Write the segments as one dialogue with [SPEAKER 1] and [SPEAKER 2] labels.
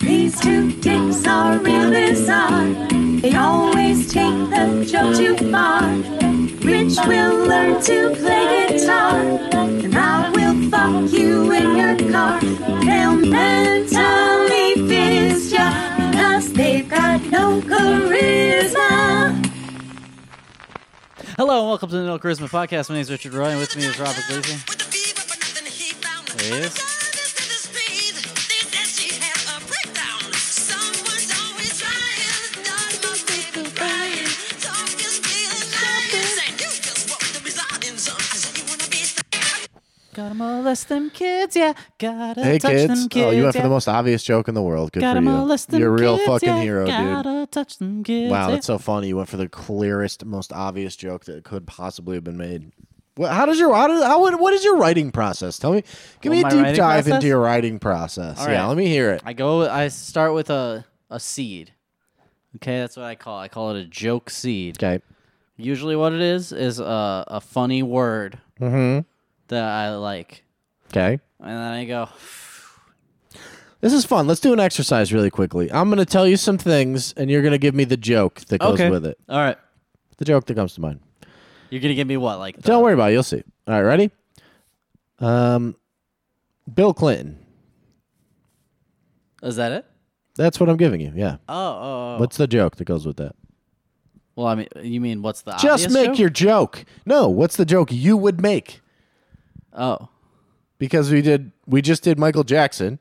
[SPEAKER 1] These two dicks are real bizarre. They always take the joke too far. Rich will learn to play guitar, and I will fuck you in your car. They'll mentally fist ya, cause they've got no charisma.
[SPEAKER 2] Hello and welcome to the No Charisma Podcast. My name is Richard Roy, and with me is Robert Gleason. Yes. Gotta molest them kids, yeah. Gotta
[SPEAKER 3] Hey
[SPEAKER 2] touch
[SPEAKER 3] kids.
[SPEAKER 2] them kids.
[SPEAKER 3] oh, you went for
[SPEAKER 2] yeah.
[SPEAKER 3] the most obvious joke in the world. Good
[SPEAKER 2] Gotta
[SPEAKER 3] for you.
[SPEAKER 2] molest them
[SPEAKER 3] You're a real
[SPEAKER 2] kids,
[SPEAKER 3] fucking
[SPEAKER 2] yeah.
[SPEAKER 3] hero,
[SPEAKER 2] Gotta
[SPEAKER 3] dude.
[SPEAKER 2] touch them kids.
[SPEAKER 3] Wow,
[SPEAKER 2] yeah.
[SPEAKER 3] that's so funny. You went for the clearest, most obvious joke that could possibly have been made. Well, how does your how, does, how would- what is your writing process? Tell me, give
[SPEAKER 2] Well,
[SPEAKER 3] me a
[SPEAKER 2] my
[SPEAKER 3] deep
[SPEAKER 2] writing
[SPEAKER 3] dive
[SPEAKER 2] process?
[SPEAKER 3] into your writing process.
[SPEAKER 2] All
[SPEAKER 3] yeah,
[SPEAKER 2] right.
[SPEAKER 3] let me hear it.
[SPEAKER 2] I go. I start with a a seed. Okay, that's what I call. It. I call it a joke seed.
[SPEAKER 3] Okay.
[SPEAKER 2] Usually, what it is is a a funny word
[SPEAKER 3] Mm-hmm.
[SPEAKER 2] that I like,
[SPEAKER 3] Okay.
[SPEAKER 2] and then I go.
[SPEAKER 3] This is fun. Let's do an exercise really quickly. I'm gonna tell you some things, and you're gonna give me the joke that goes with it.
[SPEAKER 2] All right,
[SPEAKER 3] The joke that comes to mind.
[SPEAKER 2] you're gonna give me what like. The,
[SPEAKER 3] Don't worry about it. You'll see. All right, ready? Um, Bill Clinton.
[SPEAKER 2] Is that it?
[SPEAKER 3] That's what I'm giving you. Yeah.
[SPEAKER 2] Oh, oh, oh.
[SPEAKER 3] What's the joke that goes with that?
[SPEAKER 2] well, I mean, you mean what's the
[SPEAKER 3] Just
[SPEAKER 2] obvious
[SPEAKER 3] make
[SPEAKER 2] joke?
[SPEAKER 3] your joke. No, what's the joke you would make?
[SPEAKER 2] oh
[SPEAKER 3] Because we did, we just did Michael Jackson,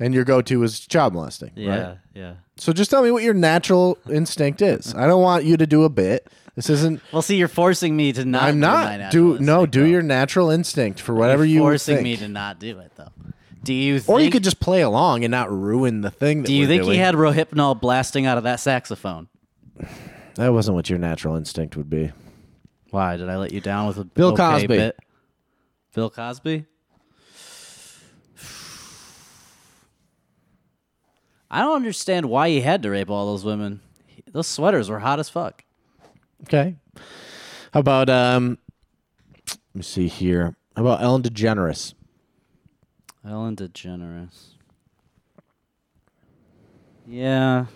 [SPEAKER 3] and your go-to was child molesting.
[SPEAKER 2] yeah
[SPEAKER 3] Right?
[SPEAKER 2] yeah.
[SPEAKER 3] So just tell me what your natural instinct is. I don't want you to do a bit. This isn't.
[SPEAKER 2] Well, see, you're forcing me to not.
[SPEAKER 3] I'm
[SPEAKER 2] do my natural
[SPEAKER 3] not do no.
[SPEAKER 2] instinct,
[SPEAKER 3] Do
[SPEAKER 2] though.
[SPEAKER 3] your natural instinct for whatever
[SPEAKER 2] you're
[SPEAKER 3] you would
[SPEAKER 2] forcing
[SPEAKER 3] think.
[SPEAKER 2] me to not do it though. Do you? Think,
[SPEAKER 3] Or you could just play along and not ruin the thing. That
[SPEAKER 2] Do you
[SPEAKER 3] we're
[SPEAKER 2] think
[SPEAKER 3] doing.
[SPEAKER 2] he had Rohypnol blasting out of that saxophone?
[SPEAKER 3] That wasn't what your natural instinct would be.
[SPEAKER 2] Why did I let you down with a
[SPEAKER 3] Bill
[SPEAKER 2] okay
[SPEAKER 3] Cosby.
[SPEAKER 2] Bit? Bill Cosby. I don't understand why he had to rape all those women. He- Those sweaters were hot as fuck.
[SPEAKER 3] Okay. How about um? Let me see here. How about Ellen DeGeneres?
[SPEAKER 2] Ellen DeGeneres. Yeah.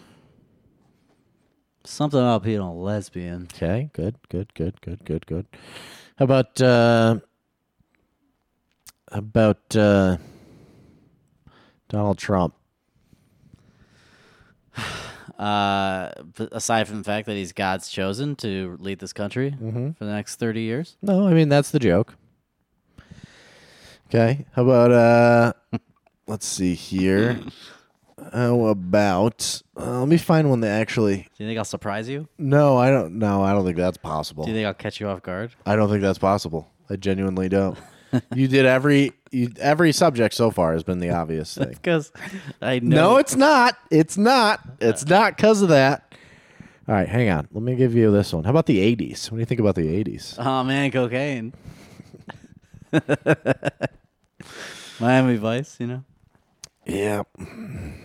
[SPEAKER 2] Something about being a lesbian.
[SPEAKER 3] Okay, good, good, good, good, good, good. How about uh, about uh, Donald Trump?
[SPEAKER 2] Uh, b- aside from the fact that he's God's chosen to lead this country for the next 30 years.
[SPEAKER 3] No, I mean that's the joke. Okay. How about uh, let's see here. How about uh, let me find one that actually.
[SPEAKER 2] Do you think I'll surprise you?
[SPEAKER 3] No, I don't. No, I don't think that's possible.
[SPEAKER 2] Do you think I'll catch you off guard?
[SPEAKER 3] I don't think that's possible. I genuinely don't. you did every you, every subject so far has been the obvious thing.
[SPEAKER 2] Because I know.
[SPEAKER 3] No, it's not. It's not. It's not because of that. All right, hang on. Let me give you this one. How about the '80s? What do you think about the '80s?
[SPEAKER 2] Oh man, cocaine. Miami Vice, you know.
[SPEAKER 3] Yeah,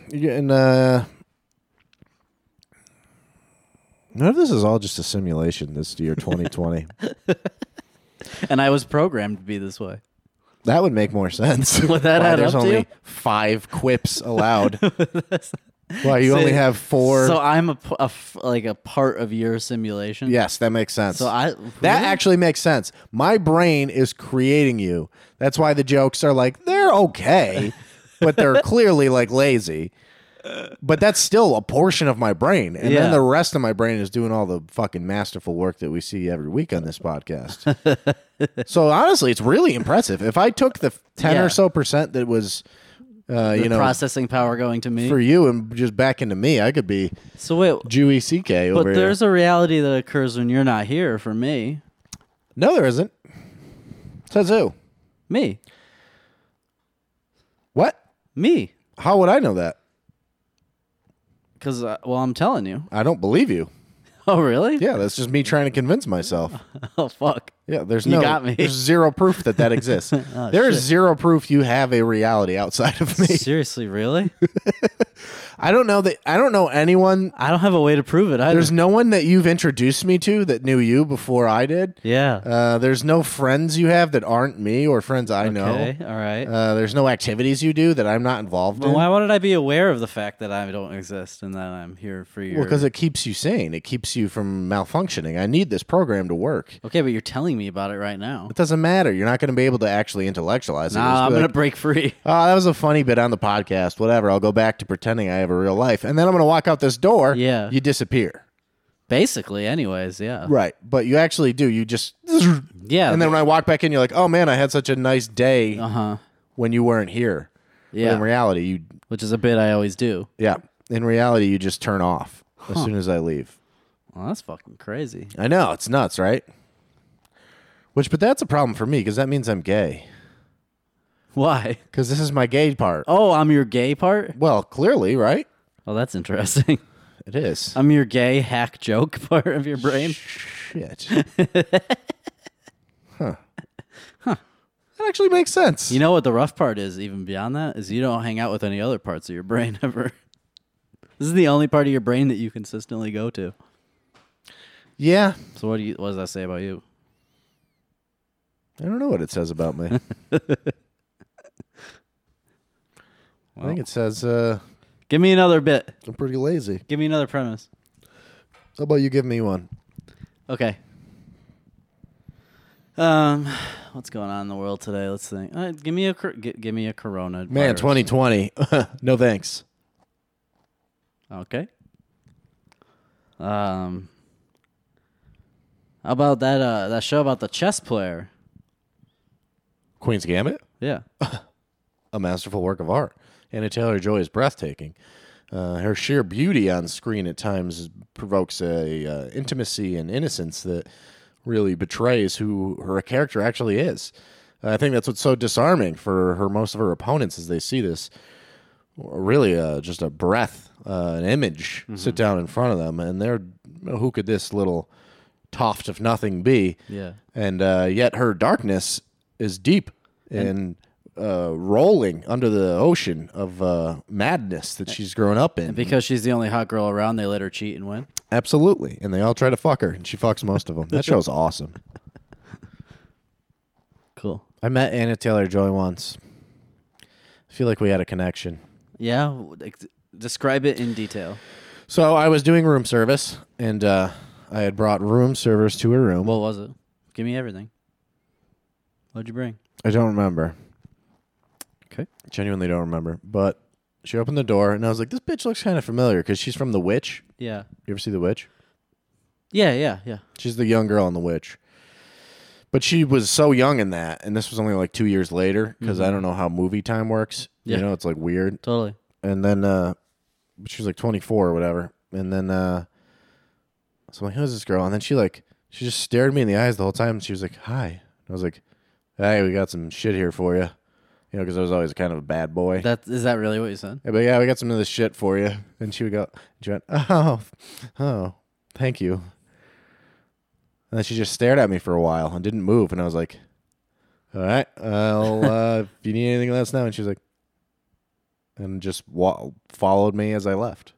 [SPEAKER 3] you're getting. Uh, what if this is all just a simulation this year, 2020?
[SPEAKER 2] And I was programmed to be this way.
[SPEAKER 3] that would make more sense.
[SPEAKER 2] Would that
[SPEAKER 3] Why
[SPEAKER 2] add
[SPEAKER 3] there's
[SPEAKER 2] up to
[SPEAKER 3] only
[SPEAKER 2] you?
[SPEAKER 3] five quips allowed. Why you only
[SPEAKER 2] So-
[SPEAKER 3] have four?
[SPEAKER 2] So I'm a, p- a f- like a part of your simulation.
[SPEAKER 3] Yes, that makes sense.
[SPEAKER 2] So I
[SPEAKER 3] that
[SPEAKER 2] really?
[SPEAKER 3] actually makes sense. My brain is creating you. That's why the jokes are like they're okay, but they're clearly like lazy. But that's still a portion of my brain, and
[SPEAKER 2] Yeah.
[SPEAKER 3] then the rest of my brain is doing all the fucking masterful work that we see every week on this podcast. so honestly, it's really impressive. If I took the ten
[SPEAKER 2] Yeah.
[SPEAKER 3] or so percent that was, uh,
[SPEAKER 2] the
[SPEAKER 3] you know,
[SPEAKER 2] processing power going to me.
[SPEAKER 3] for you, and just back into me, I could be
[SPEAKER 2] so wait,
[SPEAKER 3] Jewy CK
[SPEAKER 2] but
[SPEAKER 3] over here.
[SPEAKER 2] there's a reality that occurs when you're not here for me.
[SPEAKER 3] No, there isn't. Says who?
[SPEAKER 2] Me.
[SPEAKER 3] What?
[SPEAKER 2] Me.
[SPEAKER 3] How would I know that?
[SPEAKER 2] Cuz uh, well, I'm telling you.
[SPEAKER 3] I don't believe you.
[SPEAKER 2] Oh, really?
[SPEAKER 3] Yeah, that's just me trying to convince myself.
[SPEAKER 2] Oh, fuck.
[SPEAKER 3] Yeah, there's
[SPEAKER 2] You
[SPEAKER 3] no
[SPEAKER 2] got me. Oh,
[SPEAKER 3] there's zero proof that that exists. there is zero proof you have a reality outside of me.
[SPEAKER 2] Seriously, really?
[SPEAKER 3] I don't know that I don't know anyone.
[SPEAKER 2] I don't have a way to prove it either.
[SPEAKER 3] There's no one that you've introduced me to that knew you before I did.
[SPEAKER 2] yeah.
[SPEAKER 3] Uh, there's no friends you have that aren't me or friends I know.
[SPEAKER 2] okay. All right.
[SPEAKER 3] Uh, there's no activities you do that I'm not involved
[SPEAKER 2] Well,
[SPEAKER 3] in.
[SPEAKER 2] why wouldn't I be aware of the fact that I don't exist and that I'm here for you?
[SPEAKER 3] Well, because it keeps you sane. It keeps you from malfunctioning. I need this program to work.
[SPEAKER 2] okay, but you're telling me about it right now.
[SPEAKER 3] It doesn't matter. You're not going to be able to actually intellectualize it. You'll
[SPEAKER 2] Nah,
[SPEAKER 3] just
[SPEAKER 2] I'm
[SPEAKER 3] be
[SPEAKER 2] gonna
[SPEAKER 3] like,
[SPEAKER 2] break free.
[SPEAKER 3] Oh, that was a funny bit on the podcast. Whatever. I'll go back to pretending I have a real life. And then I'm going to walk out this door.
[SPEAKER 2] Yeah.
[SPEAKER 3] You disappear.
[SPEAKER 2] Basically, anyways, yeah.
[SPEAKER 3] Right. But you actually do. You just.
[SPEAKER 2] Yeah.
[SPEAKER 3] And then when I walk back in, you're like, oh, man, I had such a nice day
[SPEAKER 2] uh huh.
[SPEAKER 3] when you weren't here. But
[SPEAKER 2] Yeah.
[SPEAKER 3] in reality, you.
[SPEAKER 2] Which is a bit I always do.
[SPEAKER 3] Yeah. In reality, you just turn off as soon as I leave.
[SPEAKER 2] Well, that's fucking crazy.
[SPEAKER 3] I know. It's nuts, right? Which, but that's a problem for me because that means I'm gay.
[SPEAKER 2] Why?
[SPEAKER 3] Because this is my gay part.
[SPEAKER 2] Oh, I'm your gay part?
[SPEAKER 3] Well, clearly, right?
[SPEAKER 2] Oh, that's interesting.
[SPEAKER 3] It is.
[SPEAKER 2] I'm your gay hack joke part of your brain.
[SPEAKER 3] Shit. huh. Huh. That actually makes sense.
[SPEAKER 2] You know what the rough part is, even beyond that, is you don't hang out with any other parts of your brain ever. This is the only part of your brain that you consistently go to.
[SPEAKER 3] yeah.
[SPEAKER 2] So what do you what does that say about you?
[SPEAKER 3] I don't know what it says about me. I think it says uh,
[SPEAKER 2] Give me another bit.
[SPEAKER 3] I'm pretty lazy.
[SPEAKER 2] Give me another premise.
[SPEAKER 3] How about you give me one?
[SPEAKER 2] Okay. Um, what's going on in the world today? Let's think. Uh, give me a cor- gi- give me a corona.
[SPEAKER 3] Man,
[SPEAKER 2] virus.
[SPEAKER 3] 2020. no thanks.
[SPEAKER 2] Okay. Um. How about that uh that show about the chess player?
[SPEAKER 3] Queen's Gambit,
[SPEAKER 2] Yeah.
[SPEAKER 3] a masterful work of art. Anna Taylor Joy is breathtaking. Uh, her sheer beauty on screen at times provokes a uh, intimacy and innocence that really betrays who her character actually is. I think that's what's so disarming for her most of her opponents as they see this really uh, just a breath, uh, an image sit down in front of them, and they're who could this little toft of nothing be?
[SPEAKER 2] Yeah.
[SPEAKER 3] and uh, yet her darkness is deep and, uh, rolling under the ocean of uh, madness that she's grown up in.
[SPEAKER 2] Because she's the only hot girl around, they let her cheat and win.
[SPEAKER 3] Absolutely, and they all try to fuck her, and she fucks most of them. That show's awesome.
[SPEAKER 2] Cool.
[SPEAKER 3] I met Anna Taylor Joy once. I feel like we had a connection.
[SPEAKER 2] Yeah. w- ex- Describe it in detail.
[SPEAKER 3] So I was doing room service, and uh, I had brought room service to her room.
[SPEAKER 2] What was it? Give me everything. What'd you bring?
[SPEAKER 3] I don't remember.
[SPEAKER 2] Okay.
[SPEAKER 3] Genuinely don't remember. But she opened the door, and I was like, "This bitch looks kind of familiar," because she's from The Witch.
[SPEAKER 2] Yeah.
[SPEAKER 3] You ever see The Witch?
[SPEAKER 2] Yeah. Yeah. Yeah.
[SPEAKER 3] She's the young girl in The Witch. But she was so young in that, and this was only like two years later because I don't know how movie time works.
[SPEAKER 2] Yeah.
[SPEAKER 3] You know, it's like weird.
[SPEAKER 2] Totally.
[SPEAKER 3] And then uh, she was like 24 or whatever. And then uh, so I'm like, who's this girl? And then she like, she just stared me in the eyes the whole time. And she was like, hi. And I was like, hey, we got some shit here for you. You know, because I was always kind of a bad boy.
[SPEAKER 2] That is that really what you said?
[SPEAKER 3] Yeah, but yeah, we got some of this shit for you. And she would go, she went, oh, oh, thank you. And then she just stared at me for a while and didn't move. And I was like, all right, I'll, uh, if you need anything, let us know. And she was like, and just wa- followed me as I left.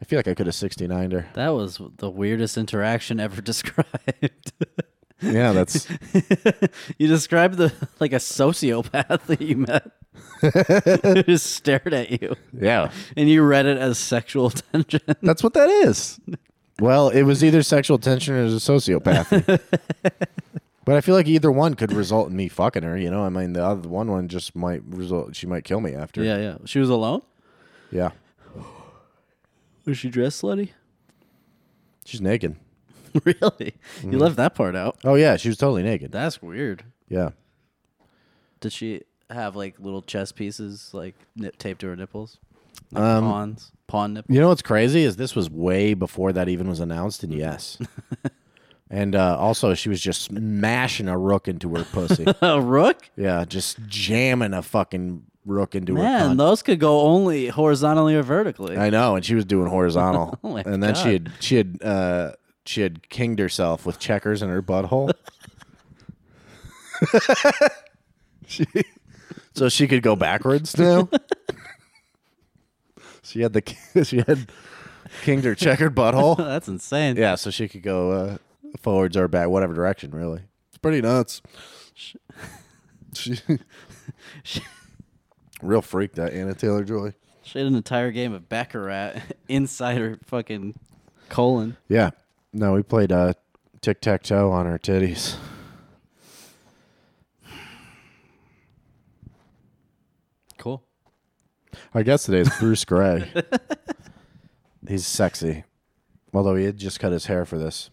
[SPEAKER 3] I feel like I could have 69'd her.
[SPEAKER 2] That was the weirdest interaction ever described.
[SPEAKER 3] Yeah, that's,
[SPEAKER 2] you described the like a sociopath that you met who just stared at you,
[SPEAKER 3] yeah,
[SPEAKER 2] and you read it as sexual tension.
[SPEAKER 3] that's what that is. Well, it was either sexual tension or it was a sociopath. but I feel like either one could result in me fucking her. You know, I mean, the other one one just might result. She might kill me after.
[SPEAKER 2] yeah, yeah. She was alone.
[SPEAKER 3] Yeah.
[SPEAKER 2] Was she dressed slutty?
[SPEAKER 3] She's naked.
[SPEAKER 2] really?
[SPEAKER 3] Mm.
[SPEAKER 2] You left that part out.
[SPEAKER 3] Oh yeah, she was totally naked.
[SPEAKER 2] That's weird.
[SPEAKER 3] yeah.
[SPEAKER 2] Did she have like little chess pieces like nip taped to her nipples? Like
[SPEAKER 3] Um,
[SPEAKER 2] pawns, pawn nipples.
[SPEAKER 3] You know what's crazy is this was way before that even was announced, and yes. and uh, also, she was just smashing a rook into her pussy.
[SPEAKER 2] A rook?
[SPEAKER 3] yeah, just jamming a fucking rook into her.
[SPEAKER 2] Man,
[SPEAKER 3] cunt.
[SPEAKER 2] those could go only horizontally or vertically.
[SPEAKER 3] I know, and she was doing horizontal.
[SPEAKER 2] Oh my
[SPEAKER 3] and then
[SPEAKER 2] God.
[SPEAKER 3] she had she had uh she had kinged herself with checkers in her butthole. She- so she could go backwards now. she had the she had kinged her checkered butthole.
[SPEAKER 2] That's insane.
[SPEAKER 3] Yeah, so she could go uh, forwards or back, whatever direction. Really, it's pretty nuts. She, real freak that Anna Taylor Joy.
[SPEAKER 2] She had an entire game of Baccarat inside her fucking colon.
[SPEAKER 3] Yeah. No, we played uh, tic tac toe on her titties.
[SPEAKER 2] Cool.
[SPEAKER 3] Our guest today is Bruce Gray. He's sexy, although he had just cut his hair for this,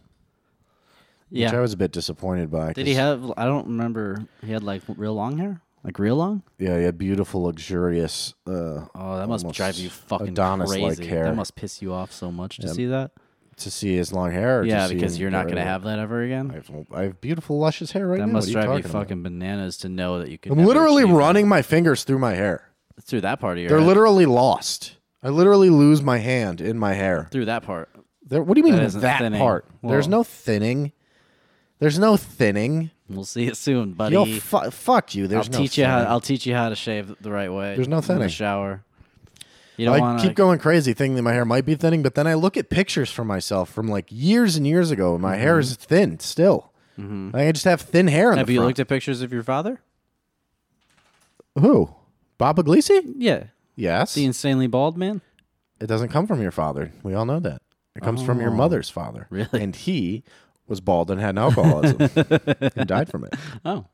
[SPEAKER 2] Yeah.
[SPEAKER 3] which I was a bit disappointed by.
[SPEAKER 2] Did he
[SPEAKER 3] 'cause-
[SPEAKER 2] have? I don't remember. He had like real long hair, like real long.
[SPEAKER 3] Yeah, he had beautiful, luxurious. Uh,
[SPEAKER 2] Oh, that must
[SPEAKER 3] almost
[SPEAKER 2] drive you fucking
[SPEAKER 3] Adonis-like
[SPEAKER 2] crazy.
[SPEAKER 3] hair.
[SPEAKER 2] That must piss you off so much to see that.
[SPEAKER 3] to see his long hair. or to
[SPEAKER 2] Yeah,
[SPEAKER 3] see
[SPEAKER 2] because
[SPEAKER 3] him
[SPEAKER 2] you're not
[SPEAKER 3] get
[SPEAKER 2] gonna
[SPEAKER 3] rid of
[SPEAKER 2] have that ever again.
[SPEAKER 3] it. I have, I have beautiful, luscious hair right
[SPEAKER 2] that
[SPEAKER 3] now.
[SPEAKER 2] must
[SPEAKER 3] what are you
[SPEAKER 2] drive you
[SPEAKER 3] talking about?
[SPEAKER 2] fucking bananas to know that you could.
[SPEAKER 3] I'm
[SPEAKER 2] never
[SPEAKER 3] literally
[SPEAKER 2] achieve
[SPEAKER 3] running my fingers through my hair.
[SPEAKER 2] it. through that part of your.
[SPEAKER 3] They're
[SPEAKER 2] head.
[SPEAKER 3] literally lost. I literally lose my hand in my hair.
[SPEAKER 2] through that part.
[SPEAKER 3] There, what do you mean
[SPEAKER 2] That isn't
[SPEAKER 3] that,
[SPEAKER 2] thinning.
[SPEAKER 3] part? There's
[SPEAKER 2] Well-
[SPEAKER 3] no thinning. There's no thinning.
[SPEAKER 2] We'll see it soon, buddy.
[SPEAKER 3] Yo, fu- fuck you.
[SPEAKER 2] I'll
[SPEAKER 3] There's no
[SPEAKER 2] teach you how.
[SPEAKER 3] thinning.
[SPEAKER 2] I'll teach you how to shave the right way.
[SPEAKER 3] There's no
[SPEAKER 2] in
[SPEAKER 3] thinning.
[SPEAKER 2] the shower. You don't
[SPEAKER 3] I
[SPEAKER 2] want to
[SPEAKER 3] keep going crazy thinking that my hair might be thinning, but then I look at pictures for myself from like years and years ago, and my hair is thin still. Like, I just have thin hair. In
[SPEAKER 2] Mm-hmm. Have
[SPEAKER 3] the
[SPEAKER 2] you
[SPEAKER 3] front.
[SPEAKER 2] looked at pictures of your father?
[SPEAKER 3] who? Bob Iglesi?
[SPEAKER 2] Yeah,
[SPEAKER 3] Yes.
[SPEAKER 2] the insanely bald man.
[SPEAKER 3] It doesn't come from your father. We all know that. It comes from your mother's father.
[SPEAKER 2] Oh. Really?
[SPEAKER 3] And he was bald and had an alcoholism and died from it.
[SPEAKER 2] Oh,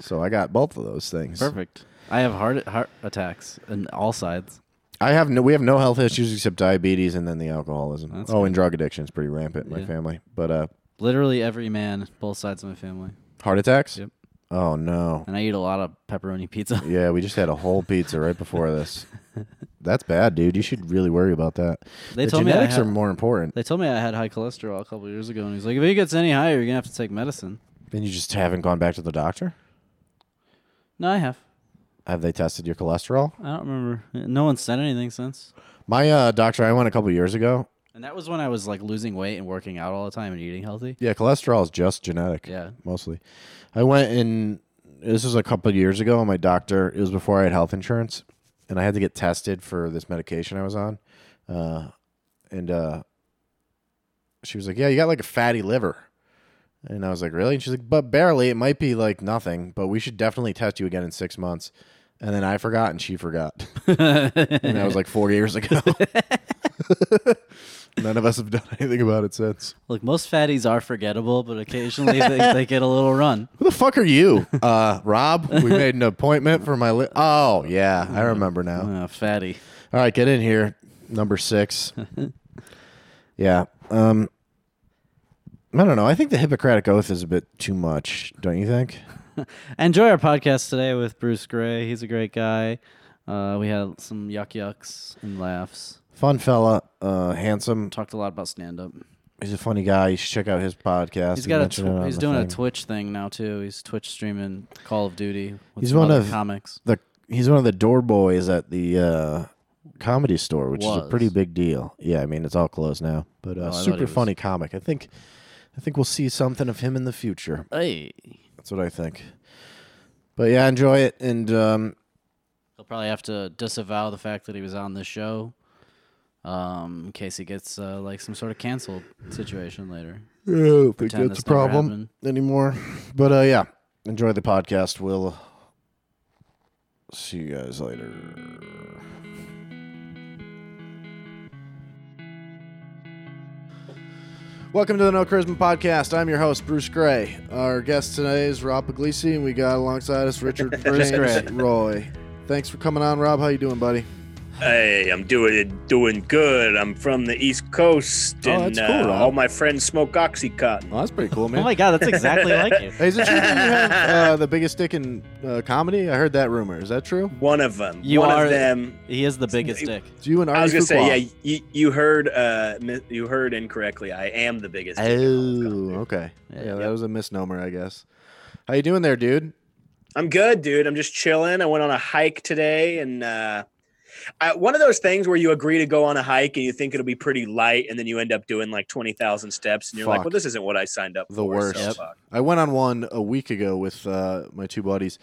[SPEAKER 3] So I got both of those things.
[SPEAKER 2] perfect. I have heart heart attacks on all sides.
[SPEAKER 3] I have no. We have no health issues except diabetes and then the alcoholism. oh, and drug addiction is pretty rampant in my
[SPEAKER 2] Yeah.
[SPEAKER 3] family. But uh,
[SPEAKER 2] Literally every man, both sides of my family,
[SPEAKER 3] heart attacks.
[SPEAKER 2] Yep.
[SPEAKER 3] Oh no.
[SPEAKER 2] and I eat a lot of pepperoni pizza.
[SPEAKER 3] Yeah, we just had a whole pizza right before this. That's bad, dude. You should really worry about that.
[SPEAKER 2] They
[SPEAKER 3] the
[SPEAKER 2] told me I
[SPEAKER 3] genetics
[SPEAKER 2] had-
[SPEAKER 3] are more important,
[SPEAKER 2] They told me I had high cholesterol a couple of years ago, and he's like, "If it gets any higher, you're gonna have to take medicine."
[SPEAKER 3] and you just haven't gone back to the doctor.
[SPEAKER 2] No, I have.
[SPEAKER 3] Have they tested your cholesterol?
[SPEAKER 2] I don't remember. No one said anything since.
[SPEAKER 3] My uh, doctor, I went a couple years ago.
[SPEAKER 2] And that was when I was like losing weight and working out all the time and eating healthy.
[SPEAKER 3] Yeah, cholesterol is just genetic.
[SPEAKER 2] Yeah.
[SPEAKER 3] mostly. I went and this was a couple of years ago. And my doctor, it was before I had health insurance, and I had to get tested for this medication I was on. Uh, and uh, she was like, "Yeah, you got like a fatty liver," and I was like, "Really?" And she's like, "But barely. It might be like nothing, but we should definitely test you again in six months." And then I forgot, and she forgot, and that was like four years ago. None of us have done anything about it since.
[SPEAKER 2] Look, most fatties are forgettable, but occasionally they, they get a little run.
[SPEAKER 3] Who the fuck are you? Uh, Rob, we made an appointment for my li- Oh, yeah, I remember now.
[SPEAKER 2] Oh, fatty.
[SPEAKER 3] All right, get in here. Number 6. Yeah. Um I don't know. I think the Hippocratic oath is a bit too much, don't you think?
[SPEAKER 2] Enjoy our podcast today with Bruce Gray. He's a great guy. Uh, we had some yuck yucks and laughs.
[SPEAKER 3] Fun fella, uh handsome.
[SPEAKER 2] Talked a lot about stand up.
[SPEAKER 3] He's a funny guy. You should check out his podcast.
[SPEAKER 2] He's
[SPEAKER 3] We
[SPEAKER 2] got a
[SPEAKER 3] mentioned it
[SPEAKER 2] tw-
[SPEAKER 3] on
[SPEAKER 2] he's
[SPEAKER 3] the
[SPEAKER 2] doing a
[SPEAKER 3] thing.
[SPEAKER 2] Twitch thing now too. He's Twitch streaming Call of Duty. With
[SPEAKER 3] He's
[SPEAKER 2] some
[SPEAKER 3] one
[SPEAKER 2] other
[SPEAKER 3] of-
[SPEAKER 2] comics.
[SPEAKER 3] the he's one of the door boys at the uh, comedy store, which is a
[SPEAKER 2] Was. Oh,
[SPEAKER 3] pretty big deal. Yeah, I mean it's all closed now, but uh,
[SPEAKER 2] thought he
[SPEAKER 3] super
[SPEAKER 2] was-
[SPEAKER 3] funny comic. I think I think we'll see something of him in the future.
[SPEAKER 2] Hey,
[SPEAKER 3] That's what I think. But yeah, enjoy it, and um,
[SPEAKER 2] he'll probably have to disavow the fact that he was on this show, um, in case he gets uh, like some sort of canceled situation later.
[SPEAKER 3] I don't think
[SPEAKER 2] Pretend
[SPEAKER 3] that's a
[SPEAKER 2] this never
[SPEAKER 3] problem
[SPEAKER 2] happened.
[SPEAKER 3] anymore. But uh, yeah, enjoy the podcast. We'll see you guys later. Welcome to the No Charisma Podcast. I'm your host, Bruce Gray. Our guest today is Rob Puglisi, and we got alongside us Richard James Roy. Thanks for coming on, Rob. How you doing, buddy?
[SPEAKER 4] Hey, I'm doing doing good. I'm from the East Coast,
[SPEAKER 3] Oh,
[SPEAKER 4] and
[SPEAKER 3] that's cool,
[SPEAKER 4] uh,
[SPEAKER 3] Rob.
[SPEAKER 4] all my friends smoke OxyContin.
[SPEAKER 3] Oh, that's pretty cool,
[SPEAKER 2] Oh my god, that's exactly like you.
[SPEAKER 3] Hey, is it true that you have uh, the biggest dick in uh, comedy? I heard that rumor. Is that true?
[SPEAKER 4] One of them.
[SPEAKER 2] You
[SPEAKER 4] one
[SPEAKER 2] are-
[SPEAKER 4] of them.
[SPEAKER 2] He is the biggest dick.
[SPEAKER 3] Do you and Ari
[SPEAKER 4] I was gonna
[SPEAKER 3] Fuqua?
[SPEAKER 4] say, yeah, you, you heard uh, mi- you heard incorrectly. I am the biggest. dick in all of
[SPEAKER 3] Oh,
[SPEAKER 4] comedy.
[SPEAKER 3] okay. Yeah,
[SPEAKER 2] Yeah.
[SPEAKER 3] that was a misnomer, I guess. How you doing there, dude?
[SPEAKER 4] I'm good, dude. I'm just chilling. I went on a hike today, and uh, I, one of those things where you agree to go on a hike and you think it'll be pretty light, and then you end up doing like twenty thousand steps, and you're like,
[SPEAKER 3] Fuck.
[SPEAKER 4] "Well, this isn't what I signed up
[SPEAKER 3] The
[SPEAKER 4] for."
[SPEAKER 3] worst.
[SPEAKER 4] so uh,
[SPEAKER 3] Yep.
[SPEAKER 4] fuck.
[SPEAKER 3] I went on one a week ago with uh, my two buddies,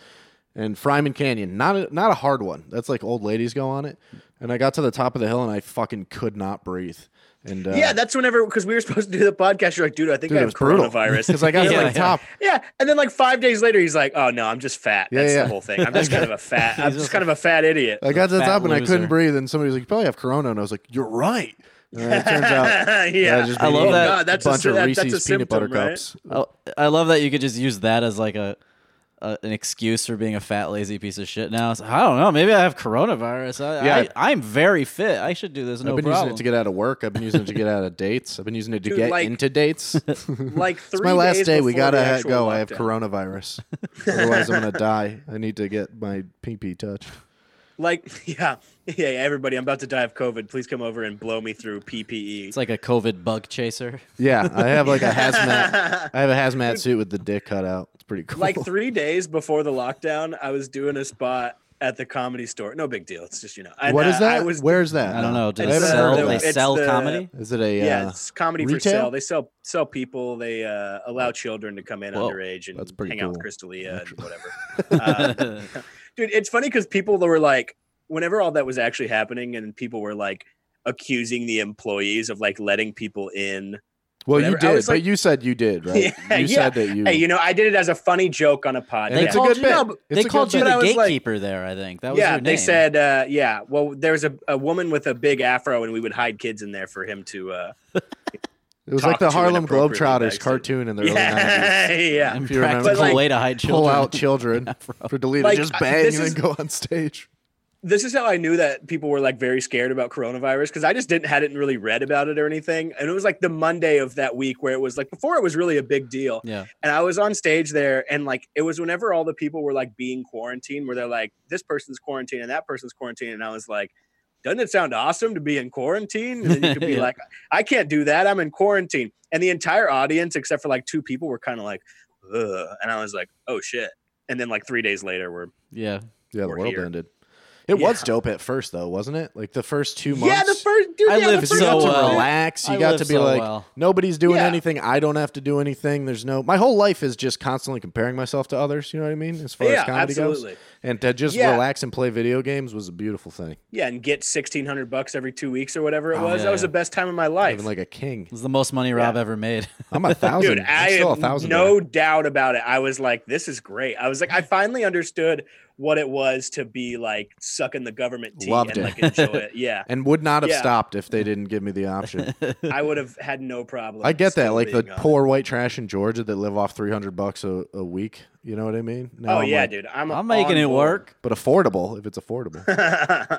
[SPEAKER 3] and Fryman Canyon. Not a, not a hard one. That's like old ladies go on it. And I got to the top of the hill and I fucking could not breathe. And uh,
[SPEAKER 4] Yeah, that's whenever because we were supposed to do the podcast. You're like, "Dude, I think
[SPEAKER 3] dude,
[SPEAKER 4] I
[SPEAKER 3] it
[SPEAKER 4] have
[SPEAKER 3] was brutal
[SPEAKER 4] coronavirus."
[SPEAKER 3] because I got
[SPEAKER 4] Yeah,
[SPEAKER 3] to the top.
[SPEAKER 4] Yeah, and then like five days later, he's like, "Oh no, I'm just fat."
[SPEAKER 3] Yeah,
[SPEAKER 4] That's
[SPEAKER 3] yeah. Uh,
[SPEAKER 4] the whole thing. I'm just kind of a fat. I'm
[SPEAKER 2] He's
[SPEAKER 4] just
[SPEAKER 2] just
[SPEAKER 4] kind of a fat idiot.
[SPEAKER 3] I got to the
[SPEAKER 2] Fat
[SPEAKER 3] top and I couldn't
[SPEAKER 2] loser.
[SPEAKER 3] breathe. And somebody was like, "You probably have corona," and I was like, "You're right." And then it turns out.
[SPEAKER 4] yeah,
[SPEAKER 3] just
[SPEAKER 2] I
[SPEAKER 3] been
[SPEAKER 2] love
[SPEAKER 3] eating
[SPEAKER 2] that.
[SPEAKER 3] a
[SPEAKER 4] God, that's a-
[SPEAKER 3] bunch of
[SPEAKER 4] that- that's
[SPEAKER 3] Reese's
[SPEAKER 4] a
[SPEAKER 3] peanut
[SPEAKER 4] symptom,
[SPEAKER 3] butter
[SPEAKER 4] right?
[SPEAKER 3] cups.
[SPEAKER 2] I, Oh, I love that you could just use that as like a, a an excuse for being a fat lazy piece of shit. Now It's like, I don't know. Maybe I have coronavirus. I,
[SPEAKER 3] Yeah.
[SPEAKER 2] I, I'm very fit. I should do this. No
[SPEAKER 3] I've been
[SPEAKER 2] problem.
[SPEAKER 3] using it to get out of work. I've been using it to get out of dates. I've been using it to
[SPEAKER 4] Dude,
[SPEAKER 3] get
[SPEAKER 4] like-
[SPEAKER 3] into dates.
[SPEAKER 4] like three.
[SPEAKER 3] It's my last
[SPEAKER 4] days
[SPEAKER 3] day. We
[SPEAKER 4] before the
[SPEAKER 3] gotta
[SPEAKER 4] actual
[SPEAKER 3] go. I have
[SPEAKER 4] lockdown.
[SPEAKER 3] coronavirus. Otherwise, I'm gonna die. I need to get my pee pee touched.
[SPEAKER 4] Like, yeah, yeah, yeah, everybody, I'm about to die of COVID. Please come over and blow me through E. PPE.
[SPEAKER 2] it's like a COVID bug chaser.
[SPEAKER 3] Yeah, I have like a hazmat. I have a hazmat suit with the dick cut out. It's pretty cool.
[SPEAKER 4] like three days before the lockdown, I was doing a spot at the comedy store. No big deal. It's just you know. And,
[SPEAKER 3] What
[SPEAKER 4] uh,
[SPEAKER 3] is that?
[SPEAKER 4] I was,
[SPEAKER 3] Where's that?
[SPEAKER 2] I don't know. Do
[SPEAKER 3] I
[SPEAKER 2] they
[SPEAKER 3] haven't
[SPEAKER 2] sell?
[SPEAKER 3] heard of
[SPEAKER 2] They
[SPEAKER 3] that.
[SPEAKER 4] It's
[SPEAKER 2] sell
[SPEAKER 4] the-
[SPEAKER 2] comedy.
[SPEAKER 3] Is it a?
[SPEAKER 4] yeah,
[SPEAKER 3] uh,
[SPEAKER 4] it's comedy for
[SPEAKER 3] retail?
[SPEAKER 4] sale. They sell sell people. They uh, allow children to come in
[SPEAKER 2] Whoa,
[SPEAKER 4] underage and
[SPEAKER 3] that's pretty
[SPEAKER 4] hang out with
[SPEAKER 3] cool,
[SPEAKER 4] Crystalia and whatever. Uh, dude it's funny because people that were like whenever all that was actually happening and people were like accusing the employees of like letting people in
[SPEAKER 3] well, you
[SPEAKER 4] whatever. I
[SPEAKER 3] did,
[SPEAKER 4] was
[SPEAKER 3] but
[SPEAKER 4] like-
[SPEAKER 3] you said you did, right?
[SPEAKER 4] Yeah,
[SPEAKER 3] you
[SPEAKER 4] yeah.
[SPEAKER 3] said that you.
[SPEAKER 4] hey you know i did it as a funny joke on a podcast
[SPEAKER 3] And
[SPEAKER 2] They
[SPEAKER 3] it's a
[SPEAKER 2] called
[SPEAKER 3] good
[SPEAKER 2] you-
[SPEAKER 3] bit.
[SPEAKER 4] No, but-
[SPEAKER 3] It's a
[SPEAKER 2] they called
[SPEAKER 3] good
[SPEAKER 2] you
[SPEAKER 3] bit.
[SPEAKER 4] But I
[SPEAKER 2] the
[SPEAKER 4] was like-
[SPEAKER 2] gatekeeper there. I think that was
[SPEAKER 4] yeah
[SPEAKER 2] your
[SPEAKER 4] they
[SPEAKER 2] name.
[SPEAKER 4] said uh, yeah well there was a, a woman with a big afro and we would hide kids in there for him to uh
[SPEAKER 3] It was like
[SPEAKER 4] talked
[SPEAKER 3] the
[SPEAKER 4] to
[SPEAKER 3] Harlem
[SPEAKER 4] inappropriately
[SPEAKER 3] Globetrotters
[SPEAKER 4] backstage.
[SPEAKER 3] cartoon in the
[SPEAKER 4] yeah
[SPEAKER 3] early 90s.
[SPEAKER 4] yeah
[SPEAKER 3] If you remember.
[SPEAKER 2] impractical
[SPEAKER 4] But, like,
[SPEAKER 2] way to hide
[SPEAKER 3] Pull
[SPEAKER 2] children.
[SPEAKER 3] out children for deleted.
[SPEAKER 4] Like,
[SPEAKER 3] just
[SPEAKER 4] I-
[SPEAKER 3] bang
[SPEAKER 4] this
[SPEAKER 3] and
[SPEAKER 4] is-
[SPEAKER 3] then go on stage.
[SPEAKER 4] this is how i knew that people were like very scared about coronavirus because i just didn't hadn't really read about it or anything and it was like the monday of that week where it was like before it was really a big deal
[SPEAKER 2] yeah,
[SPEAKER 4] and I was on stage there, and like it was whenever all the people were like being quarantined, where they're like, this person's quarantined and that person's quarantined, and I was like, doesn't it sound awesome to be in quarantine? And then you could be
[SPEAKER 2] Yeah.
[SPEAKER 4] like, I can't do that. I'm in quarantine, and the entire audience, except for like two people, were kind of like, Ugh. and I was like, oh shit. And then like three days later, we're
[SPEAKER 2] yeah.
[SPEAKER 3] Yeah, the
[SPEAKER 4] We're
[SPEAKER 3] world
[SPEAKER 4] here.
[SPEAKER 3] ended. It was
[SPEAKER 4] Yeah.
[SPEAKER 3] dope at first, though, wasn't it? Like the first two months.
[SPEAKER 4] yeah, the first dude.
[SPEAKER 2] I
[SPEAKER 4] yeah, the
[SPEAKER 2] live
[SPEAKER 4] first
[SPEAKER 3] You got
[SPEAKER 2] so
[SPEAKER 3] to
[SPEAKER 2] well.
[SPEAKER 3] relax. You
[SPEAKER 2] I
[SPEAKER 3] got
[SPEAKER 2] live
[SPEAKER 3] to be
[SPEAKER 2] so
[SPEAKER 3] like,
[SPEAKER 2] well.
[SPEAKER 3] nobody's doing
[SPEAKER 4] Yeah.
[SPEAKER 3] anything. I don't have to do anything. There's no. My whole life is just constantly comparing myself to others. You know what I mean? As far
[SPEAKER 4] yeah,
[SPEAKER 3] as comedy goes,
[SPEAKER 4] absolutely.
[SPEAKER 3] and to just
[SPEAKER 4] Yeah.
[SPEAKER 3] relax and play video games was a beautiful thing.
[SPEAKER 4] Yeah, and get sixteen hundred bucks every two weeks or whatever it
[SPEAKER 2] Oh,
[SPEAKER 4] was.
[SPEAKER 2] yeah,
[SPEAKER 4] that was
[SPEAKER 2] yeah.
[SPEAKER 4] the best time of my life.
[SPEAKER 3] Living like a king.
[SPEAKER 2] It was the most money Rob
[SPEAKER 4] Yeah.
[SPEAKER 2] ever made.
[SPEAKER 3] I'm a thousand.
[SPEAKER 4] Dude,
[SPEAKER 3] I'm
[SPEAKER 4] I
[SPEAKER 3] still a
[SPEAKER 4] have
[SPEAKER 3] thousand.
[SPEAKER 4] no doubt about it. I was like, this is great. I was like, I finally understood what it was to be like sucking the government teat
[SPEAKER 3] Loved
[SPEAKER 4] and
[SPEAKER 3] it.
[SPEAKER 4] like enjoy it. Yeah.
[SPEAKER 3] and would not have
[SPEAKER 4] Yeah.
[SPEAKER 3] stopped if they didn't give me the option.
[SPEAKER 4] I would have had no problem.
[SPEAKER 3] I get that,
[SPEAKER 4] still
[SPEAKER 3] like the
[SPEAKER 4] being on it.
[SPEAKER 3] poor white trash in Georgia that live off 300 bucks a, a week. You know what I mean? Now
[SPEAKER 4] Oh
[SPEAKER 3] I'm
[SPEAKER 4] yeah,
[SPEAKER 3] like,
[SPEAKER 4] dude. I'm
[SPEAKER 2] I'm making
[SPEAKER 4] on
[SPEAKER 2] it
[SPEAKER 4] board.
[SPEAKER 2] work.
[SPEAKER 3] But affordable if it's affordable.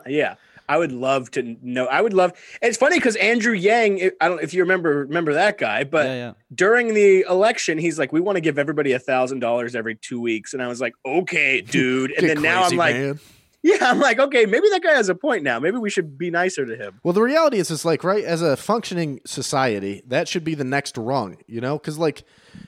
[SPEAKER 4] yeah. I would love to know. I would love. It's funny because Andrew Yang. I- I don't if you remember remember that guy, but
[SPEAKER 2] yeah, yeah.
[SPEAKER 4] during the election, he's like, "We want to give everybody a thousand dollars every two weeks," and I was like, "Okay, dude." And
[SPEAKER 3] Get
[SPEAKER 4] then now I'm
[SPEAKER 3] crazy,
[SPEAKER 4] like,
[SPEAKER 3] man.
[SPEAKER 4] Yeah, I'm like, okay, maybe that guy has a point now. Maybe we should be nicer to him.
[SPEAKER 3] Well, the reality is, it's like, right, as a functioning society, that should be the next rung, you know? Because, like,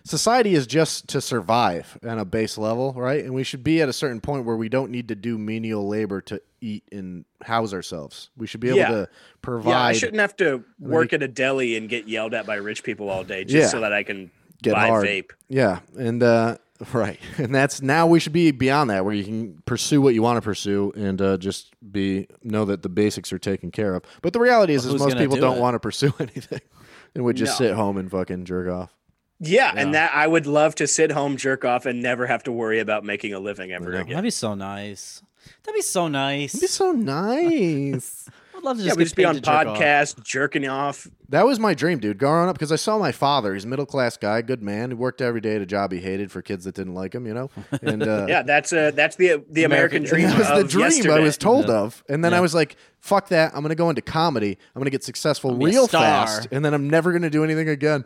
[SPEAKER 3] society is just to survive on a base level, right? And we should be at a certain point where we don't need to do menial labor to eat and house ourselves. We should be able
[SPEAKER 4] Yeah.
[SPEAKER 3] to
[SPEAKER 4] Yeah, I
[SPEAKER 3] provide,
[SPEAKER 4] shouldn't have to work at a deli and get yelled at by rich people all day just
[SPEAKER 3] Yeah.
[SPEAKER 4] so that I can
[SPEAKER 3] get
[SPEAKER 4] buy
[SPEAKER 3] hard.
[SPEAKER 4] vape.
[SPEAKER 3] Yeah. And, uh, right. And that's now we should be beyond that, where you can pursue what you want to pursue and uh, just be, know that the basics are taken care of. But the reality is, is
[SPEAKER 2] who's
[SPEAKER 3] most
[SPEAKER 2] gonna
[SPEAKER 3] people
[SPEAKER 2] do
[SPEAKER 3] don't
[SPEAKER 2] it?
[SPEAKER 3] want to pursue anything and would just
[SPEAKER 4] No.
[SPEAKER 3] sit home and fucking jerk off.
[SPEAKER 4] Yeah, and that I would love to sit home, jerk off, and never have to worry about making a living ever
[SPEAKER 3] know.
[SPEAKER 4] again.
[SPEAKER 2] That'd be so nice. That'd be so nice.
[SPEAKER 3] It'd be so nice.
[SPEAKER 2] I'd love to
[SPEAKER 4] Yeah,
[SPEAKER 2] just,
[SPEAKER 4] we
[SPEAKER 2] get
[SPEAKER 4] just be
[SPEAKER 2] paid
[SPEAKER 4] on
[SPEAKER 2] to jerk off.
[SPEAKER 4] podcasts, jerking off.
[SPEAKER 3] that was my dream, dude. Growing up, because I saw my father. He's a middle class guy, good man. He worked every day at a job he hated for kids that didn't like him, you know. And uh,
[SPEAKER 4] Yeah, that's uh that's the the
[SPEAKER 2] American-
[SPEAKER 4] American, dream.
[SPEAKER 3] that was the
[SPEAKER 4] of
[SPEAKER 3] dream I
[SPEAKER 4] yesterday.
[SPEAKER 3] was told of. And then I
[SPEAKER 2] Yeah.
[SPEAKER 3] was like, "Fuck that! I'm gonna go into comedy. I'm gonna get successful
[SPEAKER 2] be a
[SPEAKER 3] real
[SPEAKER 2] star."
[SPEAKER 3] fast, and then I'm never gonna do anything again."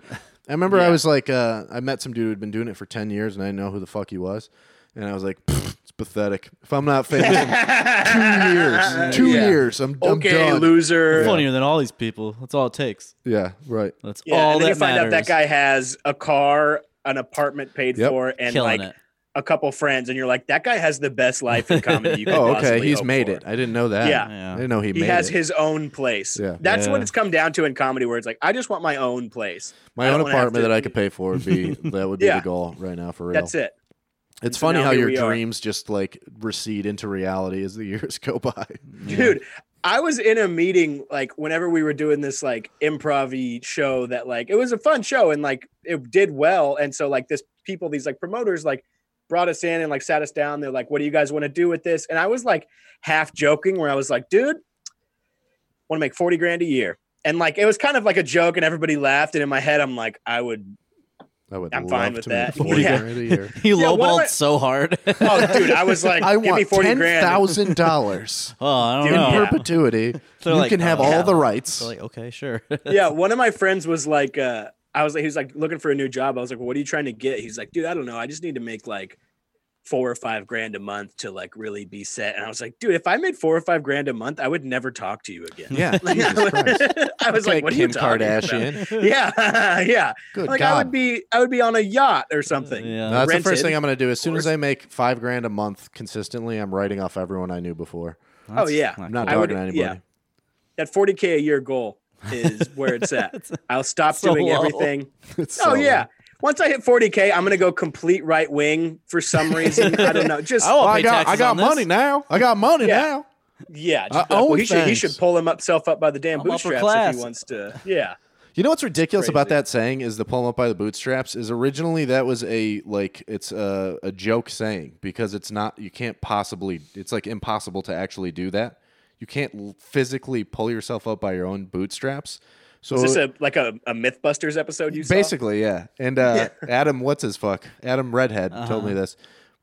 [SPEAKER 3] I remember I
[SPEAKER 4] Yeah.
[SPEAKER 3] was like, uh, I met some dude who'd been doing it for ten years, and I didn't know who the fuck he was. And I was like, "Pfft, "It's pathetic. If I'm not famous in two years, two
[SPEAKER 4] Yeah.
[SPEAKER 3] years, I'm, I'm
[SPEAKER 4] okay,
[SPEAKER 3] done."
[SPEAKER 4] loser.
[SPEAKER 2] Funnier than all these people. That's all it takes.
[SPEAKER 3] Yeah, right.
[SPEAKER 2] That's
[SPEAKER 4] Yeah,
[SPEAKER 2] all
[SPEAKER 4] and then
[SPEAKER 2] that
[SPEAKER 4] you find out that
[SPEAKER 2] matters.
[SPEAKER 4] guy has a car, an apartment paid
[SPEAKER 3] Yep.
[SPEAKER 4] for, and
[SPEAKER 2] killing
[SPEAKER 4] like
[SPEAKER 2] it.
[SPEAKER 4] a couple friends and you're like, that guy has the best life in comedy. You could
[SPEAKER 3] Oh, okay.
[SPEAKER 4] possibly
[SPEAKER 3] He's
[SPEAKER 4] hope
[SPEAKER 3] made
[SPEAKER 4] for.
[SPEAKER 3] it. I didn't know that.
[SPEAKER 4] Yeah.
[SPEAKER 3] I didn't know he,
[SPEAKER 4] He
[SPEAKER 3] made
[SPEAKER 4] has
[SPEAKER 3] it.
[SPEAKER 4] his own place.
[SPEAKER 3] Yeah.
[SPEAKER 4] That's what
[SPEAKER 2] Yeah.
[SPEAKER 4] it's come down to in comedy, where it's like, I just want my own place. I
[SPEAKER 3] My
[SPEAKER 4] don't
[SPEAKER 3] own
[SPEAKER 4] wanna have
[SPEAKER 3] apartment
[SPEAKER 4] to-
[SPEAKER 3] that I could pay for would be that would be
[SPEAKER 4] Yeah.
[SPEAKER 3] the goal right now for real.
[SPEAKER 4] That's it.
[SPEAKER 3] It's
[SPEAKER 4] So
[SPEAKER 3] funny
[SPEAKER 4] now
[SPEAKER 3] how
[SPEAKER 4] here
[SPEAKER 3] your
[SPEAKER 4] we are.
[SPEAKER 3] dreams just like recede into reality as the years go by.
[SPEAKER 4] dude i was in a meeting like whenever we were doing this like improv show that like it was a fun show and like it did well and so like this people these like promoters like brought us in and like sat us down they're like what do you guys want to do with this and i was like half joking where i was like dude want to make 40 grand a year and like it was kind of like a joke and everybody laughed and in my head i'm like i would
[SPEAKER 3] I would
[SPEAKER 4] I'm
[SPEAKER 3] love
[SPEAKER 4] fine with
[SPEAKER 3] to make
[SPEAKER 4] that.
[SPEAKER 3] 40
[SPEAKER 4] Yeah.
[SPEAKER 3] grand a year.
[SPEAKER 2] He
[SPEAKER 4] Yeah, what am
[SPEAKER 2] lowballed
[SPEAKER 4] I-
[SPEAKER 2] so hard.
[SPEAKER 4] oh dude i was like
[SPEAKER 3] I
[SPEAKER 4] give me
[SPEAKER 3] want
[SPEAKER 4] 40 grand
[SPEAKER 3] $10,000
[SPEAKER 2] oh, I don't
[SPEAKER 4] Dude,
[SPEAKER 3] in
[SPEAKER 2] know.
[SPEAKER 4] yeah.
[SPEAKER 3] perpetuity.
[SPEAKER 2] They're
[SPEAKER 3] you
[SPEAKER 2] like,
[SPEAKER 3] can have
[SPEAKER 2] oh,
[SPEAKER 3] all
[SPEAKER 2] yeah.
[SPEAKER 3] the rights.
[SPEAKER 2] So like, okay, sure.
[SPEAKER 4] yeah, one of my friends was like, uh, I was like, he was like looking for a new job. I was like, well, what are you trying to get? He's like, dude, I don't know. I just need to make like four or five grand a month to like really be set. And I was like, dude, if I made four or five grand a month, I would never talk to you again.
[SPEAKER 3] yeah.
[SPEAKER 4] Like, I
[SPEAKER 3] Hmm. Jesus Christ.
[SPEAKER 4] was- I was
[SPEAKER 3] Okay,
[SPEAKER 4] like, what are you
[SPEAKER 3] Kim
[SPEAKER 4] talking about?
[SPEAKER 3] Kardashian.
[SPEAKER 4] Yeah, yeah.
[SPEAKER 3] Good
[SPEAKER 4] like
[SPEAKER 3] God. Uh,
[SPEAKER 4] I would be, I would be on a yacht or something.
[SPEAKER 2] Yeah.
[SPEAKER 3] No, that's the
[SPEAKER 4] rented,
[SPEAKER 3] first thing I'm going to do. As soon as
[SPEAKER 4] course.
[SPEAKER 3] I make five grand a month consistently, I'm writing off everyone I knew before.
[SPEAKER 4] Oh, yeah.
[SPEAKER 3] I'm not
[SPEAKER 4] I would-
[SPEAKER 3] talking to anybody.
[SPEAKER 4] yeah. That 40k a year goal is where it's at. I'll stop
[SPEAKER 2] So
[SPEAKER 4] doing
[SPEAKER 2] low.
[SPEAKER 4] everything.
[SPEAKER 3] It's
[SPEAKER 4] oh
[SPEAKER 3] so-
[SPEAKER 4] yeah. Once I hit 40k, I'm gonna go complete right wing for some reason. I don't know. Just
[SPEAKER 2] I won't
[SPEAKER 3] I
[SPEAKER 2] pay
[SPEAKER 3] got, I
[SPEAKER 2] taxes
[SPEAKER 3] got
[SPEAKER 2] on this.
[SPEAKER 3] money now. I got money
[SPEAKER 4] Yeah.
[SPEAKER 3] now.
[SPEAKER 4] yeah.
[SPEAKER 3] I
[SPEAKER 4] Just be like, well,
[SPEAKER 3] own
[SPEAKER 4] he should he
[SPEAKER 3] things.
[SPEAKER 4] should pull him himself up by the damn
[SPEAKER 2] I'm upper
[SPEAKER 4] bootstraps if
[SPEAKER 2] class.
[SPEAKER 4] he wants to. Yeah.
[SPEAKER 3] You know what's ridiculous about
[SPEAKER 4] Crazy.
[SPEAKER 3] that saying is the pull 'em up by the bootstraps is originally that was a like it's a, a joke saying because it's not you can't possibly it's like impossible to actually do that. You can't l- physically pull yourself up by your own bootstraps. So
[SPEAKER 4] Is this a like a, a MythBusters episode? You saw?
[SPEAKER 3] Basically, yeah. And uh, Adam, what's his fuck? Adam Redhead told
[SPEAKER 2] Uh-huh.
[SPEAKER 3] me this.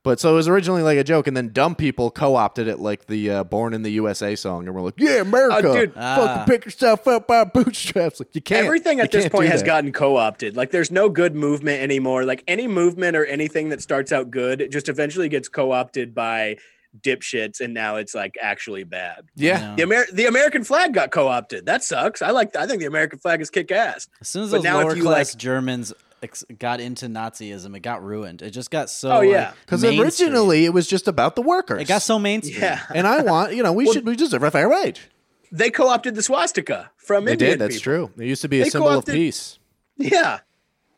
[SPEAKER 3] But so it was originally like a joke, and then dumb people co-opted it, like the uh, "Born in the USA" song, and we're like, "Yeah, America,
[SPEAKER 4] Uh, dude.
[SPEAKER 2] Ah.
[SPEAKER 3] fucking pick yourself up by bootstraps." Like you can't.
[SPEAKER 4] Everything at
[SPEAKER 3] you
[SPEAKER 4] this
[SPEAKER 3] can't
[SPEAKER 4] point
[SPEAKER 3] do
[SPEAKER 4] has
[SPEAKER 3] that.
[SPEAKER 4] gotten co-opted. Like there's no good movement anymore. Like any movement or anything that starts out good just eventually gets co-opted by dipshits and now it's like actually bad.
[SPEAKER 3] Yeah,
[SPEAKER 2] Yeah.
[SPEAKER 4] The Amer- the American flag got co-opted. That sucks. I like I think the American flag is kick ass.
[SPEAKER 2] As soon as
[SPEAKER 4] But
[SPEAKER 2] those
[SPEAKER 4] now if
[SPEAKER 2] lower
[SPEAKER 4] you,
[SPEAKER 2] class
[SPEAKER 4] like-
[SPEAKER 2] Germans ex- got into Nazism, it got ruined. It just got so.
[SPEAKER 4] Oh, yeah.
[SPEAKER 3] because
[SPEAKER 2] because like, mainstream.
[SPEAKER 3] originally it was just about the workers.
[SPEAKER 2] it got so mainstream.
[SPEAKER 4] Yeah.
[SPEAKER 3] and I want you know we should we deserve a fair wage.
[SPEAKER 4] they co-opted the swastika from
[SPEAKER 3] They
[SPEAKER 4] Indian
[SPEAKER 3] did. That's
[SPEAKER 4] people.
[SPEAKER 3] true. It used to be a
[SPEAKER 4] They
[SPEAKER 3] symbol of
[SPEAKER 4] co-opted-
[SPEAKER 3] peace.
[SPEAKER 4] Yeah,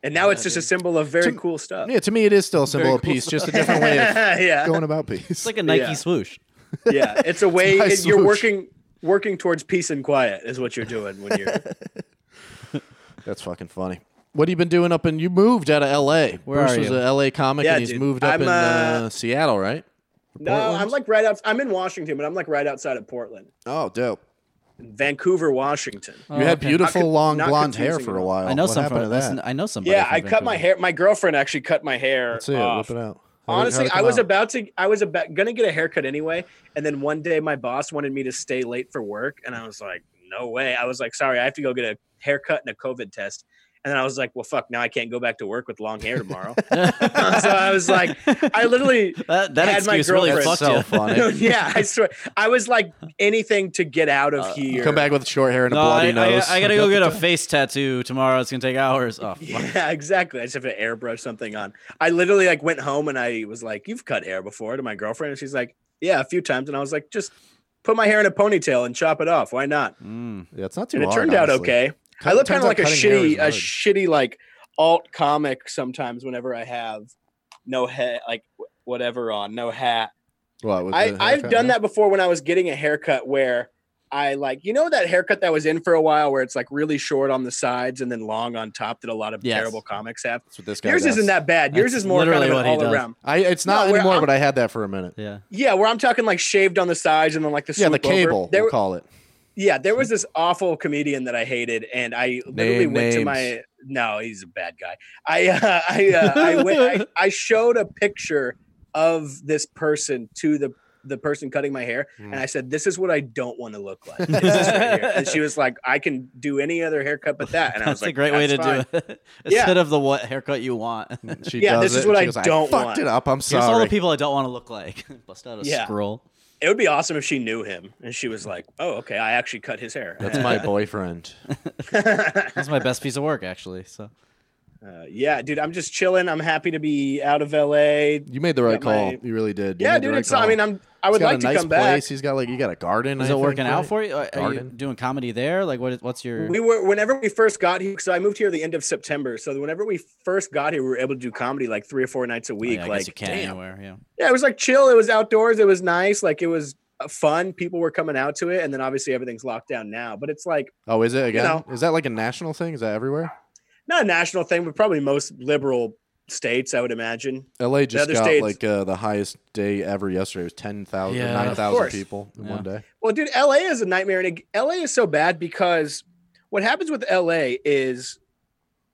[SPEAKER 4] and now it's just a symbol of very
[SPEAKER 3] To-
[SPEAKER 4] cool stuff.
[SPEAKER 3] Yeah, to me it is still a symbol
[SPEAKER 2] Uh, Very
[SPEAKER 3] of
[SPEAKER 2] cool
[SPEAKER 3] peace, just a
[SPEAKER 2] stuff.
[SPEAKER 3] different way of
[SPEAKER 4] yeah,
[SPEAKER 3] going about peace.
[SPEAKER 2] It's like a Nike
[SPEAKER 4] Yeah.
[SPEAKER 2] swoosh.
[SPEAKER 4] yeah. It's a way
[SPEAKER 3] my
[SPEAKER 4] it- you're
[SPEAKER 3] swoosh.
[SPEAKER 4] working working towards peace and quiet is what you're doing when you're.
[SPEAKER 3] That's fucking funny. What have you been doing up in? You moved out of L.A.
[SPEAKER 2] Where
[SPEAKER 3] Bruce
[SPEAKER 2] are
[SPEAKER 3] was
[SPEAKER 2] you?
[SPEAKER 3] a L.A. comic,
[SPEAKER 4] Yeah,
[SPEAKER 3] and he's
[SPEAKER 4] dude.
[SPEAKER 3] moved up
[SPEAKER 4] I'm,
[SPEAKER 3] in uh,
[SPEAKER 4] uh,
[SPEAKER 3] Seattle, right?
[SPEAKER 4] no, I'm like right out. I'm in Washington, but I'm like right outside of Portland,
[SPEAKER 3] Oh, dope.
[SPEAKER 4] Vancouver, Washington.
[SPEAKER 3] You had beautiful
[SPEAKER 4] Not con-
[SPEAKER 3] long
[SPEAKER 4] not
[SPEAKER 3] blonde hair
[SPEAKER 4] confusing
[SPEAKER 3] for
[SPEAKER 4] at
[SPEAKER 3] a
[SPEAKER 4] all.
[SPEAKER 3] while.
[SPEAKER 2] Oh, I know
[SPEAKER 3] Oh, what
[SPEAKER 2] some.
[SPEAKER 3] happened to that?
[SPEAKER 2] Listen, I know somebody.
[SPEAKER 4] yeah,
[SPEAKER 2] from
[SPEAKER 4] I cut my
[SPEAKER 2] Vancouver.
[SPEAKER 4] hair. My girlfriend actually cut my hair.
[SPEAKER 3] Let's see it.
[SPEAKER 4] off.
[SPEAKER 3] Whip it out. How'd it- how'd
[SPEAKER 4] Oh. Honestly,
[SPEAKER 3] it
[SPEAKER 4] I
[SPEAKER 3] come
[SPEAKER 4] was
[SPEAKER 3] out?
[SPEAKER 4] about to I was about gonna get a haircut anyway, and then one day my boss wanted me to stay late for work, and I was like, no way. I was like, sorry, I have to go get a haircut and a COVID test. And then I was like, well, fuck, now I can't go back to work with long hair tomorrow. so I was like, I literally,
[SPEAKER 2] That, that
[SPEAKER 4] had my
[SPEAKER 2] excuse really fucked
[SPEAKER 4] girlfriend.
[SPEAKER 3] so
[SPEAKER 2] you.
[SPEAKER 3] funny.
[SPEAKER 4] yeah, I swear, I was like anything to get out of here.
[SPEAKER 3] Uh, Come back with short hair and a
[SPEAKER 2] No, I,
[SPEAKER 3] bloody
[SPEAKER 2] I,
[SPEAKER 3] nose.
[SPEAKER 2] I gotta go get a face tattoo tomorrow. It's gonna take hours. Oh, fuck.
[SPEAKER 4] Yeah, exactly. I just have to airbrush something on. I literally like went home and I was like, "You've cut hair before?" to my girlfriend, and she's like, "Yeah, a few times." And I was like, "Just put my hair in a ponytail and chop it off. Why not?"
[SPEAKER 2] Mm.
[SPEAKER 3] Yeah, it's not too
[SPEAKER 4] And it
[SPEAKER 3] hard,
[SPEAKER 4] turned out
[SPEAKER 3] honestly.
[SPEAKER 4] okay. I
[SPEAKER 3] Cut-
[SPEAKER 4] look
[SPEAKER 3] turns
[SPEAKER 4] kind of
[SPEAKER 3] out
[SPEAKER 4] like a
[SPEAKER 3] cutting hair is
[SPEAKER 4] shitty, a
[SPEAKER 3] hard.
[SPEAKER 4] shitty like alt comic sometimes. Whenever I have no head, like wh- whatever on, no hat.
[SPEAKER 3] What, with
[SPEAKER 4] I,
[SPEAKER 3] the
[SPEAKER 4] I've
[SPEAKER 3] haircut
[SPEAKER 4] done
[SPEAKER 3] now?
[SPEAKER 4] that before when I was getting a haircut where I like, you know, that haircut that was in for a while where it's like really short on the sides and then long on top that a lot of
[SPEAKER 2] Yes.
[SPEAKER 4] terrible comics have.
[SPEAKER 3] That's what this guy
[SPEAKER 4] Yours
[SPEAKER 3] does.
[SPEAKER 4] isn't that bad. Yours
[SPEAKER 2] That's
[SPEAKER 4] is more kind
[SPEAKER 2] literally
[SPEAKER 4] of an
[SPEAKER 2] what he
[SPEAKER 4] all
[SPEAKER 2] does.
[SPEAKER 4] around.
[SPEAKER 3] I, it's
[SPEAKER 4] No,
[SPEAKER 3] not
[SPEAKER 4] where
[SPEAKER 3] anymore,
[SPEAKER 4] I'm-
[SPEAKER 3] but I had that for a minute.
[SPEAKER 2] Yeah.
[SPEAKER 4] Yeah, where I'm talking like shaved on the sides and then like the
[SPEAKER 3] Yeah, the
[SPEAKER 4] swoop over.
[SPEAKER 3] cable.
[SPEAKER 4] There,
[SPEAKER 3] We'll call it.
[SPEAKER 4] yeah, there was this awful comedian that I hated, and I literally
[SPEAKER 3] Name
[SPEAKER 4] went
[SPEAKER 3] names.
[SPEAKER 4] to my. No, he's a bad guy. I uh, I uh, I went. I, I showed a picture of this person to the the person cutting my hair,
[SPEAKER 2] Hmm.
[SPEAKER 4] and I said, "This is what I don't want to look like." It's this right here. And she was like, "I can do any other haircut but that." And I was
[SPEAKER 2] That's
[SPEAKER 4] like,
[SPEAKER 2] a great way to do it.
[SPEAKER 4] Yeah.
[SPEAKER 2] Instead of the what haircut you want. Here's
[SPEAKER 3] She
[SPEAKER 4] Yeah,
[SPEAKER 3] does
[SPEAKER 4] this
[SPEAKER 3] it,
[SPEAKER 4] is
[SPEAKER 3] and
[SPEAKER 4] what
[SPEAKER 3] she
[SPEAKER 4] I
[SPEAKER 3] goes,
[SPEAKER 4] don't want."
[SPEAKER 3] fucked it up. I'm
[SPEAKER 2] all the
[SPEAKER 3] sorry.
[SPEAKER 2] people I don't want to look like. Bust out a
[SPEAKER 4] Yeah.
[SPEAKER 2] scroll.
[SPEAKER 4] It would be awesome if she knew him, and she was like, "Oh, okay, I actually cut his hair."
[SPEAKER 3] That's my boyfriend.
[SPEAKER 2] That's my best piece of work, actually. So
[SPEAKER 4] Uh, yeah, dude, I'm just chilling. I'm happy to be out of LA.
[SPEAKER 3] You made the right
[SPEAKER 4] Got my-
[SPEAKER 3] call. You really did. You
[SPEAKER 4] Yeah,
[SPEAKER 3] made the
[SPEAKER 4] dude.
[SPEAKER 3] right
[SPEAKER 4] It's, I
[SPEAKER 3] call.
[SPEAKER 4] mean, I'm. I
[SPEAKER 3] He's
[SPEAKER 4] would
[SPEAKER 3] got
[SPEAKER 4] like
[SPEAKER 3] a
[SPEAKER 4] to
[SPEAKER 3] nice
[SPEAKER 4] come
[SPEAKER 3] place. He's got like you got a garden.
[SPEAKER 2] Is
[SPEAKER 3] I
[SPEAKER 2] it
[SPEAKER 3] think,
[SPEAKER 2] working out
[SPEAKER 3] right?
[SPEAKER 2] for you? Are, are you
[SPEAKER 3] Garden.
[SPEAKER 2] doing comedy there? Like, what? What's your?
[SPEAKER 4] back. We were whenever we first got here. So I moved here the end of September. So whenever we first got here, we were able to do comedy like three or four nights a
[SPEAKER 2] Oh,
[SPEAKER 4] week.
[SPEAKER 2] yeah, I
[SPEAKER 4] like
[SPEAKER 2] guess you can
[SPEAKER 4] damn.
[SPEAKER 2] anywhere. Yeah.
[SPEAKER 4] yeah, it was like chill. It was outdoors. It was nice. Like it was uh, fun. People were coming out to it, and then obviously everything's locked down now. But it's like
[SPEAKER 3] Oh, is it again?
[SPEAKER 4] know.
[SPEAKER 3] Is that like a national thing? Is that everywhere?
[SPEAKER 4] not a national thing, but probably most liberal states, I would imagine.
[SPEAKER 3] LA just
[SPEAKER 4] other
[SPEAKER 3] got
[SPEAKER 4] states-
[SPEAKER 3] like uh, the highest day ever yesterday. It was 10,000
[SPEAKER 2] Yeah. Of
[SPEAKER 3] 9,000
[SPEAKER 4] course.
[SPEAKER 3] people in
[SPEAKER 2] Yeah.
[SPEAKER 3] one day.
[SPEAKER 4] Well, dude, LA is a nightmare, and it- LA is so bad because what happens with LA is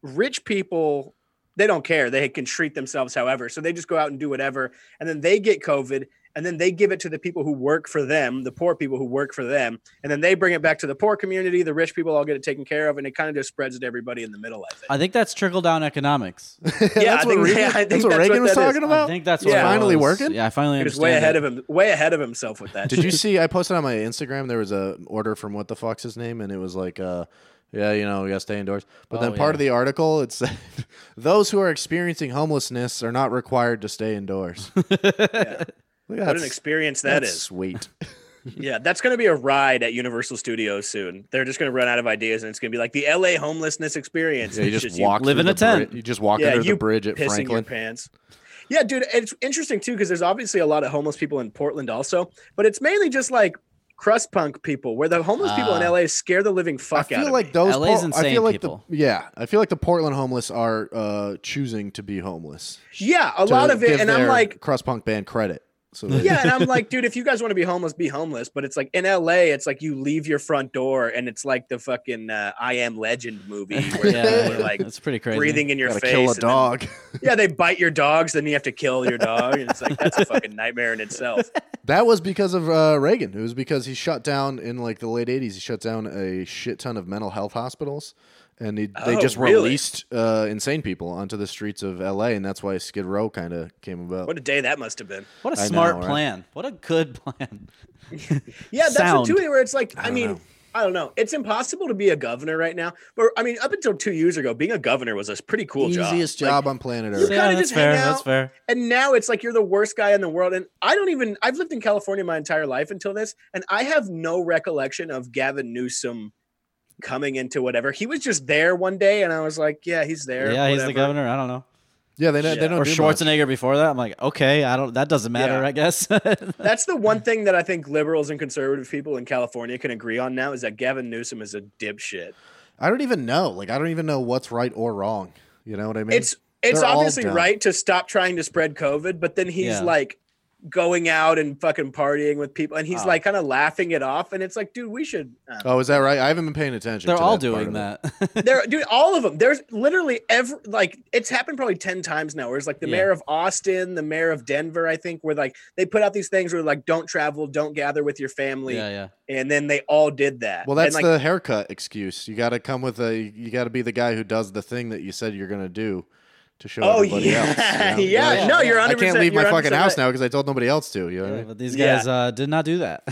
[SPEAKER 4] rich people they don't care. They can treat themselves however, so they just go out and do whatever, and then they get COVID, and then they give it to the people who work for them, the poor people who work for them, and then they bring it back to the poor community. The rich people all get it taken care of, and it kind of just spreads to everybody in the middle. I think.
[SPEAKER 2] I think that's trickle down economics.
[SPEAKER 4] Yeah,
[SPEAKER 3] that's,
[SPEAKER 4] I think-
[SPEAKER 3] what Reagan,
[SPEAKER 4] yeah, I think
[SPEAKER 3] that's what
[SPEAKER 4] that's
[SPEAKER 3] Reagan
[SPEAKER 4] what
[SPEAKER 3] was
[SPEAKER 4] that is.
[SPEAKER 3] talking
[SPEAKER 2] I
[SPEAKER 3] about.
[SPEAKER 2] think that's
[SPEAKER 4] Yeah.
[SPEAKER 2] what it
[SPEAKER 3] Finally
[SPEAKER 2] was.
[SPEAKER 3] working?
[SPEAKER 2] Yeah, I finally
[SPEAKER 4] He was
[SPEAKER 2] understand.
[SPEAKER 4] way ahead
[SPEAKER 2] it.
[SPEAKER 4] of him, way ahead of himself with that.
[SPEAKER 3] Did you see? I posted on my Instagram there was a order from what the fuck's his name, and it was like, uh, yeah, you know, we gotta stay indoors. But then
[SPEAKER 2] Oh,
[SPEAKER 3] part
[SPEAKER 2] yeah.
[SPEAKER 3] of the article it said, those who are experiencing homelessness are not required to stay indoors. Look,
[SPEAKER 4] what
[SPEAKER 3] that's-
[SPEAKER 4] an experience that
[SPEAKER 3] that's
[SPEAKER 4] is.
[SPEAKER 3] sweet.
[SPEAKER 4] Yeah, that's going to be a ride at Universal Studios soon. They're just going to run out of ideas, and it's going to be like the LA homelessness experience.
[SPEAKER 3] Yeah, you
[SPEAKER 4] It's
[SPEAKER 3] just walk
[SPEAKER 2] live
[SPEAKER 3] through
[SPEAKER 2] in a
[SPEAKER 3] the bri-
[SPEAKER 2] tent.
[SPEAKER 3] you just walk
[SPEAKER 4] Yeah,
[SPEAKER 3] under the
[SPEAKER 4] you
[SPEAKER 3] bridge at
[SPEAKER 4] pissing your
[SPEAKER 3] Franklin.
[SPEAKER 4] pants. Yeah, dude, it's interesting too because there's obviously a lot of homeless people in Portland also, but it's mainly just like crust punk people, where the homeless people in
[SPEAKER 2] Ah.
[SPEAKER 4] LA scare the living
[SPEAKER 3] I
[SPEAKER 4] fuck out
[SPEAKER 3] feel
[SPEAKER 4] of
[SPEAKER 3] like
[SPEAKER 4] me.
[SPEAKER 3] those.
[SPEAKER 2] LA 's
[SPEAKER 3] Pol- I
[SPEAKER 2] insane
[SPEAKER 3] feel like
[SPEAKER 2] people.
[SPEAKER 3] the yeah. I feel like the Portland homeless are uh, choosing to be homeless.
[SPEAKER 4] Yeah, a
[SPEAKER 3] to
[SPEAKER 4] lot of it,
[SPEAKER 3] give
[SPEAKER 4] and I'm
[SPEAKER 3] their
[SPEAKER 4] like,
[SPEAKER 3] crust punk band credit. So they-
[SPEAKER 4] yeah, and I'm like, dude, if you guys want to be homeless, be homeless. But it's like in LA, it's like you leave your front door, and it's like the fucking uh, I Am Legend movie where
[SPEAKER 2] yeah,
[SPEAKER 4] people are like
[SPEAKER 2] that's pretty crazy.
[SPEAKER 4] breathing in your
[SPEAKER 3] gotta
[SPEAKER 4] face.
[SPEAKER 3] kill a
[SPEAKER 4] and then-
[SPEAKER 3] dog.
[SPEAKER 4] yeah, they bite your dogs, then you have to kill your dog, and it's like that's a fucking nightmare in itself.
[SPEAKER 3] That was because of uh, Reagan. It was because he shut down in like the late '80s. He shut down a shit ton of mental health hospitals, and he, they
[SPEAKER 4] Oh,
[SPEAKER 3] just
[SPEAKER 4] really?
[SPEAKER 3] released uh, insane people onto the streets of LA, and that's why Skid Row kind of came about.
[SPEAKER 4] What a day that must have been.
[SPEAKER 2] What a
[SPEAKER 3] I know,
[SPEAKER 2] smart
[SPEAKER 3] right?
[SPEAKER 2] plan. What a good plan.
[SPEAKER 4] Yeah, that's
[SPEAKER 2] Sound.
[SPEAKER 4] it too. Where it's like, I,
[SPEAKER 3] don't
[SPEAKER 4] mean,
[SPEAKER 3] know.
[SPEAKER 4] I don't know. It's impossible to be a governor right now, but I mean, up until two years ago, being a governor was a pretty cool job.
[SPEAKER 3] Easiest
[SPEAKER 4] Like,
[SPEAKER 3] job on planet
[SPEAKER 4] You
[SPEAKER 3] Earth.
[SPEAKER 4] kinda
[SPEAKER 2] yeah, that's
[SPEAKER 4] just
[SPEAKER 2] fair.
[SPEAKER 4] hang
[SPEAKER 2] That's
[SPEAKER 4] out.
[SPEAKER 2] fair.
[SPEAKER 4] and now it's like you're the worst guy in the world and i don't even i've lived in california my entire life until this and i have no recollection of gavin newsom coming into whatever he was just there one day and i was like yeah he's there
[SPEAKER 2] Yeah, he's the
[SPEAKER 4] whatever.
[SPEAKER 2] governor. I don't know.
[SPEAKER 3] Yeah, they, don't-
[SPEAKER 4] Yeah.
[SPEAKER 3] they don't.
[SPEAKER 2] Or
[SPEAKER 3] do much.
[SPEAKER 2] Schwarzenegger before that. I'm like, okay, I don't. That doesn't matter.
[SPEAKER 4] Yeah.
[SPEAKER 2] I guess.
[SPEAKER 4] that's the one thing that i think liberals and conservative people in california can agree on now is that gavin newsom is a dipshit
[SPEAKER 3] I don't even know. Like, I don't even know what's right or wrong. You know what I mean?
[SPEAKER 4] it's it's
[SPEAKER 3] They're all
[SPEAKER 4] obviously
[SPEAKER 3] dumb.
[SPEAKER 4] right to stop trying to spread covid but then he's
[SPEAKER 2] Yeah.
[SPEAKER 4] like going out and fucking partying with people and he's
[SPEAKER 2] Oh.
[SPEAKER 4] like kind of laughing it off and it's like dude we should uh, I don't
[SPEAKER 3] oh, is that right? I haven't been paying attention.
[SPEAKER 2] They're
[SPEAKER 3] to
[SPEAKER 2] all
[SPEAKER 3] that part
[SPEAKER 2] doing
[SPEAKER 3] of it.
[SPEAKER 2] that.
[SPEAKER 4] There, dude, all of them. There's literally every like it's happened probably ten times now. Where it's like the
[SPEAKER 2] Yeah.
[SPEAKER 4] mayor of Austin, the mayor of Denver, I think, where like they put out these things where like don't travel, don't gather with your family,
[SPEAKER 2] yeah, yeah.
[SPEAKER 4] and then they all did that.
[SPEAKER 3] Well, that's
[SPEAKER 4] and, like,
[SPEAKER 3] the haircut excuse. You got to come with a. You got to be the guy who does the thing that you said you're gonna do to show
[SPEAKER 4] Oh
[SPEAKER 3] everybody
[SPEAKER 4] yeah,
[SPEAKER 3] else. you know?
[SPEAKER 4] yeah,
[SPEAKER 2] Yeah,
[SPEAKER 4] No,
[SPEAKER 2] yeah.
[SPEAKER 4] you're. 100%,
[SPEAKER 3] I can't leave my
[SPEAKER 4] you're
[SPEAKER 3] fucking
[SPEAKER 4] 100%
[SPEAKER 3] house
[SPEAKER 4] right.
[SPEAKER 3] now because I told nobody else to. You know what I
[SPEAKER 2] Yeah,
[SPEAKER 3] mean?
[SPEAKER 2] But these
[SPEAKER 4] Yeah.
[SPEAKER 2] guys uh, did not do that.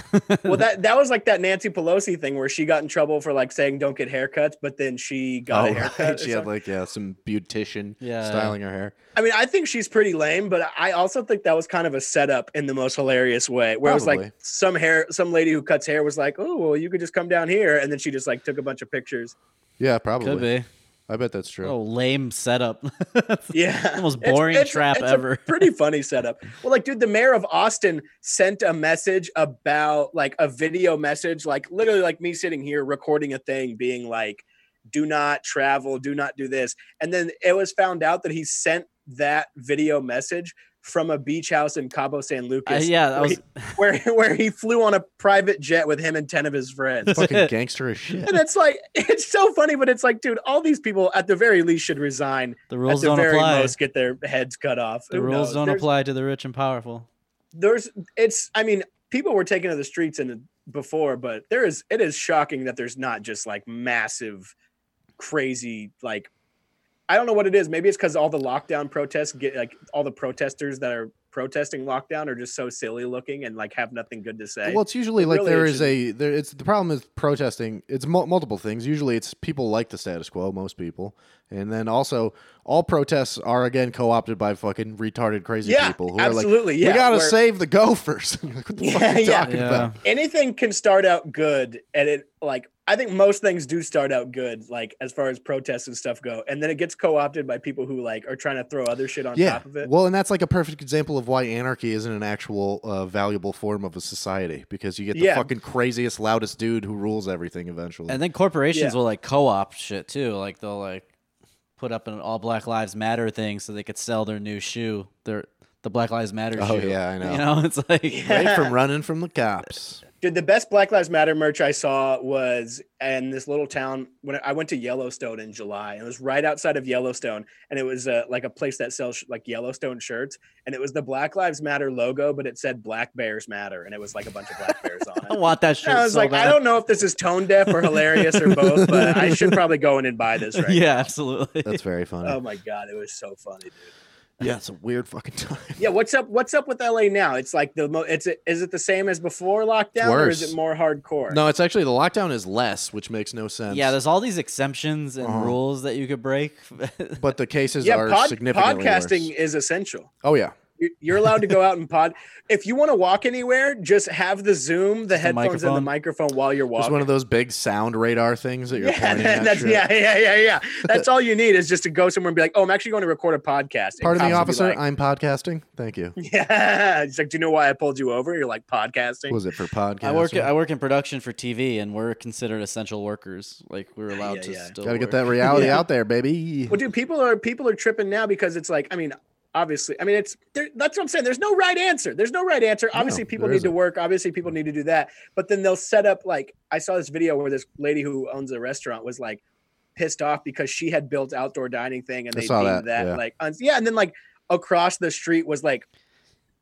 [SPEAKER 4] Well, that that was like that Nancy Pelosi thing where she got in trouble for like saying don't get haircuts, but then she got a haircut. or
[SPEAKER 3] Oh, She had
[SPEAKER 4] something.
[SPEAKER 3] like yeah, some beautician
[SPEAKER 2] Yeah.
[SPEAKER 3] styling her hair.
[SPEAKER 4] I mean, I think she's pretty lame, but I also think that was kind of a setup in the most hilarious way, where it was
[SPEAKER 3] Probably.
[SPEAKER 4] like some hair, some lady who cuts hair was like, "Oh, well, you could just come down here," and then she just like took a bunch of pictures.
[SPEAKER 3] Yeah, probably.
[SPEAKER 2] Could be.
[SPEAKER 3] I bet that's true.
[SPEAKER 2] Oh, lame setup. uh,
[SPEAKER 4] Yeah,
[SPEAKER 2] The most
[SPEAKER 4] It's-
[SPEAKER 2] boring
[SPEAKER 4] it's-
[SPEAKER 2] trap
[SPEAKER 4] it's a
[SPEAKER 2] ever.
[SPEAKER 4] pretty funny setup. Well, like, dude, the mayor of Austin sent a message about like a video message, like literally like me sitting here recording a thing, being like, "Do not travel, do not do this," and then it was found out that he sent that video message from a beach house in Cabo San Lucas.
[SPEAKER 2] Uh, yeah, that
[SPEAKER 4] where
[SPEAKER 2] was.
[SPEAKER 4] where where he flew on a private jet with him and 10 of his friends.
[SPEAKER 3] Fucking gangster as shit.
[SPEAKER 4] and it's like it's so funny, but it's like, dude, all these people at the very least should resign.
[SPEAKER 2] The rules
[SPEAKER 4] at
[SPEAKER 2] don't
[SPEAKER 4] the very
[SPEAKER 2] apply.
[SPEAKER 4] most, get their heads cut off.
[SPEAKER 2] the
[SPEAKER 4] Who
[SPEAKER 2] rules
[SPEAKER 4] knows?
[SPEAKER 2] don't
[SPEAKER 4] there's,
[SPEAKER 2] apply to the rich and powerful.
[SPEAKER 4] There's it's I mean, people were taken to the streets and before, but there is it is shocking that there's not just like massive, crazy like I don't know what it is. Maybe it's because all the lockdown protests get like all the protesters that are protesting lockdown are just so silly looking and like have nothing good to say.
[SPEAKER 3] Well, it's usually like
[SPEAKER 4] really
[SPEAKER 3] there
[SPEAKER 4] it
[SPEAKER 3] is a there. It's the problem is protesting. It's mul multiple things. Usually, it's people like the status quo. Most people, and then also all protests are again co-opted by fucking retarded crazy
[SPEAKER 4] Yeah,
[SPEAKER 3] people who are like,
[SPEAKER 4] absolutely, yeah,
[SPEAKER 3] we gotta
[SPEAKER 4] where-
[SPEAKER 3] save the Gophers. You're like, what the fuck
[SPEAKER 4] Yeah,
[SPEAKER 3] are you
[SPEAKER 4] yeah.
[SPEAKER 3] talking about?
[SPEAKER 4] anything can start out good and it like i think most things do start out good like as far as protests and stuff go and then it gets co-opted by people who like are trying to throw other shit on
[SPEAKER 3] Yeah.
[SPEAKER 4] top of it
[SPEAKER 3] Well, and that's like a perfect example of why anarchy isn't an actual uh, valuable form of a society because you get the
[SPEAKER 4] Yeah.
[SPEAKER 3] fucking craziest, loudest dude who rules everything eventually.
[SPEAKER 2] And then corporations
[SPEAKER 4] Yeah.
[SPEAKER 2] will like co-opt shit too. Like they'll like put up an all Black Lives Matter thing so they could sell their new shoe, their the Black Lives Matter
[SPEAKER 3] Oh,
[SPEAKER 2] shoe.
[SPEAKER 3] yeah, I know.
[SPEAKER 2] You know, it's like
[SPEAKER 3] Right from running from the cops.
[SPEAKER 4] Dude, the best Black Lives Matter merch I saw was in this little town when I went to Yellowstone in July. and It was right outside of Yellowstone, and it was uh, like a place that sells like Yellowstone shirts, and it was the Black Lives Matter logo, but it said Black Bears Matter, and it was like a bunch of black bears
[SPEAKER 2] I
[SPEAKER 4] on it.
[SPEAKER 2] want that shirt.
[SPEAKER 4] And I was
[SPEAKER 2] so
[SPEAKER 4] like,
[SPEAKER 2] bad.
[SPEAKER 4] I don't know if this is tone deaf or hilarious or both, but I should probably go in and buy this right.
[SPEAKER 2] Yeah, absolutely.
[SPEAKER 3] That's very funny.
[SPEAKER 4] now. Oh my god, it was so funny, dude.
[SPEAKER 3] yeah, it's a weird fucking time.
[SPEAKER 4] Yeah, what's up? What's up with LA now? It's like the mo- it's is it the same as before lockdown, or is
[SPEAKER 3] worse.
[SPEAKER 4] it more hardcore?
[SPEAKER 3] No, it's actually the lockdown is less, which makes no sense.
[SPEAKER 2] yeah, there's all these exemptions and
[SPEAKER 3] Uh-huh.
[SPEAKER 2] rules that you could break.
[SPEAKER 3] but the cases
[SPEAKER 4] yeah,
[SPEAKER 3] are
[SPEAKER 4] pod-
[SPEAKER 3] significantly
[SPEAKER 4] podcasting
[SPEAKER 3] Worse.
[SPEAKER 4] is essential.
[SPEAKER 3] Oh yeah,
[SPEAKER 4] You're- You're allowed to go out and pod. If you want to walk anywhere, just have the Zoom, the
[SPEAKER 2] Just a
[SPEAKER 4] headphones, and the
[SPEAKER 2] microphone.
[SPEAKER 4] microphone while you're
[SPEAKER 3] it's
[SPEAKER 4] walking.
[SPEAKER 3] one of those big sound radar things that you're
[SPEAKER 4] yeah,
[SPEAKER 3] pointing at.
[SPEAKER 4] that's,
[SPEAKER 3] shit.
[SPEAKER 4] yeah, yeah, yeah, yeah. That's all you need is just to go somewhere and be like, "Oh, I'm actually going to record a podcast." And
[SPEAKER 3] Pardon me,
[SPEAKER 4] cops will
[SPEAKER 3] officer.
[SPEAKER 4] be like,
[SPEAKER 3] I'm podcasting. Thank you.
[SPEAKER 4] yeah, it's like, do you know why I pulled you over? You're like podcasting.
[SPEAKER 3] What was it for podcasting?
[SPEAKER 2] I work. I work in production for TV, and we're considered essential workers. Like we're allowed
[SPEAKER 4] yeah,
[SPEAKER 2] to
[SPEAKER 4] yeah.
[SPEAKER 2] still
[SPEAKER 3] Gotta get
[SPEAKER 2] work.
[SPEAKER 3] that reality
[SPEAKER 4] Yeah.
[SPEAKER 3] out there, baby.
[SPEAKER 4] Well, dude, people are people are tripping now because it's like, I mean, obviously, I mean, it's there, that's what I'm saying. There's no right answer. There's no right answer. Obviously, people
[SPEAKER 3] there
[SPEAKER 4] need to
[SPEAKER 3] isn't.
[SPEAKER 4] work. Obviously, people need to do that. But then they'll set up like I saw this video where this lady who owns a restaurant was like pissed off because she had built outdoor dining thing and
[SPEAKER 3] I
[SPEAKER 4] they
[SPEAKER 3] saw
[SPEAKER 4] deemed
[SPEAKER 3] that,
[SPEAKER 4] that,
[SPEAKER 3] yeah.
[SPEAKER 4] like un- yeah, and then like across the street was like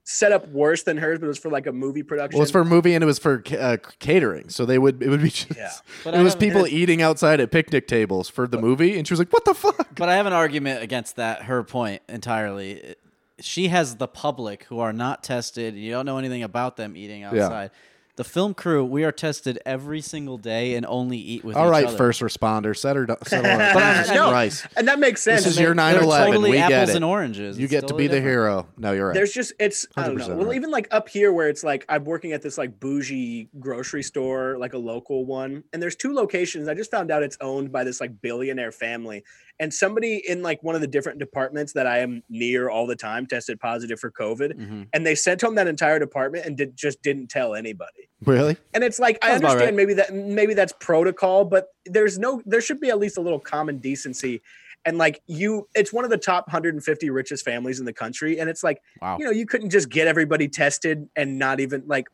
[SPEAKER 4] set up worse than hers, but it was for like a movie production.
[SPEAKER 3] Well, it's for a movie and it was for ca- uh, catering, so they would it would be just,
[SPEAKER 4] Yeah.
[SPEAKER 2] But
[SPEAKER 3] it
[SPEAKER 2] I
[SPEAKER 3] was
[SPEAKER 2] haven't-
[SPEAKER 3] people e eating outside at picnic tables for the movie, and she was like, "What the fuck?"
[SPEAKER 2] But I have an argument against that her point entirely. She has the public who are not tested. You don't know anything about them eating outside. The film crew, we are tested every single day and only eat with.
[SPEAKER 3] All
[SPEAKER 2] each
[SPEAKER 3] right,
[SPEAKER 2] other.
[SPEAKER 3] first responder, set her down. Settle her down.
[SPEAKER 2] But I'm-
[SPEAKER 3] Jesus
[SPEAKER 2] no.
[SPEAKER 3] Christ.
[SPEAKER 4] and that makes sense.
[SPEAKER 3] This is
[SPEAKER 4] It
[SPEAKER 3] your
[SPEAKER 4] makes-
[SPEAKER 2] They're
[SPEAKER 3] 9/11.
[SPEAKER 2] totally
[SPEAKER 3] we
[SPEAKER 2] apples
[SPEAKER 3] get it.
[SPEAKER 2] and oranges.
[SPEAKER 3] You
[SPEAKER 2] It's
[SPEAKER 3] get to
[SPEAKER 2] totally
[SPEAKER 3] be the
[SPEAKER 2] different.
[SPEAKER 3] hero. No, you're right.
[SPEAKER 4] there's just it's I don't know.
[SPEAKER 3] 100%
[SPEAKER 4] Well,
[SPEAKER 3] right.
[SPEAKER 4] even like up here where it's like I'm working at this like bougie grocery store, like a local one, and there's two locations. I just found out it's owned by this like billionaire family, and somebody in like one of the different departments that I am near all the time tested positive for
[SPEAKER 3] Mm.
[SPEAKER 4] COVID,
[SPEAKER 2] Mhm.
[SPEAKER 4] and they sent home that entire department and did, just didn't tell anybody.
[SPEAKER 3] really?
[SPEAKER 4] And it's like I
[SPEAKER 2] Sounds about
[SPEAKER 4] understand
[SPEAKER 2] right.
[SPEAKER 4] maybe that maybe that's protocol, but there's no there should be at least a little common decency. And like you, it's one of the top 150 richest families in the country, and it's like
[SPEAKER 2] Wow.
[SPEAKER 4] you know, you couldn't just get everybody tested and not even like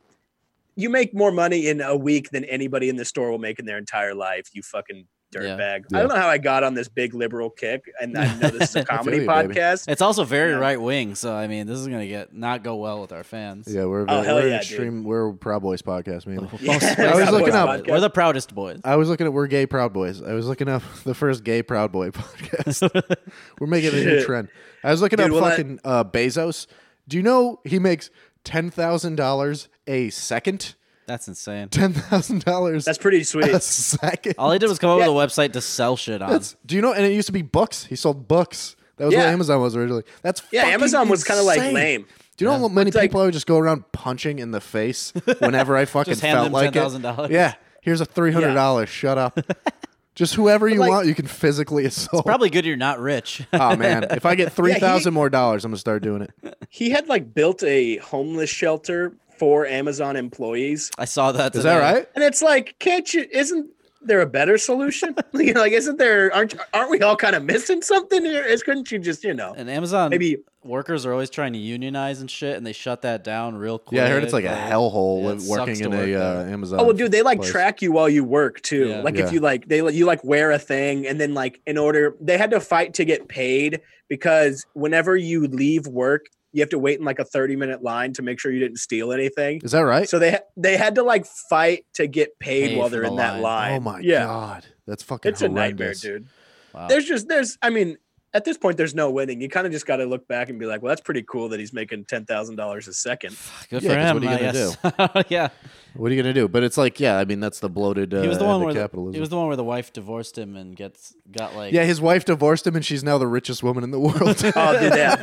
[SPEAKER 4] you make more money in a week than anybody in the store will make in their entire life. You fucking
[SPEAKER 2] Yeah.
[SPEAKER 4] dirtbag.
[SPEAKER 3] Yeah.
[SPEAKER 4] I don't know how I got on this big liberal kick, and I know this is a comedy
[SPEAKER 3] you, baby.
[SPEAKER 4] podcast.
[SPEAKER 2] It's also very
[SPEAKER 4] Yeah.
[SPEAKER 2] right wing, so I mean, this is gonna get not go well with our fans.
[SPEAKER 3] Yeah, we're
[SPEAKER 4] Oh, hell
[SPEAKER 3] we're
[SPEAKER 4] yeah, dude.
[SPEAKER 3] extreme. We're Proud Boys podcast mainly.
[SPEAKER 4] Yeah.
[SPEAKER 3] I was looking up-
[SPEAKER 2] We're the proudest boys.
[SPEAKER 3] I was looking at we're gay Proud Boys. I was looking up the first gay Proud Boy podcast. we're making a new
[SPEAKER 4] Shit.
[SPEAKER 3] trend. I was looking
[SPEAKER 4] Dude,
[SPEAKER 3] up
[SPEAKER 4] well, that-
[SPEAKER 3] fucking uh, Bezos. Do you know he makes ten thousand dollars a second?
[SPEAKER 2] That's insane.
[SPEAKER 3] Ten thousand dollars
[SPEAKER 4] That's pretty sweet.
[SPEAKER 3] a second.
[SPEAKER 2] All I did was come up
[SPEAKER 4] Yeah.
[SPEAKER 2] with a website to sell shit on.
[SPEAKER 3] That's- do you know? And it used to be books. He sold books. That was what
[SPEAKER 4] Yeah.
[SPEAKER 3] Amazon was originally. That's
[SPEAKER 4] yeah,
[SPEAKER 3] fucking
[SPEAKER 4] Amazon was kind of like
[SPEAKER 3] insane.
[SPEAKER 4] lame.
[SPEAKER 3] Do you know how many
[SPEAKER 4] like-
[SPEAKER 3] people I would just go around punching in the face whenever I fucking
[SPEAKER 2] hand
[SPEAKER 3] felt
[SPEAKER 2] them
[SPEAKER 3] like
[SPEAKER 2] $10,000.
[SPEAKER 3] it? Yeah, here's a three hundred dollars. Shut up. just whoever you
[SPEAKER 4] like-
[SPEAKER 3] want, you can physically assault.
[SPEAKER 2] Probably good you're not rich.
[SPEAKER 3] oh man, if I get three thousand more dollars, I'm gonna start doing it.
[SPEAKER 4] He had like built a homeless shelter for Amazon employees,
[SPEAKER 2] I saw that.
[SPEAKER 3] Is that
[SPEAKER 2] today.
[SPEAKER 3] right?
[SPEAKER 4] and it's like, can't you? Isn't there a better solution? you know, like, isn't there? Aren't aren't we all kind of missing something here? Is couldn't you just you know?
[SPEAKER 2] And Amazon
[SPEAKER 4] Maybe-
[SPEAKER 2] workers are always trying to unionize and shit, and they shut that down real quick.
[SPEAKER 3] Yeah, I heard it's like a hellhole
[SPEAKER 2] Yeah, it
[SPEAKER 3] li-
[SPEAKER 2] sucks
[SPEAKER 3] working
[SPEAKER 2] to
[SPEAKER 3] in
[SPEAKER 2] work
[SPEAKER 3] a uh,
[SPEAKER 2] there.
[SPEAKER 3] Amazon.
[SPEAKER 4] Oh well, dude, they like
[SPEAKER 3] place.
[SPEAKER 4] track you while you work too.
[SPEAKER 2] Yeah.
[SPEAKER 4] Like
[SPEAKER 3] Yeah.
[SPEAKER 4] if you like, they you like wear a thing, and then like in order, they had to fight to get paid because whenever you leave work, you have to wait in like a thirty minute line to make sure you didn't steal anything.
[SPEAKER 3] Is that right?
[SPEAKER 4] So they ha- they had to like fight to get paid,
[SPEAKER 2] Paid
[SPEAKER 4] while
[SPEAKER 2] for
[SPEAKER 4] they're
[SPEAKER 2] the
[SPEAKER 4] in that
[SPEAKER 2] line.
[SPEAKER 4] line.
[SPEAKER 3] oh my
[SPEAKER 4] yeah,
[SPEAKER 3] god, that's fucking.
[SPEAKER 4] it's a nightmare,
[SPEAKER 3] horrendous.
[SPEAKER 4] dude.
[SPEAKER 2] Wow.
[SPEAKER 4] There's just there's, I mean, at this point, there's no winning. You kind of just got to look back and be like, well, that's pretty cool that he's making ten thousand dollars a second.
[SPEAKER 2] Good
[SPEAKER 3] Yeah,
[SPEAKER 2] for
[SPEAKER 3] 'cause
[SPEAKER 2] him.
[SPEAKER 3] what are you
[SPEAKER 2] I guess. yeah,
[SPEAKER 3] What are you gonna do? But it's like, yeah, I mean, that's the bloated. Uh,
[SPEAKER 2] he was the one
[SPEAKER 3] end of
[SPEAKER 2] where the,
[SPEAKER 3] capitalism.
[SPEAKER 2] he was the one where the wife divorced him and gets got like
[SPEAKER 3] yeah, his wife divorced him, and she's now the richest woman in the world
[SPEAKER 4] Oh, dude, that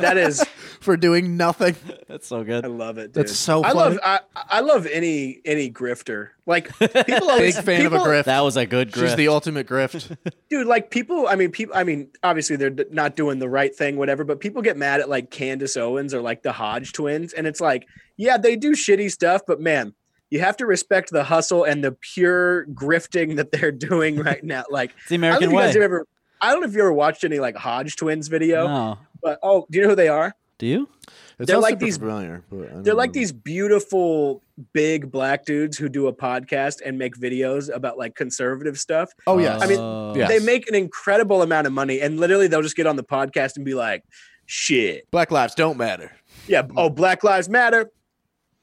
[SPEAKER 4] that is
[SPEAKER 3] for doing nothing.
[SPEAKER 2] that's so
[SPEAKER 4] I
[SPEAKER 2] good.
[SPEAKER 4] love it. Dude.
[SPEAKER 3] That's so
[SPEAKER 4] I
[SPEAKER 3] funny.
[SPEAKER 4] love I, I love any any grifter. Like people always
[SPEAKER 3] Big fan of a
[SPEAKER 4] people-
[SPEAKER 3] grift.
[SPEAKER 2] That was a good
[SPEAKER 3] She's
[SPEAKER 2] grift.
[SPEAKER 3] the ultimate grift.
[SPEAKER 4] dude like people i mean people i mean obviously they're d- not doing the right thing whatever but people get mad at like candace owens or like the hodge twins and it's like yeah they do shitty stuff but man you have to respect the hustle and the pure grifting that they're doing right now like
[SPEAKER 2] it's the
[SPEAKER 4] I, don't
[SPEAKER 2] American
[SPEAKER 4] know if you
[SPEAKER 2] way.
[SPEAKER 4] guys have ever, I don't know if you ever watched any like hodge twins video
[SPEAKER 2] no,
[SPEAKER 4] but oh do you know who they are
[SPEAKER 2] do you?
[SPEAKER 3] It
[SPEAKER 4] They're
[SPEAKER 3] sounds
[SPEAKER 4] like
[SPEAKER 3] super
[SPEAKER 4] these-
[SPEAKER 3] familiar, but I don't
[SPEAKER 4] they're like
[SPEAKER 3] remember.
[SPEAKER 4] these beautiful big black dudes who do a podcast and make videos about like conservative stuff
[SPEAKER 3] Oh
[SPEAKER 2] Uh,
[SPEAKER 3] yeah,
[SPEAKER 4] I mean,
[SPEAKER 3] Yes.
[SPEAKER 4] they make an incredible amount of money and literally they'll just get on the podcast and be like shit
[SPEAKER 3] black lives don't matter.
[SPEAKER 4] yeah oh black lives matter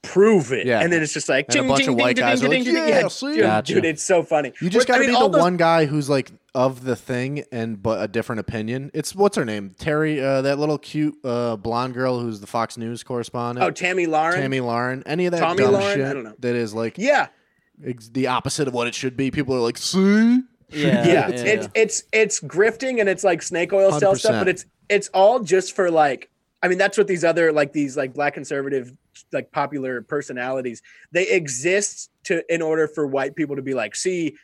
[SPEAKER 4] prove it
[SPEAKER 3] Yeah.
[SPEAKER 4] yeah and then it's just like
[SPEAKER 3] And a bunch of white guys are like, "Yeah, see
[SPEAKER 4] dude,
[SPEAKER 3] ya."
[SPEAKER 2] Gotcha.
[SPEAKER 4] dude, it's so funny
[SPEAKER 3] You just
[SPEAKER 4] But,
[SPEAKER 3] got to
[SPEAKER 4] I mean,
[SPEAKER 3] be the
[SPEAKER 4] all those-
[SPEAKER 3] one guy who's like of the thing and but a different opinion. It's what's her name, Terry, uh, that little cute uh, blonde girl who's the Fox News correspondent.
[SPEAKER 4] oh tammy lauren
[SPEAKER 3] Tammy Lauren, any of that
[SPEAKER 4] Tommy
[SPEAKER 3] dumb
[SPEAKER 4] Lauren?
[SPEAKER 3] shit
[SPEAKER 4] I don't know.
[SPEAKER 3] that is like
[SPEAKER 4] yeah
[SPEAKER 3] ex- the opposite of what it should be. People are like, see,
[SPEAKER 2] Yeah,
[SPEAKER 4] yeah, it's it's it's grifting and it's like snake oil sell stuff,
[SPEAKER 3] 100%.
[SPEAKER 4] but it's it's all just for like I mean that's what these other like these like black conservative like popular personalities they exist to in order for white people to be like see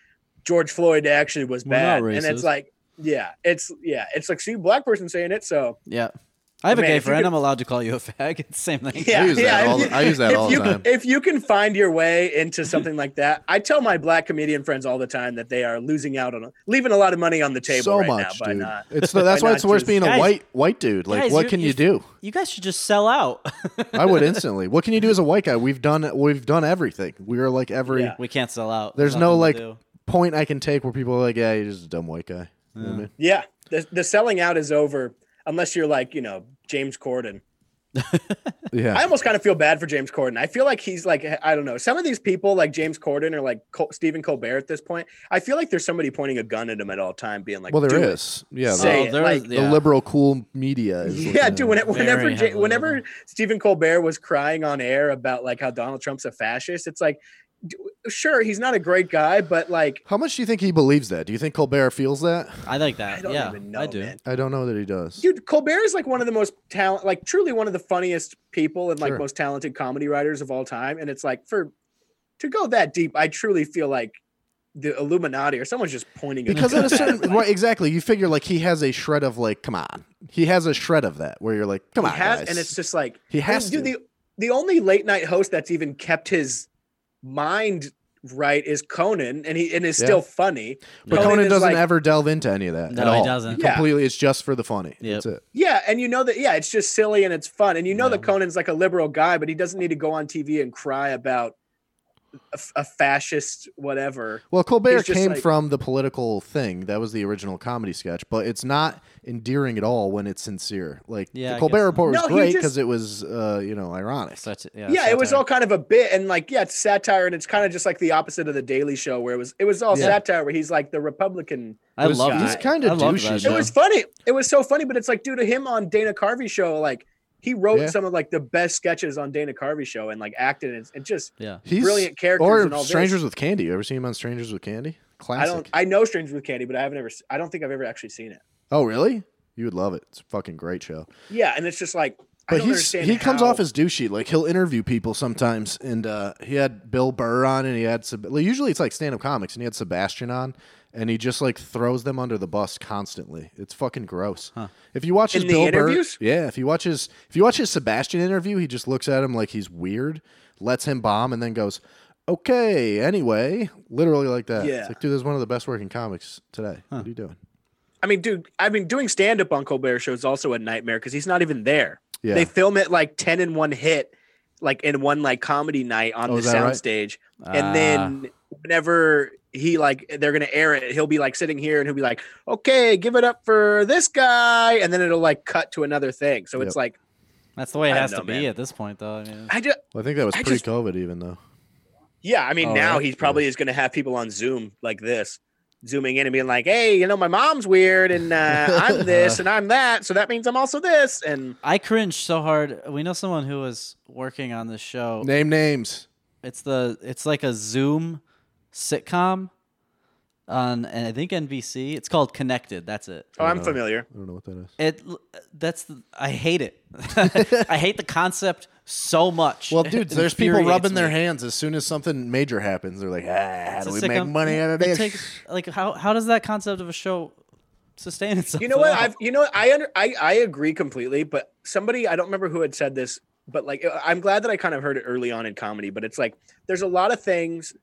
[SPEAKER 4] George Floyd actually was
[SPEAKER 2] We're not
[SPEAKER 4] bad and
[SPEAKER 2] racist.
[SPEAKER 4] it's like yeah it's yeah it's like see black person saying it so
[SPEAKER 2] yeah. I have
[SPEAKER 4] Man,
[SPEAKER 2] a gay
[SPEAKER 4] if you
[SPEAKER 2] friend.
[SPEAKER 4] could-
[SPEAKER 2] I'm allowed to call you a fag. It's the same thing.
[SPEAKER 4] yeah
[SPEAKER 3] use that
[SPEAKER 4] yeah if
[SPEAKER 3] all the-
[SPEAKER 4] you-
[SPEAKER 3] I use that
[SPEAKER 4] if
[SPEAKER 3] all the
[SPEAKER 4] you-
[SPEAKER 3] time.
[SPEAKER 4] if you can find your way into something like that I tell my black comedian friends all the time that they are losing out on leaving a lot of money on the table
[SPEAKER 3] so
[SPEAKER 4] right
[SPEAKER 3] much,
[SPEAKER 4] now by
[SPEAKER 3] dude.
[SPEAKER 4] not
[SPEAKER 3] It's the, that's
[SPEAKER 4] by
[SPEAKER 3] why
[SPEAKER 4] not
[SPEAKER 3] it's worse
[SPEAKER 4] choosing-
[SPEAKER 3] being a
[SPEAKER 2] Guys-
[SPEAKER 3] white white dude. Like,
[SPEAKER 2] guys,
[SPEAKER 3] what
[SPEAKER 2] you-
[SPEAKER 3] can you,
[SPEAKER 2] you-
[SPEAKER 3] do?
[SPEAKER 2] You guys should just sell out.
[SPEAKER 3] I would instantly. What can you do as a white guy? We've done we've done everything. We are like every
[SPEAKER 4] Yeah.
[SPEAKER 2] we can't sell out.
[SPEAKER 3] There's no,
[SPEAKER 2] nothing to
[SPEAKER 3] like-
[SPEAKER 2] do.
[SPEAKER 3] point I can take where people are like, yeah, you're just a dumb white guy. You know what I mean?
[SPEAKER 4] Yeah, the, the selling out is over unless you're like, you know, James Corden.
[SPEAKER 3] Yeah.
[SPEAKER 4] I almost kind of feel bad for James Corden. I feel like he's like, I don't know, some of these people like James Corden or like Col- Stephen Colbert at this point. I feel like there's somebody pointing a gun at him at all time, being like,
[SPEAKER 3] well, there
[SPEAKER 4] "Do it."
[SPEAKER 3] is. Yeah. the-
[SPEAKER 4] Say it,
[SPEAKER 2] there
[SPEAKER 4] like-
[SPEAKER 2] is-
[SPEAKER 3] oh, the
[SPEAKER 2] yeah.
[SPEAKER 3] liberal cool media is
[SPEAKER 4] Yeah,
[SPEAKER 3] looking
[SPEAKER 4] dude.
[SPEAKER 3] at
[SPEAKER 4] When,
[SPEAKER 3] it.
[SPEAKER 4] whenever
[SPEAKER 2] Very
[SPEAKER 4] Ja-
[SPEAKER 2] heavily.
[SPEAKER 4] whenever Stephen Colbert was crying on air about like how Donald Trump's a fascist, it's like, d- sure, he's not a great guy, but like,
[SPEAKER 3] How much do you think he believes that? Do you think Colbert feels that?
[SPEAKER 2] I like that.
[SPEAKER 4] I don't
[SPEAKER 2] yeah,
[SPEAKER 4] even know,
[SPEAKER 2] I do.
[SPEAKER 4] man.
[SPEAKER 3] I don't know that he does.
[SPEAKER 4] dude colbert is like one of the most talent like truly one of the funniest people and like
[SPEAKER 3] Sure.
[SPEAKER 4] most talented comedy writers of all time and it's like for to go that deep i truly feel like the illuminati or someone's just pointing a
[SPEAKER 3] because
[SPEAKER 4] gun
[SPEAKER 3] at a certain
[SPEAKER 4] him. Like,
[SPEAKER 3] right, exactly, you figure like he has a shred of like, come on, he has a shred of that where you're like, come
[SPEAKER 4] he
[SPEAKER 3] on,
[SPEAKER 4] has
[SPEAKER 3] guys.
[SPEAKER 4] and it's just like
[SPEAKER 3] he has
[SPEAKER 4] dude,
[SPEAKER 3] to.
[SPEAKER 4] the the only late night host that's even kept his mind right is conan and he and is
[SPEAKER 3] Yeah.
[SPEAKER 4] still funny
[SPEAKER 3] but
[SPEAKER 4] Conan
[SPEAKER 3] Conan,
[SPEAKER 4] is
[SPEAKER 3] doesn't
[SPEAKER 4] like-
[SPEAKER 3] ever delve into any of that.
[SPEAKER 2] No,
[SPEAKER 3] at
[SPEAKER 2] he
[SPEAKER 3] all.
[SPEAKER 2] doesn't.
[SPEAKER 4] Yeah.
[SPEAKER 3] Completely, it's just for the funny.
[SPEAKER 2] Yep.
[SPEAKER 3] That's it.
[SPEAKER 4] Yeah, and you know that. Yeah, it's just silly and it's fun, and you know that
[SPEAKER 2] Yeah.
[SPEAKER 4] Conan's like a liberal guy, but he doesn't need to go on TV and cry about a, a fascist whatever.
[SPEAKER 3] Well, Colbert
[SPEAKER 4] He's just
[SPEAKER 3] came
[SPEAKER 4] like-
[SPEAKER 3] from the political thing. That was the original comedy sketch, but it's not endearing at all when it's sincere. Like
[SPEAKER 2] Yeah, I
[SPEAKER 3] the
[SPEAKER 2] guess
[SPEAKER 3] Colbert
[SPEAKER 2] not.
[SPEAKER 3] Report was
[SPEAKER 4] No, he
[SPEAKER 3] great
[SPEAKER 4] just-
[SPEAKER 3] because it was, uh, you know, ironic.
[SPEAKER 2] Such, yeah,
[SPEAKER 4] Yeah, it was
[SPEAKER 2] satire.
[SPEAKER 4] all kind of a bit, and like yeah, it's satire, and it's kind of just like the opposite of the Daily Show, where it was it was all
[SPEAKER 3] Yeah.
[SPEAKER 4] satire, where he's like the Republican.
[SPEAKER 2] I
[SPEAKER 3] He's-
[SPEAKER 2] love
[SPEAKER 3] he's
[SPEAKER 2] that.
[SPEAKER 3] kinda
[SPEAKER 2] I love
[SPEAKER 3] douchey,
[SPEAKER 2] that
[SPEAKER 3] though.
[SPEAKER 4] It
[SPEAKER 2] show.
[SPEAKER 4] was funny. It was so funny, but it's like due to him on Dana Carvey's show, like he wrote
[SPEAKER 3] Yeah.
[SPEAKER 4] some of like the best sketches on Dana Carvey's show, and like acted and, and just
[SPEAKER 2] yeah.
[SPEAKER 3] He's
[SPEAKER 4] brilliant characters
[SPEAKER 3] Or
[SPEAKER 4] and all this.
[SPEAKER 3] Strangers with Candy. You ever seen him on Strangers with Candy? Classic.
[SPEAKER 4] I don't I know Strangers with Candy, but I haven't ever s- I don't think I've ever actually seen it.
[SPEAKER 3] Oh, really? You would love it. It's a fucking great show.
[SPEAKER 4] Yeah, and it's just like I
[SPEAKER 3] But
[SPEAKER 4] don't
[SPEAKER 3] he's
[SPEAKER 4] understand
[SPEAKER 3] he comes
[SPEAKER 4] how-
[SPEAKER 3] off as douchey. Like he'll interview people sometimes, and uh, he had Bill Burr on, and he had Seb- like, usually it's like stand up comics, and he had Sebastian on, and he just like throws them under the bus constantly. It's fucking gross. If you watch his
[SPEAKER 4] In the
[SPEAKER 3] Bill
[SPEAKER 4] interviews?
[SPEAKER 3] Burr, yeah, if you watch his if you watch his Sebastian interview, he just looks at him like he's weird, lets him bomb, and then goes. Okay. Anyway, literally like that.
[SPEAKER 4] Yeah.
[SPEAKER 3] It's like, dude, this is one of the best working comics today. What are you doing?
[SPEAKER 4] I mean, dude, I mean, doing stand up on Colbert show is also a nightmare because he's not even there.
[SPEAKER 3] Yeah.
[SPEAKER 4] They film it like ten in one hit, like in one like comedy night on
[SPEAKER 3] Oh,
[SPEAKER 4] the
[SPEAKER 3] is that right? Ah.
[SPEAKER 4] soundstage, and then whenever he like they're gonna air it, he'll be like sitting here and he'll be like, "Okay, give it up for this guy," and then it'll like cut to another thing. So
[SPEAKER 3] Yep.
[SPEAKER 4] it's like
[SPEAKER 2] That's the way it
[SPEAKER 4] I
[SPEAKER 2] has
[SPEAKER 4] don't
[SPEAKER 2] to
[SPEAKER 4] know,
[SPEAKER 2] be
[SPEAKER 4] man.
[SPEAKER 2] at this point, though. I mean,
[SPEAKER 4] I just
[SPEAKER 3] Well, I think that was
[SPEAKER 4] I
[SPEAKER 3] pre
[SPEAKER 4] just-
[SPEAKER 3] COVID, even though.
[SPEAKER 4] yeah, I mean
[SPEAKER 2] Oh,
[SPEAKER 4] now
[SPEAKER 2] that's
[SPEAKER 4] he's probably is gonna have people on Zoom like this. zooming in and being like, "Hey, you know, my mom's weird, and uh, I'm this, and I'm that, so that means I'm also this." And
[SPEAKER 2] I cringe so hard. We know someone who was working on this show.
[SPEAKER 3] Name names.
[SPEAKER 2] It's the it's like a Zoom sitcom on and I think NBC. It's called Connected. That's it.
[SPEAKER 4] oh, I'm familiar.
[SPEAKER 3] I don't know what that is.
[SPEAKER 2] It that's the, I hate it. I hate the concept so much.
[SPEAKER 3] Well,
[SPEAKER 2] It
[SPEAKER 3] dude, there's people
[SPEAKER 2] infuriates
[SPEAKER 3] rubbing their
[SPEAKER 2] me.
[SPEAKER 3] hands as soon as something major happens. They're like, ah, how
[SPEAKER 2] It's
[SPEAKER 3] do
[SPEAKER 2] a
[SPEAKER 3] we make
[SPEAKER 2] sitcom.
[SPEAKER 3] money out of this?
[SPEAKER 2] takes- like how how does that concept of a show sustain itself?
[SPEAKER 4] You know what?
[SPEAKER 2] at all?
[SPEAKER 4] I've you know what? I under I I agree completely, but somebody I don't remember who had said this, but like I- I'm glad that I kind of heard it early on in comedy. But it's like there's a lot of things,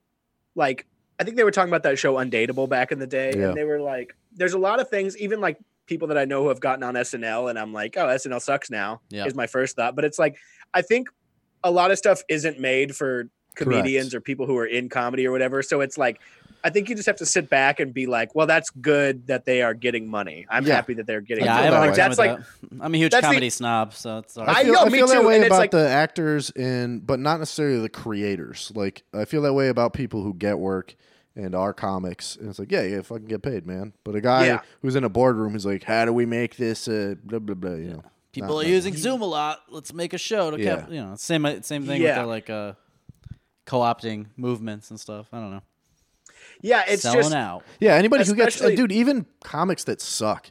[SPEAKER 4] like I think they were talking about that show Undateable back in the day,
[SPEAKER 3] Yeah.
[SPEAKER 4] and they were like, there's a lot of things, even like people that I know who have gotten on SNL, and I'm like, oh, SNL sucks now.
[SPEAKER 2] Yeah.
[SPEAKER 4] Is my first thought, but it's like I think a lot of stuff isn't made for comedians or people who are in comedy or whatever. So it's like I think you just have to sit back and be like, well, that's good that they are getting money. I'm
[SPEAKER 3] Yeah.
[SPEAKER 4] happy that they're getting
[SPEAKER 2] yeah, I
[SPEAKER 4] money.
[SPEAKER 2] have a hard
[SPEAKER 4] like,
[SPEAKER 2] time
[SPEAKER 4] that's
[SPEAKER 2] with
[SPEAKER 4] like
[SPEAKER 2] that. I'm a huge
[SPEAKER 4] that's the-
[SPEAKER 2] comedy snob, so it's all
[SPEAKER 4] I
[SPEAKER 2] right.
[SPEAKER 4] know,
[SPEAKER 3] I
[SPEAKER 4] me
[SPEAKER 3] feel that
[SPEAKER 4] too,
[SPEAKER 3] way
[SPEAKER 4] and it's
[SPEAKER 3] about
[SPEAKER 4] like-
[SPEAKER 3] the actors and but not necessarily the creators. Like I feel that way about people who get work and are comics. And it's like, yeah, yeah, fucking get paid, man. But a guy
[SPEAKER 4] Yeah.
[SPEAKER 3] who's in a boardroom who's like, how do we make this? Uh, blah blah blah. You know,
[SPEAKER 2] People
[SPEAKER 3] Not
[SPEAKER 2] are
[SPEAKER 3] that
[SPEAKER 2] using Zoom a lot. Let's make a show to
[SPEAKER 3] Yeah.
[SPEAKER 2] cap, you know, same same thing
[SPEAKER 4] Yeah.
[SPEAKER 2] with the like uh co-opting movements and stuff. I don't know.
[SPEAKER 4] yeah, it's
[SPEAKER 2] Selling
[SPEAKER 4] just
[SPEAKER 2] out.
[SPEAKER 3] Yeah, anybody who gets uh,
[SPEAKER 4] Especially-
[SPEAKER 3] dude, even comics that suck,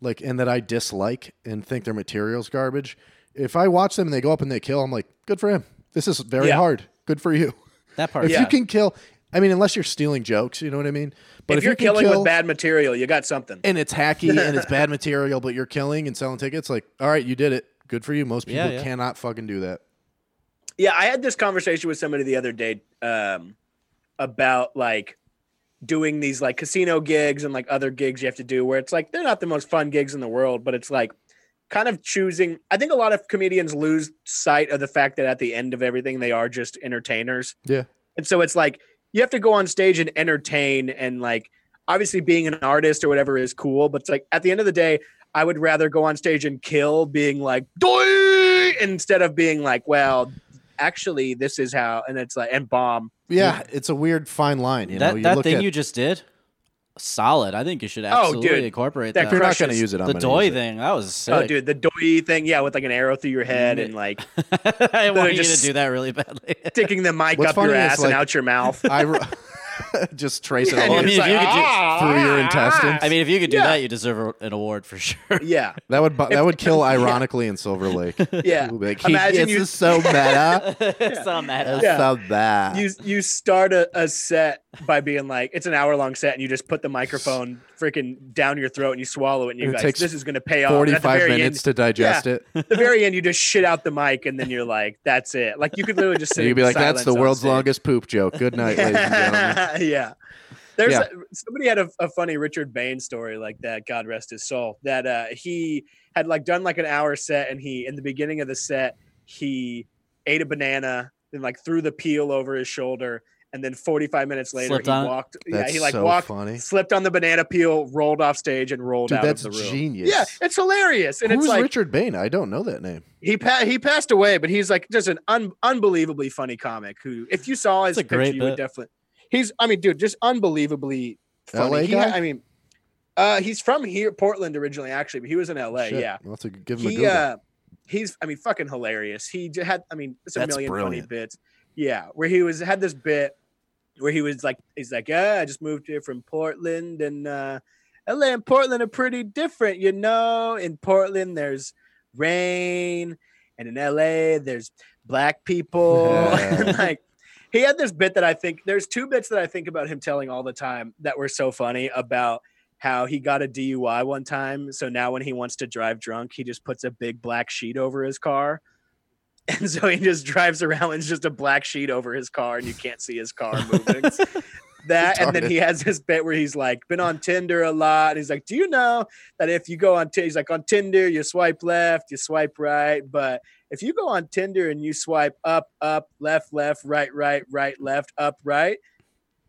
[SPEAKER 3] like and that I dislike and think their material's garbage. If I watch them and they go up and they kill, I'm like, good for him. This is very
[SPEAKER 4] Yeah.
[SPEAKER 3] hard. Good for you.
[SPEAKER 2] That part.
[SPEAKER 3] If
[SPEAKER 2] yeah.
[SPEAKER 3] you can kill, I mean, unless you're stealing jokes, you know what I mean. But
[SPEAKER 4] if,
[SPEAKER 3] if,
[SPEAKER 4] you're
[SPEAKER 3] you can
[SPEAKER 4] killing
[SPEAKER 3] kill,
[SPEAKER 4] with bad material, you got something.
[SPEAKER 3] and it's hacky and it's bad material, but you're killing and selling tickets, like, all right, you did it. Good for you. Most people
[SPEAKER 2] Yeah, yeah.
[SPEAKER 3] cannot fucking do that.
[SPEAKER 4] yeah, I had this conversation with somebody the other day um, about like doing these like casino gigs and like other gigs you have to do where it's like they're not the most fun gigs in the world, but it's like kind of choosing. I think a lot of comedians lose sight of the fact that at the end of everything, they are just entertainers.
[SPEAKER 3] Yeah.
[SPEAKER 4] And so it's like you have to go on stage and entertain and like obviously being an artist or whatever is cool, but it's like at the end of the day, I would rather go on stage and kill being like "Doi!" instead of being like, well, actually this is how and it's like and bomb.
[SPEAKER 3] Yeah. It's a weird fine line. You know,
[SPEAKER 2] that
[SPEAKER 3] you
[SPEAKER 2] that
[SPEAKER 3] look
[SPEAKER 2] thing
[SPEAKER 3] at,
[SPEAKER 2] you just did, solid. I think you should
[SPEAKER 4] Oh, dude.
[SPEAKER 2] absolutely incorporate
[SPEAKER 4] That
[SPEAKER 2] that.
[SPEAKER 3] if you're not going to
[SPEAKER 4] crushes
[SPEAKER 3] use it on
[SPEAKER 2] the doy thing, that was sick. Mm.
[SPEAKER 4] Oh dude, the doy thing, yeah, with like an arrow through your head and like
[SPEAKER 2] I want you
[SPEAKER 4] just-
[SPEAKER 2] to do that really badly.
[SPEAKER 4] sticking the mic
[SPEAKER 3] What's
[SPEAKER 4] up your
[SPEAKER 3] funny is,
[SPEAKER 4] ass
[SPEAKER 3] like-
[SPEAKER 4] and out your mouth.
[SPEAKER 3] I ro- just trace it
[SPEAKER 4] And
[SPEAKER 3] all
[SPEAKER 2] I
[SPEAKER 3] the
[SPEAKER 4] it's "Ah!"
[SPEAKER 2] mean, if you could do-
[SPEAKER 3] through your intestines.
[SPEAKER 2] I mean, if you could do
[SPEAKER 4] Yeah.
[SPEAKER 2] that, you deserve a- an award for sure.
[SPEAKER 4] yeah,
[SPEAKER 3] That would bu- that would kill ironically in Silver Lake.
[SPEAKER 4] yeah.
[SPEAKER 3] We'll be like,
[SPEAKER 4] Imagine
[SPEAKER 3] Imagine
[SPEAKER 4] you-
[SPEAKER 3] this is so meta.
[SPEAKER 2] it's not mad.
[SPEAKER 3] That's
[SPEAKER 4] Yeah.
[SPEAKER 3] so bad.
[SPEAKER 4] you you start a, a set by being like it's an hour long set and you just put the microphone freaking down your throat and you swallow it and you
[SPEAKER 3] It
[SPEAKER 4] guys
[SPEAKER 3] takes
[SPEAKER 4] this is gonna pay off. And at the
[SPEAKER 3] Forty-five
[SPEAKER 4] very
[SPEAKER 3] minutes to digest it.
[SPEAKER 4] End, the very end you just shit out the mic and then you're like that's it. Like you could literally just sit.
[SPEAKER 3] You'd be
[SPEAKER 4] in
[SPEAKER 3] like, "That's
[SPEAKER 4] silence
[SPEAKER 3] the
[SPEAKER 4] on
[SPEAKER 3] world's
[SPEAKER 4] stage.
[SPEAKER 3] longest poop joke." Good night, ladies and gentlemen.
[SPEAKER 4] yeah. There's
[SPEAKER 3] Yeah.
[SPEAKER 4] a- somebody had a, a funny Richard Bain story like that. God rest his soul. That uh, he had like done like an hour set, and he in the beginning of the set he ate a banana, then like threw the peel over his shoulder, and then 45 minutes later
[SPEAKER 2] Slipped
[SPEAKER 4] he
[SPEAKER 2] on it?
[SPEAKER 4] walked. yeah,
[SPEAKER 3] That's
[SPEAKER 4] he like
[SPEAKER 3] so
[SPEAKER 4] walked,
[SPEAKER 3] funny.
[SPEAKER 4] slipped on the banana peel, rolled off stage, and rolled
[SPEAKER 3] Dude,
[SPEAKER 4] out
[SPEAKER 3] that's
[SPEAKER 4] of the room.
[SPEAKER 3] genius.
[SPEAKER 4] Yeah, it's hilarious, and
[SPEAKER 3] Who's
[SPEAKER 4] it's like
[SPEAKER 3] Richard Bain? I don't know that name.
[SPEAKER 4] he pa- he passed away, but he's like just an un- unbelievably funny comic. Who, if you saw his
[SPEAKER 2] That's a
[SPEAKER 4] picture,
[SPEAKER 2] great
[SPEAKER 4] you
[SPEAKER 2] bit.
[SPEAKER 4] would definitely. He's, I mean, dude, just unbelievably funny.
[SPEAKER 3] LA
[SPEAKER 4] He ha-
[SPEAKER 3] guy?
[SPEAKER 4] I mean, uh, he's from here, Portland originally, actually, but he was in L.A.
[SPEAKER 3] Shit.
[SPEAKER 4] Yeah,
[SPEAKER 3] I'll have to give him a
[SPEAKER 4] he,
[SPEAKER 3] Google.
[SPEAKER 4] uh, he's, I mean, fucking hilarious. He j- had, I mean, it's a
[SPEAKER 3] That's
[SPEAKER 4] million
[SPEAKER 3] brilliant.
[SPEAKER 4] funny bits. Yeah, where he was had this bit where he was like, he's like, yeah, I just moved here from Portland, and uh, L.A. and Portland are pretty different, you know. In Portland, there's rain and in LA there's black people. And, like he had this bit that I think there's two bits that I think about him telling all the time that were so funny about how he got a DUI one time. So now when he wants to drive drunk, he just puts a big black sheet over his car. And so he just drives around with just a black sheet over his car and you can't see his car moving. that and then
[SPEAKER 3] Retarded.
[SPEAKER 4] he has this bit where he's like been on Tinder a lot. And he's like, Do you know that if you go on Tinder, he's like on Tinder, you swipe left, you swipe right, but if you go on Tinder and you swipe up, up, left, left, right, right, right, left, up, right,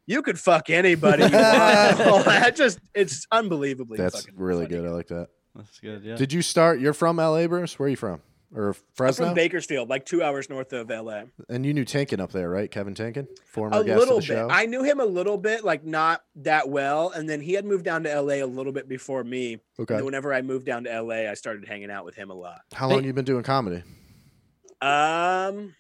[SPEAKER 4] you could fuck anybody you want. that just it's unbelievably
[SPEAKER 3] That's
[SPEAKER 4] fucking
[SPEAKER 3] really
[SPEAKER 4] funny.
[SPEAKER 3] good. I like that.
[SPEAKER 2] That's good. Yeah.
[SPEAKER 3] Did you start? You're from LA, Bruce. Where are you from? or
[SPEAKER 4] from
[SPEAKER 3] Fresno?
[SPEAKER 4] Bakersfield, like two hours north of LA.
[SPEAKER 3] and you knew Tankin up there, right? Kevin Tankin, former
[SPEAKER 4] A
[SPEAKER 3] guest of
[SPEAKER 4] little
[SPEAKER 3] the
[SPEAKER 4] bit.
[SPEAKER 3] show.
[SPEAKER 4] I knew him a little bit, like not that well. And then he had moved down to LA a little bit before me.
[SPEAKER 3] okay.
[SPEAKER 4] And whenever I moved down to LA, I started hanging out with him a lot.
[SPEAKER 3] How long you been doing comedy?
[SPEAKER 4] Um,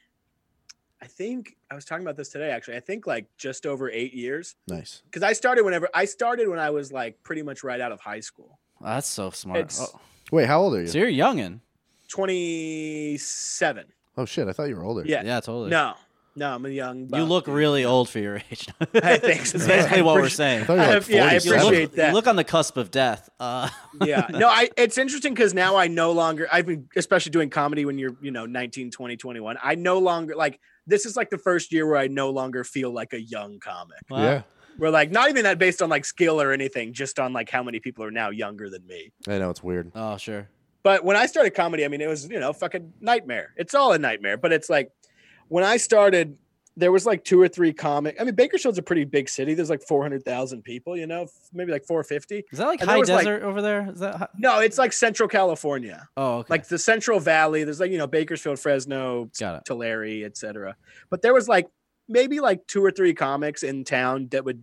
[SPEAKER 4] I think I was talking about this today. Actually, I think like just over eight years
[SPEAKER 3] Nice.
[SPEAKER 4] because I started whenever I started when I was like pretty much right out of high school,
[SPEAKER 2] Oh, that's so smart.
[SPEAKER 4] It's-
[SPEAKER 2] Oh,
[SPEAKER 3] Wait, how old are you?
[SPEAKER 2] so you're youngin'.
[SPEAKER 4] twenty seven.
[SPEAKER 3] Oh shit, I thought you were older.
[SPEAKER 4] Yeah.
[SPEAKER 2] Yeah, totally.
[SPEAKER 4] No, no, I'm a young.
[SPEAKER 2] you
[SPEAKER 4] buck,
[SPEAKER 2] look
[SPEAKER 4] dude.
[SPEAKER 2] really old for your age.
[SPEAKER 4] Hey, thanks.
[SPEAKER 2] That's basically what we're
[SPEAKER 4] Appreciate-
[SPEAKER 3] I
[SPEAKER 2] saying.
[SPEAKER 3] thought you were
[SPEAKER 4] I
[SPEAKER 3] like
[SPEAKER 4] have- yeah, I
[SPEAKER 3] 47.
[SPEAKER 2] you,
[SPEAKER 4] appreciate
[SPEAKER 2] look,
[SPEAKER 4] that.
[SPEAKER 2] you look on the cusp of death. Uh,
[SPEAKER 4] yeah no i it's interesting because now i no longer i've been especially doing comedy when you're you know 19 20 21 i no longer like this is like the first year where i no longer feel like a young comic
[SPEAKER 2] wow.
[SPEAKER 3] Yeah,
[SPEAKER 4] we're like not even that based on like skill or anything just on like how many people are now younger than me
[SPEAKER 3] I know it's weird.
[SPEAKER 2] Oh, sure.
[SPEAKER 4] but when i started comedy i mean it was you know fucking nightmare it's all a nightmare but it's like when i started there was like two or three comic i mean bakersfield's a pretty big city there's like 400000 people you know f- maybe like 450
[SPEAKER 2] Is that like
[SPEAKER 4] And there
[SPEAKER 2] high
[SPEAKER 4] was, like-
[SPEAKER 2] desert over there? Is that? High?
[SPEAKER 4] no it's like central california
[SPEAKER 2] Oh, okay.
[SPEAKER 4] like the Central Valley. There's like you know Bakersfield, Fresno,
[SPEAKER 2] Got it.
[SPEAKER 4] Tulare, etc. But there was like maybe like two or three comics in town that would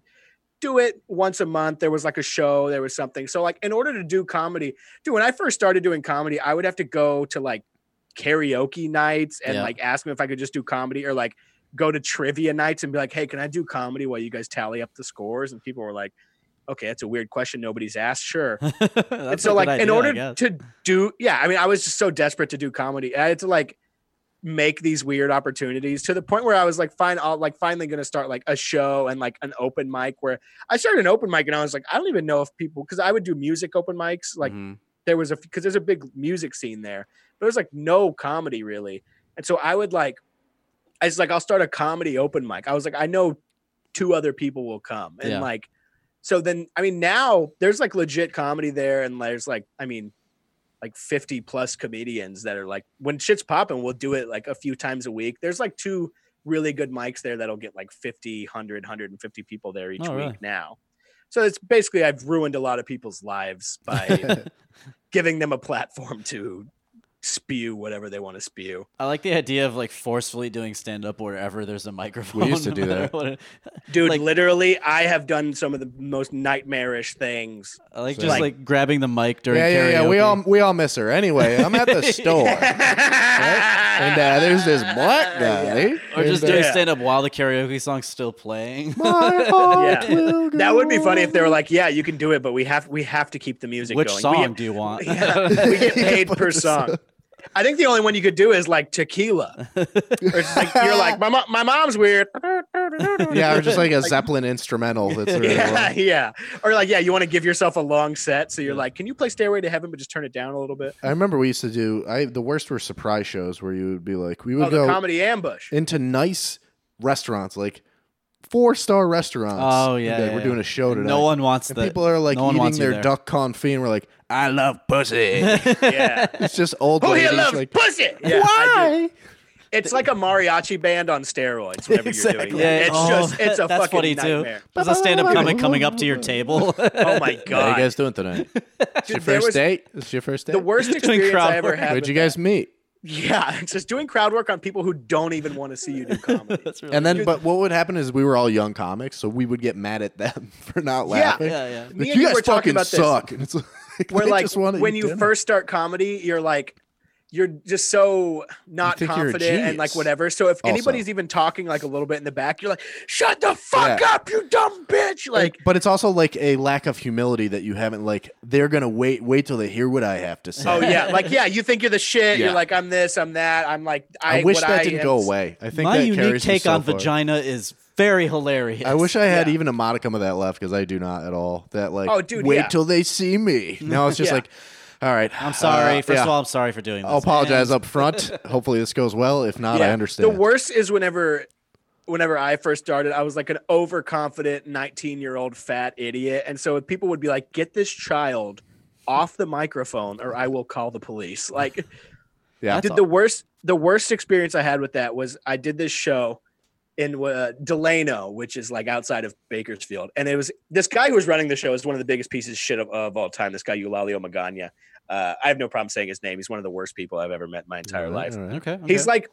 [SPEAKER 4] do it once a month. There was like a show, there was something. So like in order to do comedy, dude, when I first started doing comedy, I would have to go to like karaoke nights and
[SPEAKER 2] Yeah.
[SPEAKER 4] like ask them if I could just do comedy or like go to trivia nights and be like, "Hey, can I do comedy while you guys tally up the scores?" And people were like, "Okay, that's a weird question nobody's asked." Sure and
[SPEAKER 2] That's
[SPEAKER 4] so
[SPEAKER 2] a
[SPEAKER 4] like
[SPEAKER 2] good
[SPEAKER 4] in
[SPEAKER 2] idea, I
[SPEAKER 4] order
[SPEAKER 2] guess.
[SPEAKER 4] to do yeah i mean i was just so desperate to do comedy i had to like make these weird opportunities to the point where i was like fine i'll like finally gonna start like a show and like an open mic where i started an open mic and i was like i don't even know if people because i would do music open mics like
[SPEAKER 3] Mm-hmm.
[SPEAKER 2] Mhm.
[SPEAKER 4] there was a because there's a big music scene there but there's like no comedy really and so i would like i was like i'll start a comedy open mic i was like i know two other people will come and
[SPEAKER 2] Yeah.
[SPEAKER 4] like so then i mean now there's like legit comedy there and there's like i mean like 50 plus comedians that are like when shit's popping we'll do it like a few times a week there's like two really good mics there that'll get like 50 100 150 people there each
[SPEAKER 2] Oh,
[SPEAKER 4] week
[SPEAKER 2] really?
[SPEAKER 4] now so it's basically i've ruined a lot of people's lives by giving them a platform to spew whatever they want to spew.
[SPEAKER 2] I like the idea of like forcefully doing stand up wherever there's a microphone.
[SPEAKER 3] used to
[SPEAKER 2] no
[SPEAKER 3] do
[SPEAKER 2] matter
[SPEAKER 3] that.
[SPEAKER 2] what it-
[SPEAKER 4] Dude,
[SPEAKER 2] Like-
[SPEAKER 4] literally, I have done some of the most nightmarish things.
[SPEAKER 2] I like
[SPEAKER 3] So-
[SPEAKER 2] just
[SPEAKER 4] Like-
[SPEAKER 2] like, grabbing the mic during
[SPEAKER 3] yeah, yeah,
[SPEAKER 2] karaoke.
[SPEAKER 3] yeah. We all we all miss her. Anyway, I'm at the store, right? and uh, there's this black guy,
[SPEAKER 2] or just
[SPEAKER 3] and, uh,
[SPEAKER 2] doing
[SPEAKER 4] Yeah.
[SPEAKER 2] stand up while the karaoke song's still playing.
[SPEAKER 3] My heart
[SPEAKER 4] Yeah.
[SPEAKER 3] will go
[SPEAKER 4] That would be funny if they were
[SPEAKER 3] on.
[SPEAKER 4] like, "Yeah, you can do it, but we have we have to keep the music
[SPEAKER 2] Which
[SPEAKER 4] going." We
[SPEAKER 2] song
[SPEAKER 4] have-
[SPEAKER 2] do you want?
[SPEAKER 4] Yeah, we get paid per
[SPEAKER 3] But-
[SPEAKER 4] song. I think the only one you could do is like tequila. Or it's like, you're like, my, mo- my mom's weird.
[SPEAKER 3] Yeah, or just like a Zeppelin instrumental. That's really
[SPEAKER 4] yeah,
[SPEAKER 3] long.
[SPEAKER 4] yeah. Or like, yeah, you want to give yourself a long set, so you're like, can you play Stairway to Heaven, but just turn it down a little bit?
[SPEAKER 3] I remember we used to do. I the worst were surprise shows where you would be like, we would
[SPEAKER 4] Oh,
[SPEAKER 3] go
[SPEAKER 4] the comedy ambush.
[SPEAKER 3] into nice restaurants, like four star restaurants.
[SPEAKER 2] Oh,
[SPEAKER 3] and be
[SPEAKER 2] yeah,
[SPEAKER 3] like,
[SPEAKER 2] yeah,
[SPEAKER 3] we're
[SPEAKER 2] yeah.
[SPEAKER 3] doing a show tonight.
[SPEAKER 2] no one wants
[SPEAKER 3] and
[SPEAKER 2] that.
[SPEAKER 3] people are like
[SPEAKER 2] no one
[SPEAKER 3] eating
[SPEAKER 2] wants you
[SPEAKER 3] their
[SPEAKER 2] there.
[SPEAKER 3] duck confit, and we're like, I love pussy.
[SPEAKER 4] Oh, yeah.
[SPEAKER 3] it's just old
[SPEAKER 4] Who
[SPEAKER 3] ladies.
[SPEAKER 4] here loves
[SPEAKER 3] like,
[SPEAKER 4] pussy? Yeah, I do.
[SPEAKER 3] Why?
[SPEAKER 4] It's like a mariachi band on steroids. Whenever you're doing
[SPEAKER 3] Exactly.
[SPEAKER 4] that.
[SPEAKER 2] Yeah,
[SPEAKER 4] it's
[SPEAKER 2] oh,
[SPEAKER 4] just it's a
[SPEAKER 2] that's
[SPEAKER 4] fucking
[SPEAKER 2] funny
[SPEAKER 4] nightmare.
[SPEAKER 2] too. There's a stand-up comic coming up to your table.
[SPEAKER 4] Oh my
[SPEAKER 3] What are you
[SPEAKER 4] god,
[SPEAKER 3] guys doing tonight? It's your
[SPEAKER 4] there
[SPEAKER 3] first
[SPEAKER 4] was-
[SPEAKER 3] date. It's your first date.
[SPEAKER 4] the worst experience
[SPEAKER 2] crowd
[SPEAKER 4] I ever
[SPEAKER 2] work.
[SPEAKER 4] had.
[SPEAKER 3] Where'd
[SPEAKER 4] with
[SPEAKER 3] you guys meet?
[SPEAKER 4] that. Yeah, it's just doing crowd work on people who don't even want to see you do comedy.
[SPEAKER 2] That's really
[SPEAKER 3] And then,
[SPEAKER 4] Dude.
[SPEAKER 3] but what would happen is we were all young comics, so we would get mad at them for not
[SPEAKER 4] Yeah.
[SPEAKER 3] laughing.
[SPEAKER 2] yeah, yeah.
[SPEAKER 4] Me
[SPEAKER 3] Like,
[SPEAKER 4] and
[SPEAKER 3] you
[SPEAKER 4] you
[SPEAKER 3] guys
[SPEAKER 4] were talking
[SPEAKER 3] fucking
[SPEAKER 4] about this.
[SPEAKER 3] suck. And it's like,
[SPEAKER 4] Where
[SPEAKER 3] they
[SPEAKER 4] like
[SPEAKER 3] just wanna
[SPEAKER 4] when
[SPEAKER 3] eat
[SPEAKER 4] you
[SPEAKER 3] dinner.
[SPEAKER 4] first start comedy, you're like you're just so not
[SPEAKER 3] think you're a
[SPEAKER 4] confident and like
[SPEAKER 3] genius.
[SPEAKER 4] whatever. So if
[SPEAKER 3] Also.
[SPEAKER 4] anybody's even talking like a little bit in the back, you're like, "Shut the fuck
[SPEAKER 3] Yeah.
[SPEAKER 4] up, you dumb bitch!" Like
[SPEAKER 3] but it's also like a lack of humility that you haven't like. They're gonna wait, wait till they hear what I have to say.
[SPEAKER 4] Oh yeah, like yeah, you think you're the shit.
[SPEAKER 3] Yeah.
[SPEAKER 4] You're like I'm this, I'm that. I'm like I,
[SPEAKER 3] I, wish
[SPEAKER 4] what
[SPEAKER 3] that
[SPEAKER 4] I
[SPEAKER 3] didn't
[SPEAKER 4] am
[SPEAKER 3] go
[SPEAKER 4] is-
[SPEAKER 3] away. I think
[SPEAKER 2] My
[SPEAKER 3] that
[SPEAKER 2] unique
[SPEAKER 3] carries me
[SPEAKER 2] take
[SPEAKER 3] so
[SPEAKER 2] on
[SPEAKER 3] far.
[SPEAKER 2] vagina is very hilarious.
[SPEAKER 3] I wish I had
[SPEAKER 4] Yeah.
[SPEAKER 3] even a modicum of that left because I do not at all. That like,
[SPEAKER 4] Oh, dude,
[SPEAKER 3] wait
[SPEAKER 4] yeah.
[SPEAKER 3] till they see me. Now it's just
[SPEAKER 4] Yeah.
[SPEAKER 3] like, all right,
[SPEAKER 2] I'm sorry.
[SPEAKER 3] uh,
[SPEAKER 2] First
[SPEAKER 3] yeah.
[SPEAKER 2] of all, I'm sorry for doing this.
[SPEAKER 3] I'll apologize
[SPEAKER 2] And
[SPEAKER 3] up front. Hopefully this goes well. If not, I understand.
[SPEAKER 4] The worst is whenever, whenever I first started, I was like an overconfident 19 year old fat idiot, and so people would be like, "Get this child off the microphone, or I will call the police." Like
[SPEAKER 3] yeah,
[SPEAKER 4] did the worst the worst experience I had with that was I did this show in uh, Delano, which is like outside of Bakersfield. And it was this guy who was running the show is one of the biggest pieces of shit of, of all time. This guy Eulalio Magana. Uh, I have no problem saying his name. He's one of the worst people I've ever met in my entire
[SPEAKER 3] All
[SPEAKER 4] life.
[SPEAKER 3] right, all right.
[SPEAKER 2] Okay, okay.
[SPEAKER 4] He's like,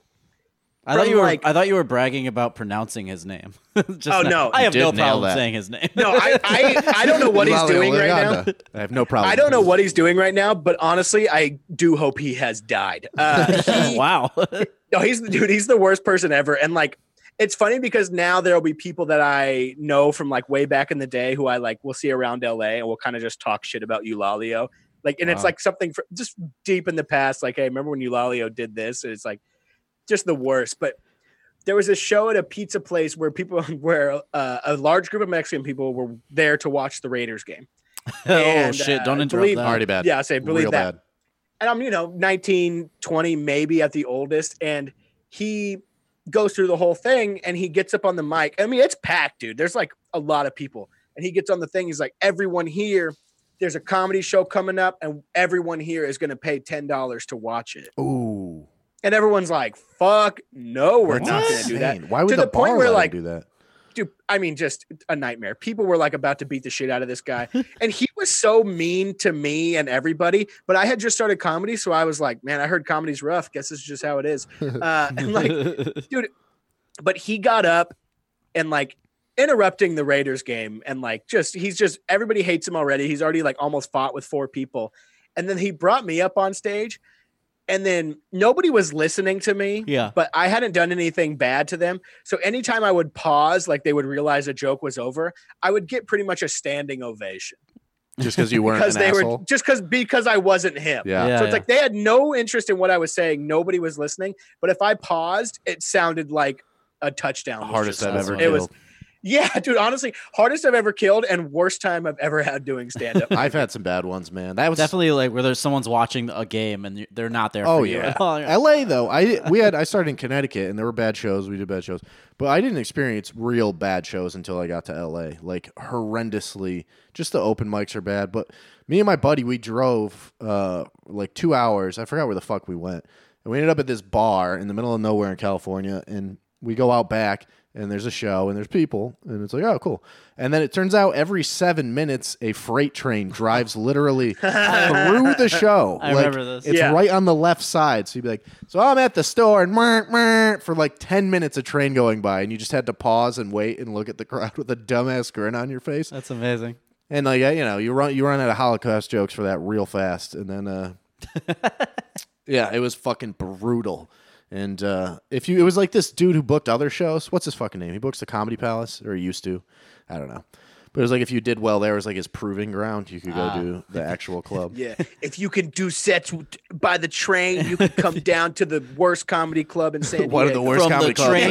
[SPEAKER 2] I thought
[SPEAKER 4] from,
[SPEAKER 2] you were.
[SPEAKER 4] like-
[SPEAKER 2] I thought you were bragging about pronouncing his name. Just
[SPEAKER 4] Oh,
[SPEAKER 2] now.
[SPEAKER 4] no.
[SPEAKER 2] I
[SPEAKER 4] You
[SPEAKER 2] have
[SPEAKER 3] did
[SPEAKER 2] no
[SPEAKER 3] nail
[SPEAKER 2] problem
[SPEAKER 3] that.
[SPEAKER 2] saying his name.
[SPEAKER 4] no, I, I, I don't know what he's
[SPEAKER 3] Lolly
[SPEAKER 4] doing right now.
[SPEAKER 3] Oliganda. I have no problem.
[SPEAKER 4] I don't know what he's doing right now, but honestly, I do hope he has died. Uh, he-
[SPEAKER 2] wow.
[SPEAKER 4] No, he's the dude. He's the worst person ever. And like, it's funny because now there'll be people that I know from like way back in the day who I like will see around LA and we'll kind of just talk shit about Eulalio. Like, and it's
[SPEAKER 3] Wow.
[SPEAKER 4] like something for, just deep in the past. Like, hey, remember when Eulalio did this? And it's like just the worst. But there was a show at a pizza place where people, where uh, a large group of Mexican people were there to watch the Raiders game.
[SPEAKER 2] oh
[SPEAKER 4] And,
[SPEAKER 2] shit!
[SPEAKER 4] uh,
[SPEAKER 2] Don't interrupt
[SPEAKER 4] believe-
[SPEAKER 2] that.
[SPEAKER 3] Already bad.
[SPEAKER 4] Yeah, I say believe
[SPEAKER 3] Real
[SPEAKER 4] that
[SPEAKER 3] bad.
[SPEAKER 4] and I'm, you know, 19, 20, maybe at the oldest. And he goes through the whole thing and he gets up on the mic. I mean, it's packed, dude. There's like a lot of people. And he gets on the thing. He's like, everyone here, there's a comedy show coming up and everyone here is going to pay $10 to watch it.
[SPEAKER 3] Ooh,
[SPEAKER 4] And everyone's like, fuck, no, we're not
[SPEAKER 3] That's
[SPEAKER 4] going to do that.
[SPEAKER 3] insane. Why would
[SPEAKER 4] To
[SPEAKER 3] the,
[SPEAKER 4] the point
[SPEAKER 3] bar
[SPEAKER 4] where,
[SPEAKER 3] let him
[SPEAKER 4] like-
[SPEAKER 3] do that?
[SPEAKER 4] Dude, I mean, just a nightmare. People were like about to beat the shit out of this guy. and he was so mean to me and everybody. But I had just started comedy. So I was like, man, I heard comedy's rough. Guess this is just how it is. Uh, and like, but he got up and like interrupting the Raiders game and like just he's just everybody hates him already. He's already like almost fought with four people. And then he brought me up on stage and then nobody was listening to me.
[SPEAKER 2] Yeah.
[SPEAKER 4] But I hadn't done anything bad to them. So anytime I would pause, like they would realize a joke was over, I would get pretty much a standing ovation.
[SPEAKER 3] Just because you weren't
[SPEAKER 4] Because
[SPEAKER 3] an
[SPEAKER 4] they
[SPEAKER 3] asshole.
[SPEAKER 4] were just because because I wasn't him.
[SPEAKER 3] yeah.
[SPEAKER 2] Yeah.
[SPEAKER 4] So it's like they had no interest in what I was saying. Nobody was listening. But if I paused, it sounded like a touchdown. was
[SPEAKER 3] hardest
[SPEAKER 4] just
[SPEAKER 3] I've ever
[SPEAKER 4] awesome. It was
[SPEAKER 3] killed.
[SPEAKER 4] yeah, dude. Honestly, hardest I've ever killed and worst time I've ever had doing stand up.
[SPEAKER 3] I've had some bad ones, man. That was
[SPEAKER 2] Definitely like where there's someone's watching a game and you- they're not there.
[SPEAKER 3] Oh
[SPEAKER 2] for you
[SPEAKER 3] yeah,
[SPEAKER 2] at all.
[SPEAKER 3] L.A. though. I we had I started in Connecticut and there were bad shows. We did bad shows, but I didn't experience real bad shows until I got to L.A. Like horrendously, just the open mics are bad. But me and my buddy we drove uh like two hours. I forgot where the fuck we went, and we ended up at this bar in the middle of nowhere in California. And we go out back and there's a show and there's people and it's like oh cool. And then it turns out every seven minutes a freight train drives literally through the show.
[SPEAKER 2] I
[SPEAKER 3] Like,
[SPEAKER 2] remember this.
[SPEAKER 3] It's
[SPEAKER 4] Yeah.
[SPEAKER 3] right on the left side. So you'd be like, so I'm at the store and mer, mer, for like 10 minutes a train going by and you just had to pause and wait and look at the crowd with a dumbass grin on your face.
[SPEAKER 2] That's amazing.
[SPEAKER 3] And like, yeah, you know, you run, you run out of Holocaust jokes for that real fast. And then, uh, yeah, it was fucking brutal. And uh, if you, it was like this dude who booked other shows. What's his fucking name? He books the Comedy Palace or he used to. I don't know. But it was like if you did well there, it was like his proving ground. You could go
[SPEAKER 2] Ah.
[SPEAKER 3] do the actual club.
[SPEAKER 4] yeah, if you can do sets w- by the train, you can come down to the worst comedy club in San Diego.
[SPEAKER 3] One of the worst
[SPEAKER 2] From the
[SPEAKER 3] comedy clubs.
[SPEAKER 2] train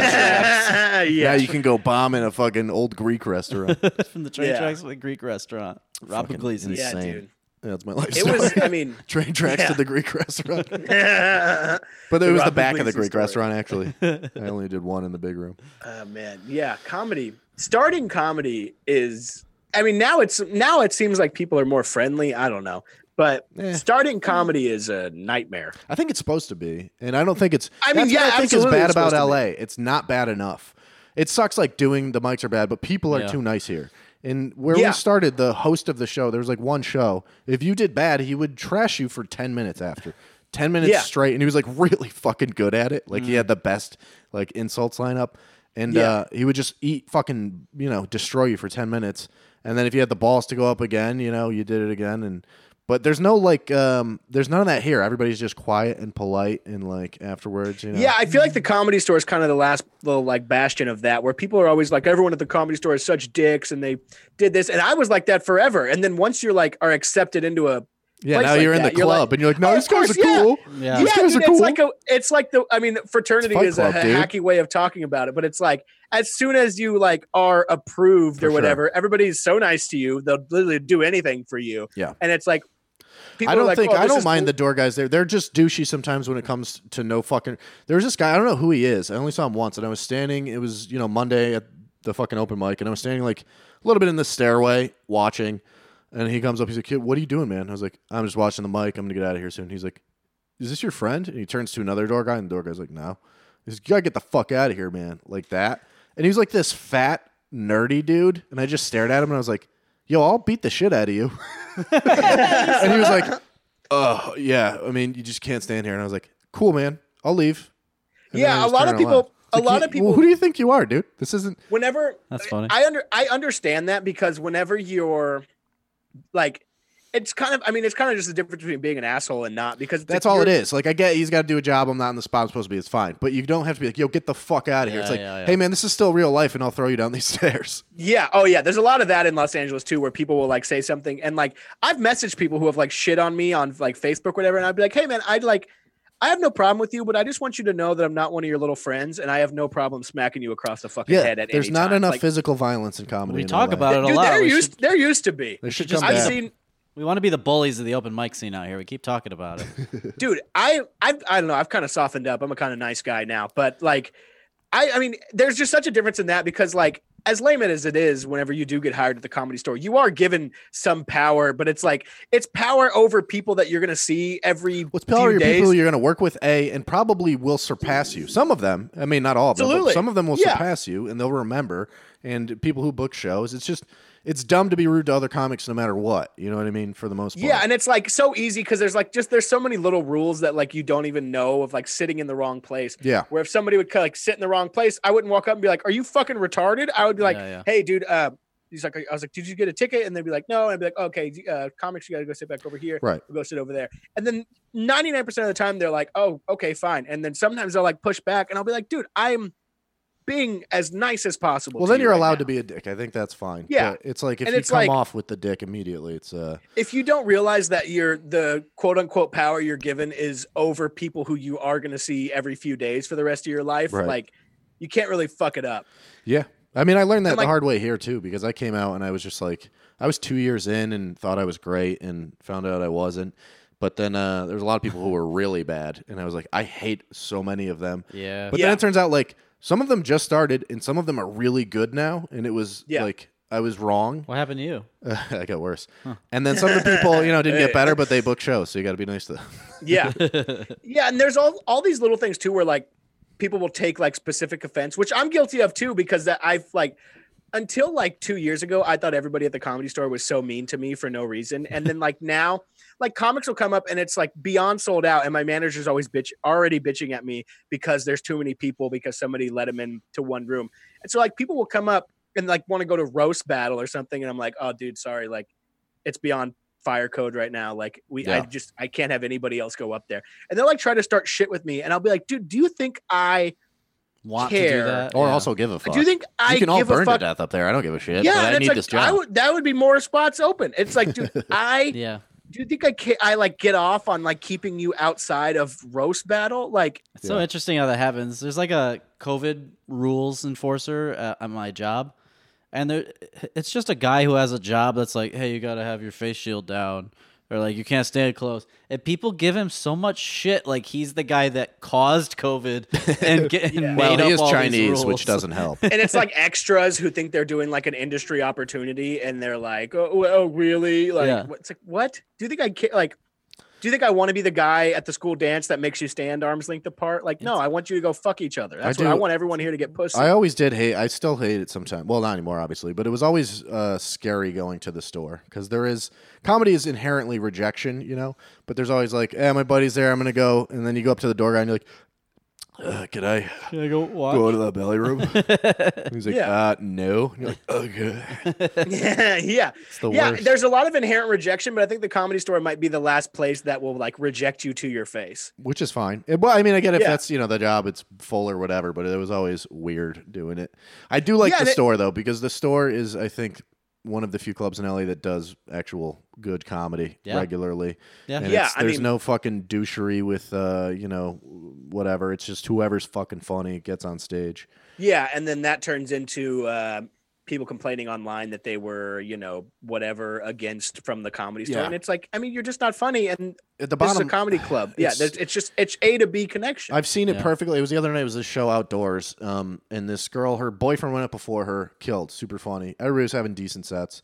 [SPEAKER 3] That's right. Yeah,
[SPEAKER 4] yeah,
[SPEAKER 3] you can go bomb in a fucking old Greek restaurant.
[SPEAKER 2] From the train
[SPEAKER 4] Yeah.
[SPEAKER 2] tracks to the Greek restaurant. Robert Gleason.
[SPEAKER 4] Yeah,
[SPEAKER 3] Insane.
[SPEAKER 4] dude.
[SPEAKER 3] That's my life.
[SPEAKER 4] It was.
[SPEAKER 3] story.
[SPEAKER 4] I mean,
[SPEAKER 3] train tracks to
[SPEAKER 4] yeah.
[SPEAKER 3] the Greek restaurant. But
[SPEAKER 4] oh
[SPEAKER 3] it was the
[SPEAKER 4] Robert
[SPEAKER 3] back of the
[SPEAKER 4] Gleason
[SPEAKER 3] Greek
[SPEAKER 4] story.
[SPEAKER 3] restaurant actually. I only did one in the big room.
[SPEAKER 4] oh, man, yeah, comedy. Starting comedy is. I mean, now it's now it seems like people are more friendly. I don't know, but
[SPEAKER 3] Eh.
[SPEAKER 4] starting comedy is a nightmare.
[SPEAKER 3] I think it's supposed to be, and I don't think it's.
[SPEAKER 4] I mean,
[SPEAKER 3] that's what
[SPEAKER 4] yeah,
[SPEAKER 3] I think is
[SPEAKER 4] absolutely
[SPEAKER 3] bad
[SPEAKER 4] it's
[SPEAKER 3] about
[SPEAKER 4] supposed to be.
[SPEAKER 3] LA. It's not bad enough. It sucks. Like doing the mics are bad, but people are
[SPEAKER 2] Yeah.
[SPEAKER 3] too nice here. And where
[SPEAKER 4] Yeah.
[SPEAKER 3] we started, the host of the show, there was like one show. If you did bad, he would trash you for ten minutes after. Ten minutes
[SPEAKER 4] Yeah.
[SPEAKER 3] straight, and he was like really fucking good at it. Like he had the best like insults lineup, and
[SPEAKER 4] Mm. Yeah.
[SPEAKER 3] uh, he would just eat fucking you know destroy you for ten minutes, and then if you had the balls to go up again, you know you did it again. And but there's no like um, there's none of that here. Everybody's just quiet and polite, and like afterwards, you know.
[SPEAKER 4] Yeah, I feel like the comedy store is kind of the last little like bastion of that, where people are always like, everyone at the comedy store is such dicks, and they did this, and I was like that forever. And then once you're like are accepted into a
[SPEAKER 3] yeah.
[SPEAKER 4] place
[SPEAKER 3] Now
[SPEAKER 4] like
[SPEAKER 3] you're in
[SPEAKER 4] that,
[SPEAKER 3] the
[SPEAKER 4] you're like,
[SPEAKER 3] club, and you're like, no,
[SPEAKER 4] "Oh,
[SPEAKER 3] these
[SPEAKER 4] of
[SPEAKER 3] guys
[SPEAKER 4] course,
[SPEAKER 3] are
[SPEAKER 4] yeah."
[SPEAKER 3] cool.
[SPEAKER 2] Yeah.
[SPEAKER 3] These
[SPEAKER 4] yeah,
[SPEAKER 3] guys
[SPEAKER 4] dude,
[SPEAKER 3] are cool.
[SPEAKER 4] it's like a it's like the I mean fraternity
[SPEAKER 3] Fight
[SPEAKER 4] is
[SPEAKER 3] Club,
[SPEAKER 4] a
[SPEAKER 3] dude.
[SPEAKER 4] hacky way of talking about it, but it's like as soon as you like are approved
[SPEAKER 3] For
[SPEAKER 4] or
[SPEAKER 3] sure.
[SPEAKER 4] whatever, everybody's so nice to you, they'll literally do anything for you.
[SPEAKER 3] Yeah.
[SPEAKER 4] and it's like people
[SPEAKER 3] I
[SPEAKER 4] are
[SPEAKER 3] don't
[SPEAKER 4] like,
[SPEAKER 3] think
[SPEAKER 4] "Oh,
[SPEAKER 3] I
[SPEAKER 4] this
[SPEAKER 3] don't
[SPEAKER 4] is
[SPEAKER 3] mind
[SPEAKER 4] cool."
[SPEAKER 3] the door guys. They're they're just douchey sometimes when it comes to no fucking. There's this guy I don't know who he is. I only saw him once, and I was standing. It was you know Monday at the fucking open mic, and I was standing like a little bit in the stairway watching. And he comes up. He's like, "Kid, what are you doing, man?" I was like, "I'm just watching the mic. I'm gonna get out of here soon." He's like, "Is this your friend?" And he turns to another door guy, and the door guy's like, "No." He's like, "You gotta get the fuck out of here, man!" Like that. And he was like this fat, nerdy dude. And I just stared at him and I was like, yo, I'll beat the shit out of you. and he was like, oh, yeah. I mean, you just can't stand here. And I was like, cool, man. I'll leave. And then I
[SPEAKER 4] yeah, a
[SPEAKER 3] just
[SPEAKER 4] lot
[SPEAKER 3] turned
[SPEAKER 4] of
[SPEAKER 3] around.
[SPEAKER 4] people. A
[SPEAKER 3] Like,
[SPEAKER 4] lot of
[SPEAKER 3] "You- well,
[SPEAKER 4] people.
[SPEAKER 3] who do you think you are, dude? This isn't.
[SPEAKER 4] whenever
[SPEAKER 2] That's funny.
[SPEAKER 4] I under I understand that because whenever you're like it's kind of I mean it's kind of just the difference between being an asshole and not because
[SPEAKER 3] That's all it is. Like, I get he's got to do a job. I'm not in the spot I'm supposed to be. It's fine. But you don't have to be like, yo, get the fuck out of here.
[SPEAKER 2] Yeah,
[SPEAKER 3] It's like,
[SPEAKER 2] yeah, yeah.
[SPEAKER 3] hey, man, this is still real life, and I'll throw you down these stairs.
[SPEAKER 4] Yeah, oh yeah, there's a lot of that in Los Angeles too where people will like say something and like I've messaged people who have like shit on me on like Facebook or whatever and I'd be like, "Hey man, I'd like I have no problem with you, but I just want you to know that I'm not one of your little friends and I have no problem smacking you across the fucking head at
[SPEAKER 3] there's
[SPEAKER 4] any
[SPEAKER 3] not
[SPEAKER 4] time."
[SPEAKER 3] enough
[SPEAKER 4] Like,
[SPEAKER 3] physical violence in comedy.
[SPEAKER 2] We
[SPEAKER 3] in
[SPEAKER 2] talk
[SPEAKER 3] LA.
[SPEAKER 2] about it a
[SPEAKER 4] Dude,
[SPEAKER 2] lot.
[SPEAKER 4] there
[SPEAKER 2] We,
[SPEAKER 4] used
[SPEAKER 2] should-
[SPEAKER 4] there used to be.
[SPEAKER 3] They should
[SPEAKER 2] just-
[SPEAKER 3] come
[SPEAKER 4] I've
[SPEAKER 3] back.
[SPEAKER 4] seen
[SPEAKER 2] we want to be the bullies of the open mic scene out here. We keep talking about it.
[SPEAKER 4] dude i i, I don't know i've kind of softened up i'm a kind of nice guy now but like i i mean there's just such a difference in that because like as layman as it is whenever you do get hired at the comedy store you are given some power but it's like it's power over people that you're going to see every
[SPEAKER 3] What's power your
[SPEAKER 4] few days.
[SPEAKER 3] people you're going to work with, A, and probably will surpass you. Some of them, I mean, not all of them, but
[SPEAKER 4] Absolutely.
[SPEAKER 3] some of them will
[SPEAKER 4] Yeah.
[SPEAKER 3] surpass you and they'll remember. And people who book shows, it's just, it's dumb to be rude to other comics no matter what. You know what I mean? For the most part.
[SPEAKER 4] yeah and it's like so easy because there's like just there's so many little rules that like you don't even know of like sitting in the wrong place
[SPEAKER 3] Yeah.
[SPEAKER 4] where if somebody would like sit in the wrong place, I wouldn't walk up and be like, "Are you fucking retarded?" I would be like,
[SPEAKER 2] Yeah, yeah.
[SPEAKER 4] "Hey, dude." Uh, he's like, "I was like, did you get a ticket?" And they'd be like, "No." And I'd be like, "Okay, uh, comics, you gotta go sit back over here.
[SPEAKER 3] Right.
[SPEAKER 4] We'll go sit over there." And then ninety nine percent of the time, they're like, "Oh, okay, fine." And then sometimes they'll like push back, and I'll be like, "Dude, I'm being as nice as possible."
[SPEAKER 3] Well,
[SPEAKER 4] to
[SPEAKER 3] then
[SPEAKER 4] you
[SPEAKER 3] you're
[SPEAKER 4] right
[SPEAKER 3] allowed
[SPEAKER 4] now."
[SPEAKER 3] to be a dick. I think that's fine.
[SPEAKER 4] Yeah.
[SPEAKER 3] But it's like if
[SPEAKER 4] And
[SPEAKER 3] you
[SPEAKER 4] it's
[SPEAKER 3] come
[SPEAKER 4] like-
[SPEAKER 3] off with the dick immediately, it's uh
[SPEAKER 4] If you don't realize that you're the quote unquote power you're given is over people who you are gonna see every few days for the rest of your life,
[SPEAKER 3] Right.
[SPEAKER 4] like you can't really fuck it up.
[SPEAKER 3] Yeah. I mean, I learned that
[SPEAKER 4] And,
[SPEAKER 3] the
[SPEAKER 4] like-
[SPEAKER 3] hard way here too, because I came out and I was just like, I was two years in and thought I was great and found out I wasn't. But then uh, there was a lot of people who were really bad, and I was like, I hate so many of them.
[SPEAKER 2] Yeah.
[SPEAKER 3] But
[SPEAKER 4] Yeah.
[SPEAKER 3] then it turns out like some of them just started, and some of them are really good now, and it was
[SPEAKER 4] Yeah.
[SPEAKER 3] like I was wrong.
[SPEAKER 2] What happened to you?
[SPEAKER 3] I got worse. And then some of the people, you know, didn't get
[SPEAKER 4] Hey.
[SPEAKER 3] better, but they book shows, so you got to be nice to them.
[SPEAKER 4] Yeah. yeah, and there's all all these little things too where like people will take like specific offense, which I'm guilty of too because that I've like until like 2 years ago I thought everybody at the comedy store was so mean to me for no reason and then like now like comics will come up and it's like beyond sold out and my manager's always bitch already bitching at me because there's too many people because somebody let them in to one room. And so like people will come up and like want to go to roast battle or something and I'm like, "Oh dude, sorry, like it's beyond fire code right now. Like we I
[SPEAKER 3] Yeah.
[SPEAKER 4] just I can't have anybody else go up there." And they'll like try to start shit with me and I'll be like, "Dude, do you think I
[SPEAKER 2] Want to do
[SPEAKER 4] Care.
[SPEAKER 2] that?
[SPEAKER 3] Or
[SPEAKER 2] Yeah.
[SPEAKER 3] also give a fuck.
[SPEAKER 4] do you think I
[SPEAKER 3] you can all
[SPEAKER 4] give a
[SPEAKER 3] burn to
[SPEAKER 4] fuck?"
[SPEAKER 3] death up there. I don't give a shit.
[SPEAKER 4] Yeah,
[SPEAKER 3] but
[SPEAKER 4] and
[SPEAKER 3] I
[SPEAKER 4] it's
[SPEAKER 3] need
[SPEAKER 4] like
[SPEAKER 3] this
[SPEAKER 4] I
[SPEAKER 3] job.
[SPEAKER 4] would that would be more spots open. It's like, dude, I
[SPEAKER 2] Yeah.
[SPEAKER 4] do you think I can I like get off on like keeping you outside of roast battle? Like
[SPEAKER 2] It's so
[SPEAKER 3] Yeah.
[SPEAKER 2] interesting how that happens. There's like a COVID rules enforcer uh, at my job, and there, it's just a guy who has a job that's like, hey, you gotta have your face shield down, or like you can't stand close. And people give him so much shit, like he's the guy that caused COVID and, get, and
[SPEAKER 3] well,
[SPEAKER 2] made
[SPEAKER 3] he
[SPEAKER 2] up
[SPEAKER 3] is
[SPEAKER 2] all these
[SPEAKER 3] Chinese,
[SPEAKER 2] rules.
[SPEAKER 3] which doesn't help.
[SPEAKER 4] and it's like extras who think they're doing like an industry opportunity and they're like, oh, oh, oh, really? Like,
[SPEAKER 2] Yeah.
[SPEAKER 4] what- it's like, what? Do you think I can like? Do you think I want to be the guy at the school dance that makes you stand arms length apart? Like, no, I want you to go fuck each other. That's what I
[SPEAKER 3] do-
[SPEAKER 4] want everyone here to get pussy.
[SPEAKER 3] I always did hate. I still hate it sometimes. Well, not anymore, obviously, but it was always uh, scary going to the store because there is comedy is inherently rejection, you know. But there's always like, "Eh, my buddy's there. I'm gonna go," and then you go up to the door guy and you're like, uh, "Can I
[SPEAKER 2] Can I go walk?
[SPEAKER 3] go to the belly room?" And he's like,
[SPEAKER 4] Yeah.
[SPEAKER 3] uh, "No." And you're like, "Okay."
[SPEAKER 4] yeah, yeah,
[SPEAKER 3] the
[SPEAKER 4] yeah.
[SPEAKER 3] worst.
[SPEAKER 4] There's a lot of inherent rejection, but I think the comedy store might be the last place that will like reject you to your face.
[SPEAKER 3] Which is fine. Eh, Well, I mean, I get if
[SPEAKER 4] Yeah.
[SPEAKER 3] that's you know the job, it's full or whatever. But it was always weird doing it. I do like
[SPEAKER 4] Yeah,
[SPEAKER 3] the
[SPEAKER 4] they-
[SPEAKER 3] store though because the store is, I think, one of the few clubs in LA that does actual good comedy
[SPEAKER 2] Yeah.
[SPEAKER 3] regularly.
[SPEAKER 2] Yeah.
[SPEAKER 3] And
[SPEAKER 4] Yeah,
[SPEAKER 3] it's-
[SPEAKER 4] I
[SPEAKER 3] there's
[SPEAKER 4] mean-
[SPEAKER 3] no fucking douchery with uh, you know, whatever. It's just whoever's fucking funny gets on stage.
[SPEAKER 4] Yeah, and then that turns into uh, people complaining online that they were, you know, whatever against from the comedy store,
[SPEAKER 3] Yeah.
[SPEAKER 4] and it's like, I mean, you're just not funny, and
[SPEAKER 3] At the
[SPEAKER 4] this is a
[SPEAKER 3] bottom
[SPEAKER 4] comedy club. Yeah,
[SPEAKER 3] it's-
[SPEAKER 4] there's it's just it's A to B connection.
[SPEAKER 3] I've seen it
[SPEAKER 2] Yeah.
[SPEAKER 3] perfectly. It was the other night. It was this show outdoors, um, and this girl, her boyfriend went up before her, killed. Super funny. Everybody was having decent sets.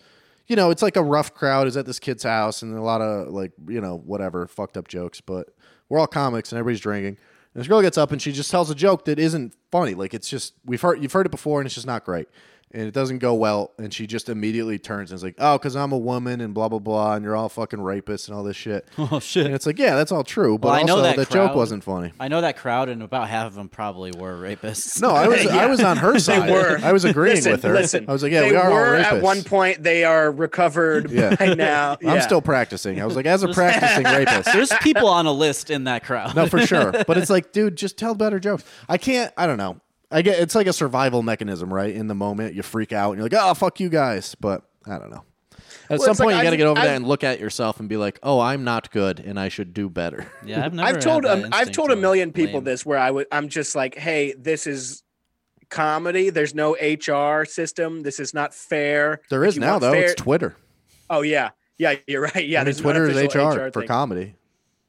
[SPEAKER 3] You know, it's like a rough crowd is at this kid's house, and a lot of like you know whatever fucked up jokes. But we're all comics, and everybody's drinking. And this girl gets up and she just tells a joke that isn't funny. Like it's just we've heard you've heard it before and it's just not great. And it doesn't go well. And she just immediately turns and is like, "Oh, because I'm a woman and blah blah blah, and you're all fucking rapists and all this shit."
[SPEAKER 2] Oh shit!
[SPEAKER 3] And it's like, yeah, that's all true, but
[SPEAKER 2] Well, I know
[SPEAKER 3] also
[SPEAKER 2] that
[SPEAKER 3] the
[SPEAKER 2] crowd.
[SPEAKER 3] joke wasn't funny.
[SPEAKER 2] I know that crowd, and about half of them probably were rapists.
[SPEAKER 3] No, I was I was on her side.
[SPEAKER 4] were.
[SPEAKER 3] I was agreeing
[SPEAKER 4] listen,
[SPEAKER 3] with her.
[SPEAKER 4] listen.
[SPEAKER 3] I was like, yeah,
[SPEAKER 4] they
[SPEAKER 3] we are all
[SPEAKER 4] were
[SPEAKER 3] rapists.
[SPEAKER 4] at one point. They are recovered
[SPEAKER 3] Yeah.
[SPEAKER 4] by now.
[SPEAKER 3] I'm
[SPEAKER 4] Yeah.
[SPEAKER 3] still practicing. I was like, as a practicing rapist.
[SPEAKER 2] There's people on a list in that crowd.
[SPEAKER 3] No, for sure. But it's like, dude, just tell better jokes. I can't. I don't know. I get it's like a survival mechanism, right? In the moment, you freak out and you're like, oh fuck you guys. But I don't know. At
[SPEAKER 4] Well,
[SPEAKER 3] some
[SPEAKER 4] it's like
[SPEAKER 3] point, you got to
[SPEAKER 4] I've-
[SPEAKER 3] get over that
[SPEAKER 4] I've-
[SPEAKER 3] and look at yourself and be like, oh, I'm not good and I should do better.
[SPEAKER 2] Yeah, I've never.
[SPEAKER 4] I've
[SPEAKER 2] had
[SPEAKER 4] told
[SPEAKER 2] that
[SPEAKER 4] um, I've
[SPEAKER 2] instinct
[SPEAKER 4] told a
[SPEAKER 2] to
[SPEAKER 4] million people
[SPEAKER 2] blame.
[SPEAKER 4] this where I would I'm just like, hey, this is comedy. There's no HR system. This is not fair.
[SPEAKER 3] There
[SPEAKER 4] If
[SPEAKER 3] is
[SPEAKER 4] you
[SPEAKER 3] now
[SPEAKER 4] want
[SPEAKER 3] though.
[SPEAKER 4] fair-
[SPEAKER 3] It's Twitter.
[SPEAKER 4] oh yeah, yeah, you're right.
[SPEAKER 3] I
[SPEAKER 4] Yeah,
[SPEAKER 3] mean,
[SPEAKER 4] there's an
[SPEAKER 3] Twitter is
[SPEAKER 4] unofficial
[SPEAKER 3] HR, for
[SPEAKER 4] thing.
[SPEAKER 3] comedy.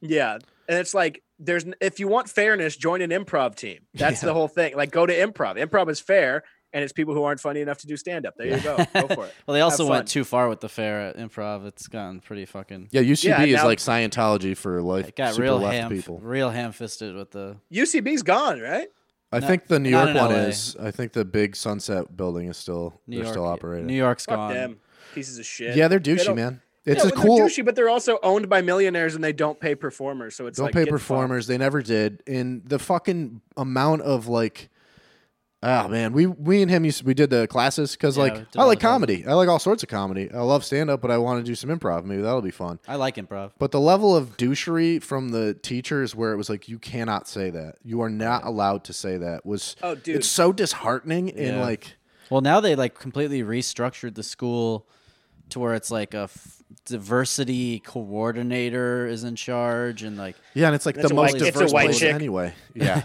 [SPEAKER 4] Yeah, and it's like there's n- if you want fairness, join an improv team. That's the whole thing. Like go to improv. Improv is fair, and it's people who aren't funny enough to do stand up. There you go. Go for it.
[SPEAKER 2] Well, they also
[SPEAKER 4] Have
[SPEAKER 2] went
[SPEAKER 4] fun.
[SPEAKER 2] too far with the fair at improv. It's gotten pretty fucking.
[SPEAKER 3] Yeah, UCB
[SPEAKER 4] Yeah,
[SPEAKER 3] is
[SPEAKER 4] now-
[SPEAKER 3] like Scientology for life.
[SPEAKER 2] It got
[SPEAKER 3] super
[SPEAKER 2] real
[SPEAKER 3] left
[SPEAKER 2] ham,
[SPEAKER 3] people.
[SPEAKER 2] real ham-fisted with the.
[SPEAKER 4] UCB's gone, right?
[SPEAKER 3] I
[SPEAKER 2] Not-
[SPEAKER 3] think the New
[SPEAKER 2] not
[SPEAKER 3] York
[SPEAKER 2] in
[SPEAKER 3] one
[SPEAKER 2] LA.
[SPEAKER 3] is. I think the big Sunset building is still.
[SPEAKER 2] New
[SPEAKER 3] they're
[SPEAKER 2] York,
[SPEAKER 3] still operating.
[SPEAKER 2] New York's
[SPEAKER 4] Fuck
[SPEAKER 2] gone.
[SPEAKER 4] them. Pieces of shit.
[SPEAKER 3] yeah, they're
[SPEAKER 4] They
[SPEAKER 3] douchey,
[SPEAKER 4] don't-
[SPEAKER 3] man. It's
[SPEAKER 4] yeah,
[SPEAKER 3] a
[SPEAKER 4] well,
[SPEAKER 3] cool.
[SPEAKER 4] They're douchey, but they're also owned by millionaires, and they don't pay performers. So it's
[SPEAKER 3] don't
[SPEAKER 4] like,
[SPEAKER 3] pay
[SPEAKER 4] get fucked.
[SPEAKER 3] performers. They never did. And the fucking amount of like. Oh man, we we and him used we did the classes because
[SPEAKER 2] Yeah, we
[SPEAKER 3] like
[SPEAKER 2] did
[SPEAKER 3] I
[SPEAKER 2] all
[SPEAKER 3] like
[SPEAKER 2] the classes.
[SPEAKER 3] comedy. I like all sorts of comedy. I love stand up, but I want to do some improv. Maybe that'll be fun.
[SPEAKER 2] I like improv.
[SPEAKER 3] But the level of douchery from the teachers, where it was like, you cannot say that. You are not allowed to say that. Was
[SPEAKER 4] Oh, dude.
[SPEAKER 3] it's so disheartening and
[SPEAKER 2] Yeah.
[SPEAKER 3] like
[SPEAKER 2] Well, now they like completely restructured the school to where it's like a f- diversity coordinator is in charge and like
[SPEAKER 3] yeah, and it's like
[SPEAKER 4] It's
[SPEAKER 3] the
[SPEAKER 4] a
[SPEAKER 3] most
[SPEAKER 4] white-
[SPEAKER 2] it's a
[SPEAKER 3] diverse
[SPEAKER 2] white
[SPEAKER 3] place
[SPEAKER 4] chick.
[SPEAKER 3] anyway. Yeah,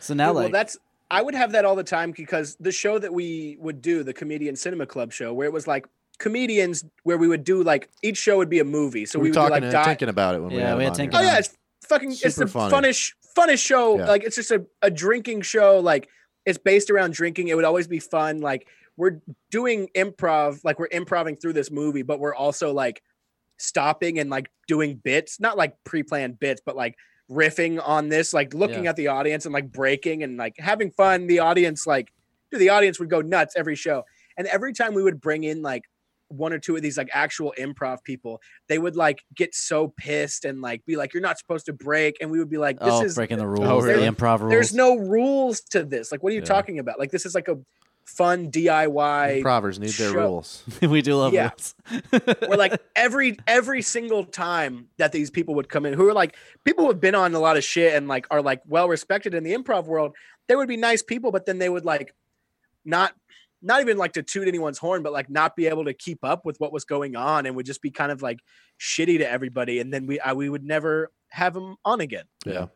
[SPEAKER 2] so now
[SPEAKER 4] Dude,
[SPEAKER 2] like
[SPEAKER 4] well, that's I would have that all the time because the show that we would do, the Comedian Cinema Club show, where it was like comedians, where we would do like each show would be a movie. So
[SPEAKER 3] we were
[SPEAKER 4] we would do,
[SPEAKER 3] talking
[SPEAKER 4] like
[SPEAKER 3] and
[SPEAKER 4] di-
[SPEAKER 3] thinking about it when we
[SPEAKER 2] Yeah,
[SPEAKER 3] had,
[SPEAKER 2] we
[SPEAKER 3] him
[SPEAKER 2] had
[SPEAKER 3] on
[SPEAKER 2] Tinkin
[SPEAKER 3] here.
[SPEAKER 4] Oh yeah, it's fucking it's
[SPEAKER 3] Super
[SPEAKER 4] the
[SPEAKER 3] funny.
[SPEAKER 4] funnish funnest show.
[SPEAKER 3] Yeah.
[SPEAKER 4] Like it's just a, a drinking show. Like it's based around drinking. It would always be fun. Like we're doing improv, like we're improving through this movie, but we're also like stopping and like doing bits, not like pre-planned bits, but like riffing on this, like looking
[SPEAKER 2] Yeah.
[SPEAKER 4] at the audience and like breaking and like having fun. The audience, like, dude, the audience would go nuts every show. And every time we would bring in like one or two of these like actual improv people, they would like get so pissed and like be like, "You're not supposed to break," and we would be like, "This
[SPEAKER 2] oh
[SPEAKER 4] is
[SPEAKER 2] breaking the rules,
[SPEAKER 3] Oh, really?
[SPEAKER 2] the improv rules.
[SPEAKER 4] there's no rules to this. Like, what are you
[SPEAKER 2] Yeah.
[SPEAKER 4] talking about? Like, this is like a fun DIY."
[SPEAKER 3] Improvers need their
[SPEAKER 4] Oh, show-
[SPEAKER 3] rules.
[SPEAKER 2] we do love
[SPEAKER 4] Yeah.
[SPEAKER 2] rules.
[SPEAKER 4] where like every every single time that these people would come in who are like people who have been on a lot of shit and like are like well respected in the improv world they would be nice people but then they would like not not even like to toot anyone's horn but like not be able to keep up with what was going on and would just be kind of like shitty to everybody and then we I, we would never have them on again
[SPEAKER 3] Yeah.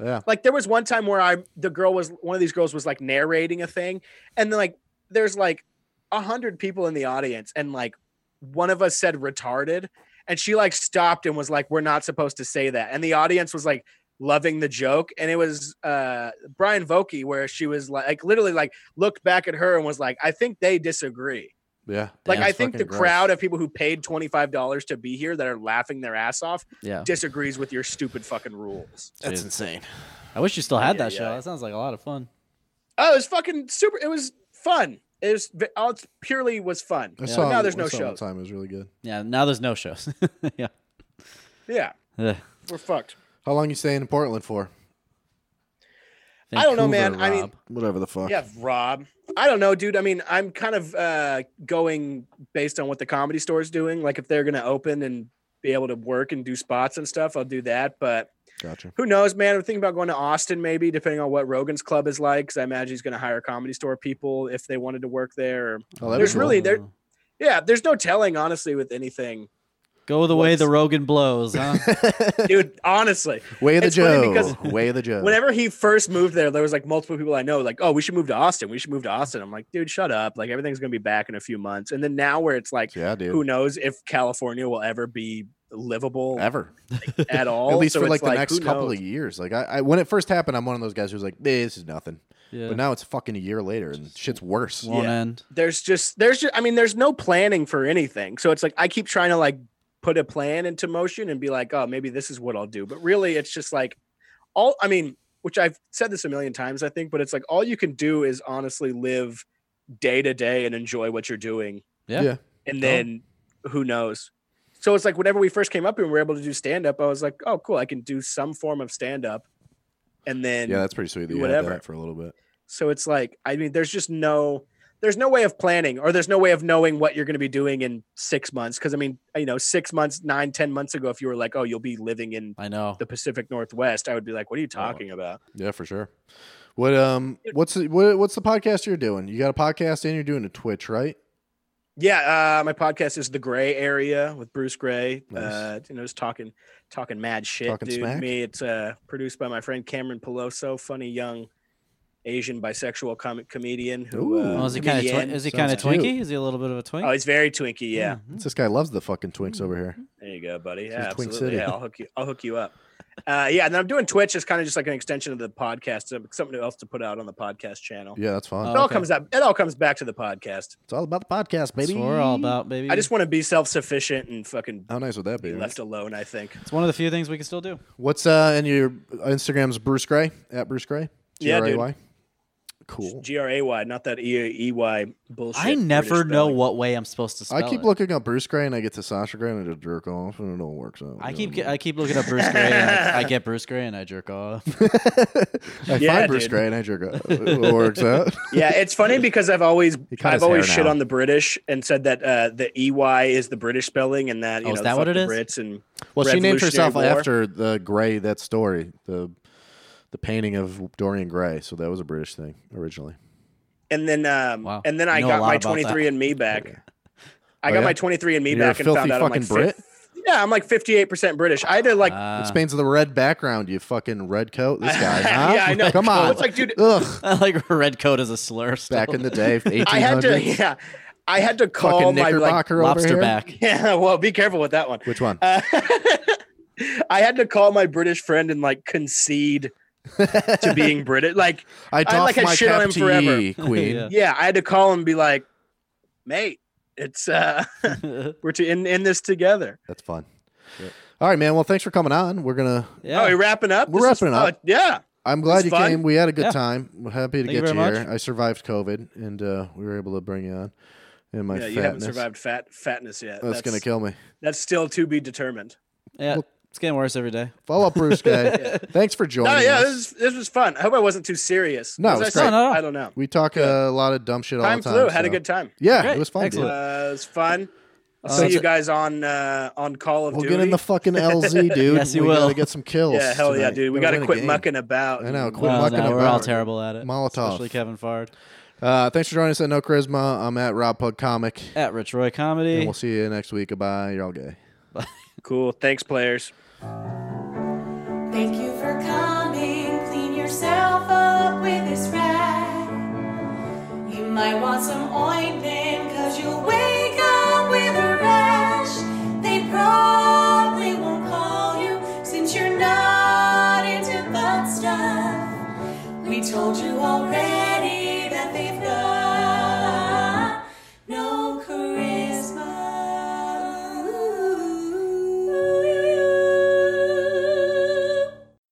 [SPEAKER 3] Yeah.
[SPEAKER 4] like there was one time where I the girl was one of these girls was like narrating a thing, and then like there's like a hundred people in the audience, and like one of us said retarded, and she like stopped and was like, "We're not supposed to say that," and the audience was like loving the joke, and it was uh Brian Vokey where she was like, like literally like looked back at her and was like, "I think they disagree."
[SPEAKER 3] Yeah.
[SPEAKER 4] Like
[SPEAKER 2] Damn,
[SPEAKER 4] I
[SPEAKER 3] it's
[SPEAKER 4] think the
[SPEAKER 3] fucking gross.
[SPEAKER 4] crowd of people who paid twenty five dollars to be here that are laughing their ass off
[SPEAKER 3] Oh.
[SPEAKER 2] yeah,
[SPEAKER 4] disagrees with your stupid fucking rules.
[SPEAKER 3] That's
[SPEAKER 2] Dude.
[SPEAKER 3] insane.
[SPEAKER 2] I wish you still had
[SPEAKER 4] Yeah,
[SPEAKER 2] that show.
[SPEAKER 4] yeah.
[SPEAKER 2] That sounds like a lot of fun.
[SPEAKER 4] Oh, it was fucking super. It was fun. It was v- all it purely was fun.
[SPEAKER 3] I
[SPEAKER 4] But
[SPEAKER 3] saw
[SPEAKER 4] now
[SPEAKER 3] him-
[SPEAKER 4] there's
[SPEAKER 3] I
[SPEAKER 4] no
[SPEAKER 3] saw him one
[SPEAKER 4] shows.
[SPEAKER 3] Time it was really good.
[SPEAKER 2] Yeah, now there's no shows. yeah.
[SPEAKER 4] Yeah,
[SPEAKER 2] Ugh.
[SPEAKER 4] we're fucked.
[SPEAKER 3] How long you staying in Portland for?
[SPEAKER 4] I don't know, man.
[SPEAKER 2] Vancouver,
[SPEAKER 4] I mean,
[SPEAKER 2] Rob.
[SPEAKER 3] Whatever the fuck.
[SPEAKER 4] Yeah, Rob. I don't know, dude. I mean, I'm kind of uh, going based on what the comedy store is doing. Like, if they're gonna open and be able to work and do spots and stuff, I'll do that. But
[SPEAKER 3] Gotcha.
[SPEAKER 4] who knows, man? I'm thinking about going to Austin, maybe, depending on what Rogan's Club is like. Because I imagine he's gonna hire comedy store people if they wanted to work there.
[SPEAKER 3] Oh, that'd be
[SPEAKER 4] There's
[SPEAKER 3] cool.
[SPEAKER 4] really there. Yeah, there's no telling, honestly, with anything,
[SPEAKER 2] go the way
[SPEAKER 4] what's-
[SPEAKER 2] the Rogan blows, huh?
[SPEAKER 4] dude. honestly.
[SPEAKER 3] Way of the
[SPEAKER 4] It's funny
[SPEAKER 3] Joe.
[SPEAKER 4] because
[SPEAKER 3] Way of the Joe.
[SPEAKER 4] whenever he first moved there, there was like multiple people I know like, oh, we should move to Austin. We should move to Austin. I'm like, dude, shut up. Like everything's gonna be back in a few months. And then now where it's like,
[SPEAKER 3] yeah, dude.
[SPEAKER 4] who knows if California will ever be livable
[SPEAKER 3] Ever.
[SPEAKER 4] at all?
[SPEAKER 3] At least
[SPEAKER 4] So
[SPEAKER 3] for like
[SPEAKER 4] it's
[SPEAKER 3] the next
[SPEAKER 4] who
[SPEAKER 3] couple of
[SPEAKER 4] knows?
[SPEAKER 3] years. Like I, I, when it first happened, I'm one of those guys who's like, eh, this is nothing.
[SPEAKER 2] Yeah.
[SPEAKER 3] But now it's fucking a year later and shit's worse.
[SPEAKER 2] won't
[SPEAKER 4] yeah.
[SPEAKER 2] end.
[SPEAKER 4] There's just there's just I mean, there's no planning for anything. So it's like I keep trying to like put a plan into motion and be like, oh, maybe this is what I'll do. But really it's just like all I mean, which I've said this a million times, I think, but it's like all you can do is honestly live day to day and enjoy what you're doing.
[SPEAKER 2] Yeah.
[SPEAKER 3] Yeah. Uh-huh.
[SPEAKER 4] And then who knows? So it's like whenever we first came up and we were able to do stand up, I was like, oh, cool, I can do some form of stand up. And then
[SPEAKER 3] yeah, that's pretty sweet. That you
[SPEAKER 4] whatever.
[SPEAKER 3] had that for a little bit.
[SPEAKER 4] so it's like, I mean, there's just no, there's no way of planning or there's no way of knowing what you're going to be doing in six months. Cause I mean, you know, six months, nine, ten months ago, if you were like, oh, you'll be living in
[SPEAKER 2] I know.
[SPEAKER 4] the Pacific Northwest, I would be like,
[SPEAKER 3] Oh.
[SPEAKER 4] what are you talking about?
[SPEAKER 3] Yeah, for sure. What um, what's the, what, what's the podcast you're doing? You got a podcast and you're doing a Twitch, right?
[SPEAKER 4] Yeah. Uh, my podcast is The Gray Area with Bruce Gray.
[SPEAKER 3] Nice.
[SPEAKER 4] Uh, you know, just talking, talking mad shit,
[SPEAKER 3] Talking
[SPEAKER 4] dude.
[SPEAKER 3] smack?
[SPEAKER 4] Me, it's uh, produced by my friend Cameron Peloso, funny young Asian bisexual comic comedian who
[SPEAKER 3] Ooh.
[SPEAKER 4] uh,
[SPEAKER 2] Oh, is he kind of
[SPEAKER 4] comedian.
[SPEAKER 2] twi- is he kind of
[SPEAKER 3] Sounds Uh, cute.
[SPEAKER 2] twinky? Is he a little bit of a twink?
[SPEAKER 4] Oh, he's very twinky. Yeah.
[SPEAKER 2] Mhm.
[SPEAKER 3] This guy loves the fucking twinks over here.
[SPEAKER 2] Mm-hmm.
[SPEAKER 4] There you go, buddy.
[SPEAKER 3] is
[SPEAKER 4] Yeah,
[SPEAKER 3] Twin
[SPEAKER 4] absolutely.
[SPEAKER 3] City.
[SPEAKER 4] Yeah, I'll hook you. I'll hook you up. Uh, yeah, and then I'm doing Twitch as kind of just like an extension of the podcast, so- something else to put out on the podcast channel.
[SPEAKER 3] Yeah, that's fine.
[SPEAKER 2] Oh,
[SPEAKER 4] it all
[SPEAKER 2] okay.
[SPEAKER 4] comes up. It all comes back to the podcast.
[SPEAKER 3] It's all about the podcast,
[SPEAKER 2] That's
[SPEAKER 3] baby.
[SPEAKER 2] what we're all about, baby.
[SPEAKER 4] I just want to be self sufficient and fucking
[SPEAKER 3] How nice would that be?
[SPEAKER 4] be left alone. I think.
[SPEAKER 2] it's one of the few things we can still do.
[SPEAKER 3] What's uh and your Instagram's Bruce Gray at Bruce Gray?
[SPEAKER 4] Yeah, dude.
[SPEAKER 3] G-R-A-Y? Cool.
[SPEAKER 4] G R A Y, not that E E Y bullshit.
[SPEAKER 2] I never
[SPEAKER 4] British
[SPEAKER 2] know
[SPEAKER 4] spelling.
[SPEAKER 2] what way I'm supposed to spell
[SPEAKER 3] I keep
[SPEAKER 2] it.
[SPEAKER 3] looking up Bruce Gray and I get to Sasha Gray and I just jerk off and it all works out.
[SPEAKER 2] I
[SPEAKER 3] You
[SPEAKER 2] keep
[SPEAKER 3] know
[SPEAKER 2] I keep looking up Bruce Gray. and I, I get Bruce Gray and I jerk off.
[SPEAKER 3] what I mean? I
[SPEAKER 4] Yeah,
[SPEAKER 3] find Bruce
[SPEAKER 4] dude.
[SPEAKER 3] Gray and I jerk off. It all works out.
[SPEAKER 4] yeah, it's funny because I've always
[SPEAKER 3] cut his
[SPEAKER 4] I've always
[SPEAKER 3] hair
[SPEAKER 4] shit
[SPEAKER 3] now.
[SPEAKER 4] on the British and said that uh, the E Y is the British spelling and that you
[SPEAKER 2] Oh, is
[SPEAKER 4] know
[SPEAKER 2] that
[SPEAKER 4] fuck
[SPEAKER 2] what it
[SPEAKER 4] the
[SPEAKER 2] is?
[SPEAKER 4] Brits and
[SPEAKER 3] Well, she named
[SPEAKER 4] Revolutionary
[SPEAKER 3] herself
[SPEAKER 4] War.
[SPEAKER 3] after the Gray that story, the the painting of Dorian Gray. So that was a British thing originally.
[SPEAKER 4] and then um
[SPEAKER 2] Wow.
[SPEAKER 4] and then
[SPEAKER 2] You
[SPEAKER 4] I
[SPEAKER 2] know a
[SPEAKER 4] got
[SPEAKER 2] lot
[SPEAKER 4] my
[SPEAKER 2] about that.
[SPEAKER 4] 23 and me back. I
[SPEAKER 3] Oh,
[SPEAKER 4] got
[SPEAKER 3] yeah?
[SPEAKER 4] my 23 and me
[SPEAKER 3] And you're a
[SPEAKER 4] back and found
[SPEAKER 3] filthy
[SPEAKER 4] out I'm like
[SPEAKER 3] fucking Brit? Ah,
[SPEAKER 4] fif- yeah, I'm like 58% British. I had to like
[SPEAKER 2] Ah.
[SPEAKER 3] Explains the red background, you fucking red coat. This guy, huh?
[SPEAKER 4] Yeah, I know.
[SPEAKER 3] Come
[SPEAKER 4] Well,
[SPEAKER 3] on.
[SPEAKER 4] it's like, dude-
[SPEAKER 3] Ugh.
[SPEAKER 2] I like red coat as a slur. Still.
[SPEAKER 3] Back in the day, 1800s.
[SPEAKER 4] I had to yeah, I had to call
[SPEAKER 3] fucking
[SPEAKER 4] my like
[SPEAKER 3] Knickerbocker over
[SPEAKER 2] lobster
[SPEAKER 3] here.
[SPEAKER 2] back.
[SPEAKER 4] yeah, well, be careful with that one.
[SPEAKER 3] Which one?
[SPEAKER 4] Uh, I had to call my British friend and like concede to being British. Like,
[SPEAKER 3] I doffed
[SPEAKER 4] like, had
[SPEAKER 3] my
[SPEAKER 4] shit on
[SPEAKER 3] cap
[SPEAKER 4] him
[SPEAKER 3] to
[SPEAKER 4] forever.
[SPEAKER 3] ye, queen.
[SPEAKER 2] Yeah.
[SPEAKER 4] yeah, I had to call him and be like, mate, it's uh
[SPEAKER 3] Oh,
[SPEAKER 4] we're to in, in this together.
[SPEAKER 3] That's fun. All right, man. Well, thanks for coming on. We're gonna.
[SPEAKER 2] yeah.
[SPEAKER 4] Oh, we wrapping up?
[SPEAKER 3] We're
[SPEAKER 4] This is-
[SPEAKER 3] wrapping up.
[SPEAKER 4] oh, yeah.
[SPEAKER 3] I'm glad
[SPEAKER 4] was
[SPEAKER 3] you
[SPEAKER 4] fun.
[SPEAKER 3] came. We had a good
[SPEAKER 2] Yeah.
[SPEAKER 3] time. We're happy to
[SPEAKER 2] Thank you
[SPEAKER 3] get you
[SPEAKER 2] very
[SPEAKER 3] here.
[SPEAKER 2] much.
[SPEAKER 3] I survived COVID, and uh, we were able to bring you on. And my
[SPEAKER 4] yeah,
[SPEAKER 3] fatness.
[SPEAKER 4] you haven't survived fat fatness yet.
[SPEAKER 3] That's, gonna kill me.
[SPEAKER 4] That's still to be determined.
[SPEAKER 2] Yeah. It's getting worse every day.
[SPEAKER 3] Follow up, Bruce guy. Thanks for joining.
[SPEAKER 4] No, Oh, yeah,
[SPEAKER 3] us.
[SPEAKER 4] this is, this was fun. I hope I wasn't too serious.
[SPEAKER 3] No,
[SPEAKER 4] Was
[SPEAKER 3] it was
[SPEAKER 4] I,
[SPEAKER 2] great. No, no, no.
[SPEAKER 4] I don't know.
[SPEAKER 3] We talk uh, a lot of dumb shit all
[SPEAKER 4] Time
[SPEAKER 3] the time.
[SPEAKER 4] flew. Had a
[SPEAKER 3] so-
[SPEAKER 4] good time.
[SPEAKER 3] Yeah,
[SPEAKER 2] Great.
[SPEAKER 3] it was fun. dude.
[SPEAKER 2] Excellent.
[SPEAKER 4] Uh, it was fun. I'll
[SPEAKER 3] Uh,
[SPEAKER 4] see you
[SPEAKER 3] that's-
[SPEAKER 4] guys on uh, on Call of
[SPEAKER 3] We'll
[SPEAKER 4] Duty.
[SPEAKER 3] get in the fucking LZ, dude.
[SPEAKER 2] Yes, you
[SPEAKER 3] we
[SPEAKER 2] will.
[SPEAKER 3] gotta get some kills.
[SPEAKER 4] yeah, hell yeah,
[SPEAKER 3] tonight.
[SPEAKER 4] dude. We got
[SPEAKER 3] Gotta
[SPEAKER 4] to
[SPEAKER 3] win a
[SPEAKER 4] quit
[SPEAKER 3] game.
[SPEAKER 4] mucking about.
[SPEAKER 3] I know,
[SPEAKER 4] and-
[SPEAKER 3] quit
[SPEAKER 2] Well,
[SPEAKER 3] mucking
[SPEAKER 2] no,
[SPEAKER 3] about.
[SPEAKER 2] we're all terrible at it.
[SPEAKER 3] Molotov.
[SPEAKER 2] Especially Kevin Fard.
[SPEAKER 3] Uh, thanks for joining us at No Charisma. I'm at Rob Pug Comic,
[SPEAKER 2] At Rich Roy Comedy.
[SPEAKER 3] and we'll see you next week. Goodbye. You're all gay.
[SPEAKER 4] Cool. Thanks, players.
[SPEAKER 1] Thank you for coming. Clean yourself up with this rag. You might want some ointment, cause you'll wake up with a rash. They probably won't call you since you're not into butt stuff. We told you already that they've got.